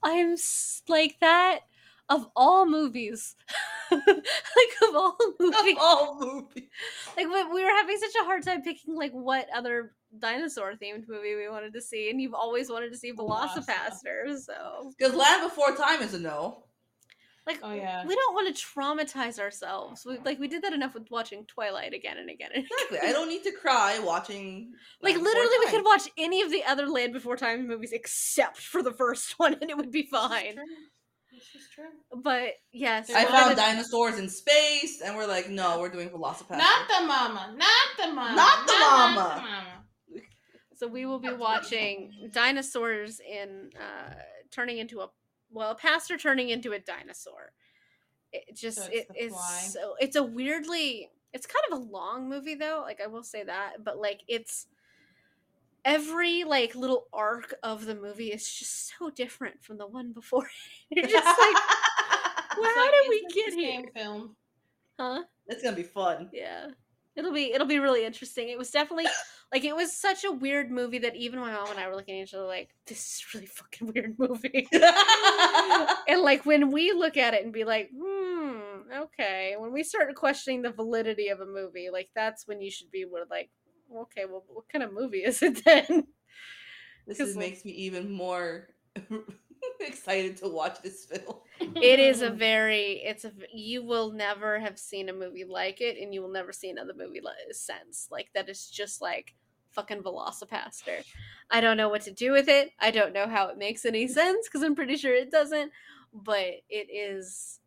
S3: are. I'm s- like that of all movies, like of all movies.
S4: of all movies.
S3: like we, we were having such a hard time picking like what other dinosaur themed movie we wanted to see, and you've always wanted to see
S5: Velociraptor.
S3: Velocipaster. So
S4: Because Land Before Time is a no.
S3: like
S5: Oh, yeah.
S3: we don't want to traumatize ourselves. We, like we did that enough with watching Twilight again and again. And,
S4: Exactly. I don't need to cry watching.
S3: like
S4: Land Before
S3: literally, we
S4: Time.
S3: could watch any of the other Land Before Time movies except for the first one, and it would be fine.
S5: This is true.
S3: But yes,
S5: I
S4: I
S3: that
S4: found
S3: is-
S4: dinosaurs in space, and we're like, no, we're doing Velocipaster.
S5: Not the mama. Not the mama.
S4: Not the
S5: Not
S4: mama.
S5: the mama.
S3: So we will be watching dinosaurs in uh, turning into a well, a pastor turning into a dinosaur. It just
S5: So
S3: it
S5: it's The
S3: is
S5: Fly.
S3: so it's a weirdly it's kind of a long movie though. Like I will say that, but like it's every like little arc of the movie is just so different from the one before. it. You're just like,
S5: It's
S3: how
S5: like,
S3: did
S5: it's
S3: we
S5: just
S3: get
S5: the same
S3: here?
S5: Film.
S3: huh?
S4: it's gonna be fun.
S3: Yeah. It'll be it'll be really interesting. It was definitely like it was such a weird movie that even my mom and I were looking at each other like, this is a really fucking weird movie. and like when we look at it and be like, hmm, okay. When we start questioning the validity of a movie, like that's when you should be we're like, okay, well what kind of movie is it then?
S4: This
S3: 'Cause,
S4: is,
S3: like-
S4: makes me even more excited to watch this film.
S3: it is a very it's a v- you will never have seen a movie like it and you will never see another movie like since like that is just like fucking velocipaster i don't know what to do with it i don't know how it makes any sense because i'm pretty sure it doesn't but it is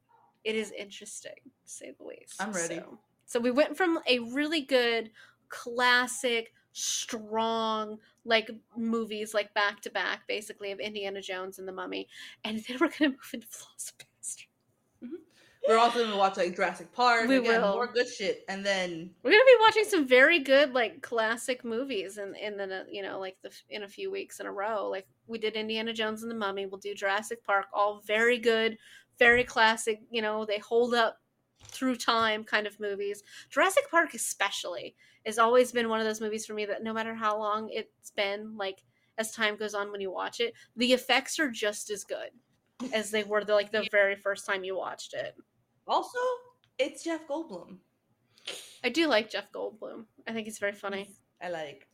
S3: it is interesting to say the least
S4: I'm ready.
S3: so, so we went from a really good classic strong like movies like back to back basically of indiana jones and the mummy and then we're gonna move into Velocipaster.
S4: We're also gonna watch like Jurassic Park.
S3: We
S4: Again,
S3: will.
S4: more good shit, and then
S3: We're gonna be watching some very good like classic movies, and and then uh, you know like the f- in a few weeks in a row, like we did Indiana Jones and the Mummy. We'll do Jurassic Park. All very good, very classic. You know they hold up through time kind of movies. Jurassic Park especially has always been one of those movies for me that no matter how long it's been, like as time goes on when you watch it, the effects are just as good as they were the, like the very first time you watched it.
S4: also it's Jeff Goldblum.
S3: I do like Jeff Goldblum. I think he's very funny.
S4: I like.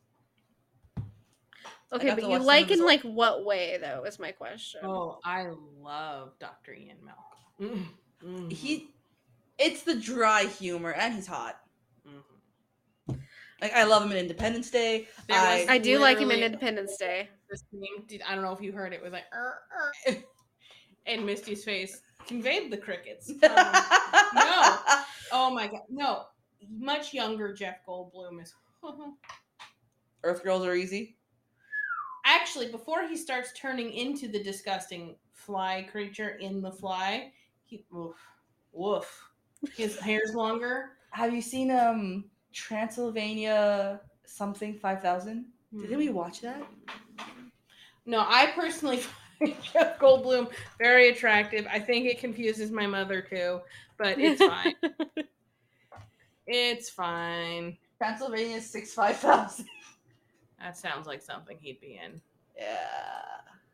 S3: Okay,
S4: got
S3: but
S4: to watch
S3: you
S4: some
S3: like
S4: of his
S3: in
S4: old-
S3: like what way though is my question.
S4: Mm-hmm.
S5: Oh, I love Dr. Ian Malcolm. Mm, mhm.
S4: He It's the dry humor, and he's hot. Like I love him in Independence Day.
S5: There was-
S4: I,
S3: I do like him in
S5: Literally.
S3: Independence Day.
S5: This name, did- I don't know if you heard it, was like, "Er, er," and Misty's face conveyed the crickets. Um, No. oh my god, no! Much younger Jeff Goldblum is.
S4: Earth Girls are easy.
S5: Actually, before he starts turning into the disgusting fly creature in the fly, he woof, woof. His hair's longer.
S4: Have you seen um Transylvania something five thousand? Didn't we watch that?
S5: No, I personally find Jeff Goldblum very attractive. I think it confuses my mother too, but it's fine. it's fine.
S4: Transylvania six five thousand.
S5: That sounds like something he'd be in.
S4: Yeah,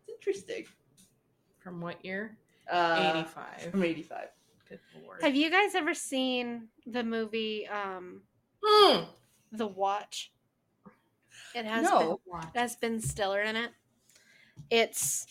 S4: it's interesting.
S5: From what year?
S4: Uh,
S5: 85.
S4: From eighty five.
S5: Good lord.
S3: Have you guys ever seen the movie um,
S5: Mm.
S3: The Watch? It has been
S4: No,
S3: that's Ben Stiller in it. It's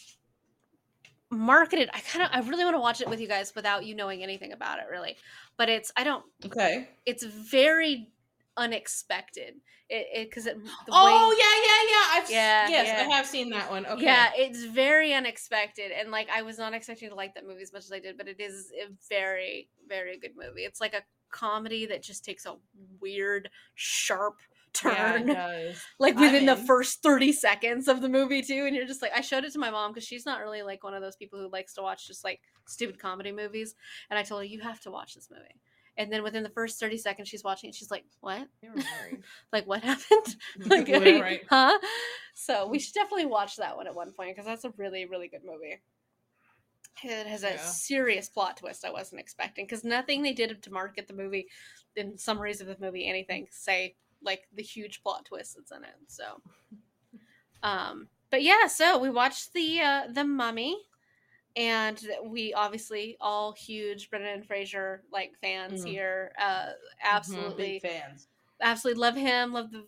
S3: marketed. I kind of, I really want to watch it with you guys without you knowing anything about it, really. But it's, I don't.
S4: okay.
S3: It's very unexpected. It because it, 'cause it the
S5: oh
S3: way-
S5: yeah, yeah, yeah. I've
S3: Yeah,
S5: yeah, yes, I
S3: yeah.
S5: have seen that one. Okay.
S3: yeah, it's very unexpected, and like I was not expecting to like that movie as much as I did, but it is a very, very good movie. It's like a comedy that just takes a weird, sharp
S5: Yeah, it
S3: turn
S5: does.
S3: like
S4: I'm
S3: within the
S4: in.
S3: first 30 seconds of the movie too and you're just like i showed it to my mom because she's not really like one of those people who likes to watch just like stupid comedy movies and i told her you have to watch this movie and then within the first 30 seconds she's watching it she's like what
S5: They were married.
S3: like what happened like
S5: Yeah, right.
S3: huh so we should definitely watch that one at one point because that's a really really good movie it has a
S5: Yeah.
S3: serious plot twist i wasn't expecting because nothing they did to market the movie in summaries of the movie anything say like the huge plot twist that's in it so um but yeah so we watched the uh the mummy and th- we obviously all huge brendan fraser like fans
S5: Mhm.
S3: here uh absolutely
S4: Big fans.
S3: absolutely love him. Love the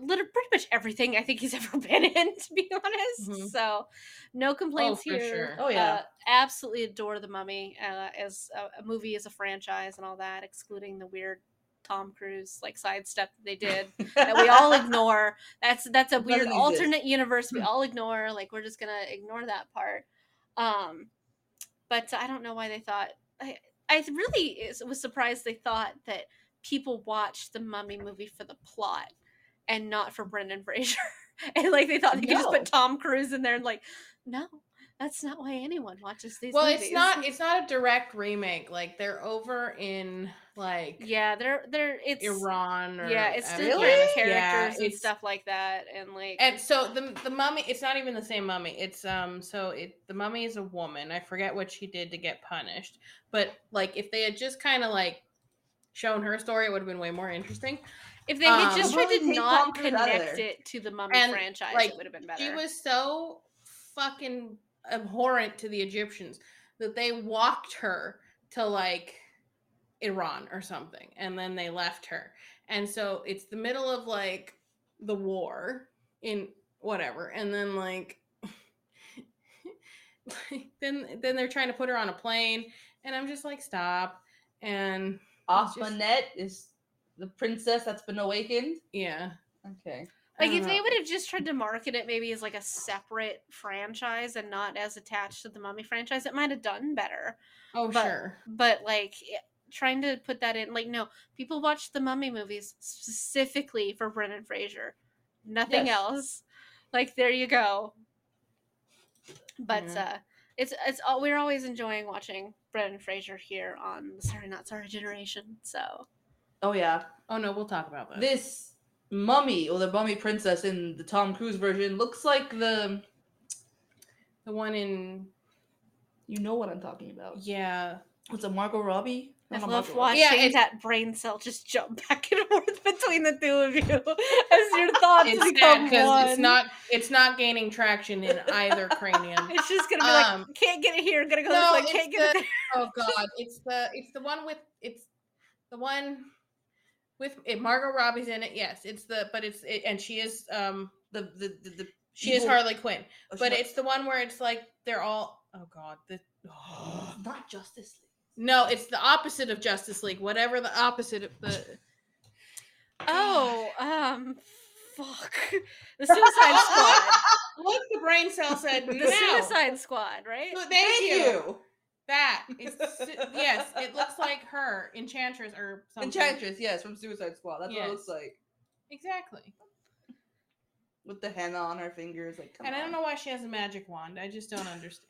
S3: little, pretty much everything I think he's ever been in, to be honest.
S5: Mhm.
S3: So, no complaints
S5: for
S3: here.
S5: sure.
S4: Oh, yeah.
S3: Uh, absolutely adore the Mummy uh, as a, a movie, as a franchise, and all that, excluding the weird Tom Cruise like sidestep that they did that we all ignore. That's that's a weird
S4: Doesn't exist.
S3: alternate universe
S5: Hmm.
S3: we all ignore. Like we're just gonna ignore that part. Um, but I don't know why they thought. I I really is, was surprised they thought that people watched the Mummy movie for the plot and not for Brendan Fraser. and like they thought they could just
S4: No.
S3: put Tom Cruise in there and like, no, that's not why anyone watches these.
S5: Well, it's
S3: movies.
S5: not it's not a direct remake. Like they're over in like
S3: Yeah, they're they're it's
S5: Iran or
S3: yeah, it's still
S5: Afghanistan.
S3: like characters and
S5: it's-
S3: stuff like that, and like
S5: And so the the mummy, it's not even the same mummy. It's um, so it the mummy is a woman. I forget what she did to get punished, but like if they had just kind of like shown her story, it would have been way more interesting.
S3: If they had
S5: Um,
S3: just
S4: Well,
S3: tried to
S4: take
S3: not
S4: Tom Cruise out of
S3: connect
S4: there.
S3: it to the mummy
S5: And,
S3: franchise,
S5: like,
S3: it would have been better.
S5: She was so fucking abhorrent to the Egyptians that they walked her to like Iran or something, and then they left her. And so it's the middle of like the war in whatever, and then like then then they're trying to put her on a plane, and I'm just like stop. And
S4: Afanet is the princess that's been awakened.
S5: yeah,
S4: Okay.
S5: I
S3: like if
S5: don't
S3: they
S5: know.
S3: would have just tried to market it maybe as like a separate franchise and not as attached to the mummy franchise, it might have done better.
S5: oh
S3: but-
S5: sure,
S3: But like it- trying to put that in, like no, people watch the mummy movies specifically for Brendan Fraser, nothing
S4: Yes.
S3: else. Like there you go. But
S5: Yeah.
S3: uh, it's it's all, we're always enjoying watching Brendan Fraser here on the Sorry Not Sorry Generation, so.
S4: Oh yeah.
S5: oh no, we'll talk about that.
S4: This mummy or the mummy princess in the Tom Cruise version looks like the
S5: the one in
S4: you know what I'm talking about.
S5: yeah,
S4: What's a Margot Robbie?
S3: I
S4: Not
S3: love
S4: Margot Robbie.
S3: watching
S5: Yeah, it's-
S3: that brain cell just jump back and forth between the two of you as your thoughts
S5: it's sad
S3: become
S5: because
S3: one.
S5: it's not it's not gaining traction in either cranium.
S3: It's just gonna be
S5: Um,
S3: like, can't get it here, gonna go this
S5: no,
S3: way,
S5: it's
S3: can't get it
S5: oh god, it's the it's the one with it's the one with it, Margot Robbie's in it. Yes, it's the but it's it, and she is um
S4: The the the, the
S5: she is
S4: evil-
S5: Harley Quinn,
S4: oh, she's
S5: but
S4: not-
S5: it's the one where it's like they're all oh god the
S4: it's not Justice League.
S5: No, it's the opposite of Justice League. Whatever the opposite of the
S3: Oh, um, fuck. The Suicide Squad.
S5: look, the brain cell said
S3: The
S5: no.
S3: Suicide Squad, right?
S5: Thank,
S4: Thank
S5: you.
S4: you.
S5: That is su- yes. It looks like her enchantress or something.
S4: Enchantress, yes, from Suicide Squad. That's what it looks
S5: Yes.
S4: like.
S5: Exactly.
S4: With the henna on her fingers, like come
S5: and I don't
S4: on.
S5: know why she has a magic wand. I just don't understand.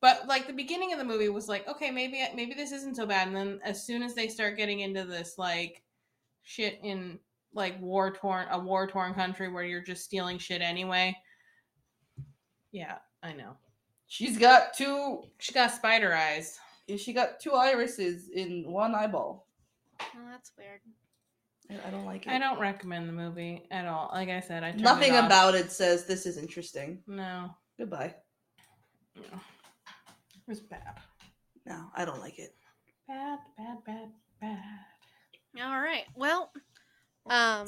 S5: But like the beginning of the movie was like, okay, maybe maybe this isn't so bad. And then as soon as they start getting into this like shit in like war torn a war torn country where you're just stealing shit anyway. Yeah, I know.
S4: She's got two
S5: She got spider eyes.
S4: she got two irises in one eyeball.
S3: Oh, that's weird.
S4: I I don't like it.
S5: I don't recommend the movie at all. Like I said, I turned it
S4: Nothing
S5: off.
S4: about it says this is interesting.
S5: no,
S4: Goodbye.
S5: no. It was bad,
S4: No, I don't like it.
S5: bad, bad, bad, bad.
S3: All right. Well, um,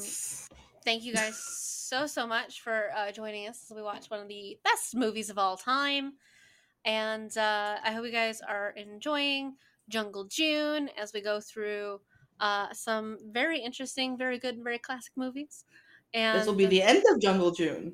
S3: thank you guys so so much for uh, joining us as we watch one of the best movies of all time and uh, i hope you guys are enjoying jungle june as we go through uh, some very interesting very good and very classic movies and
S4: This will be the end of Jungle June.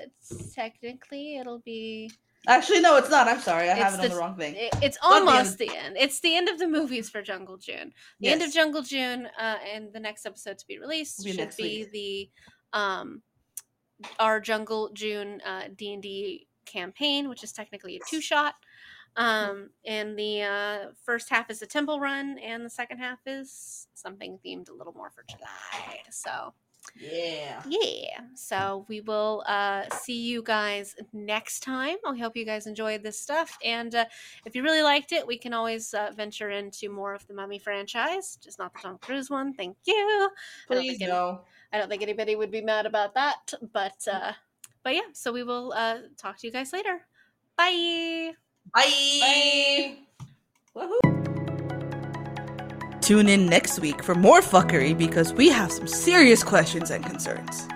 S3: it's technically it'll be
S4: Actually, no, it's not. I'm sorry. I have
S3: It's
S4: it on
S3: the-
S4: the wrong thing.
S3: it- it's
S4: the end.
S3: almost the end it's the end of the movies for jungle june the end of
S4: Yes.
S3: Jungle June uh, and the next episode to be released
S4: Will be
S3: should
S4: next
S3: be the um, our Jungle June uh, D and D campaign, which is technically a two shot. Um, and the uh, first half is a temple run, and the second half is something themed a little more for July. So
S4: Yeah.
S3: yeah, so we will uh, see you guys next time. I hope you guys enjoyed this stuff, and uh, if you really liked it, we can always uh, venture into more of the Mummy franchise, just not the Tom Cruise one. Thank you. I don't
S4: Please
S3: think any-
S4: no.
S3: I don't think anybody would be mad about that, but uh, but yeah, so we will uh, talk to you guys later. Bye.
S5: Bye.
S4: Tune in next week for more fuckery because we have some serious questions and concerns.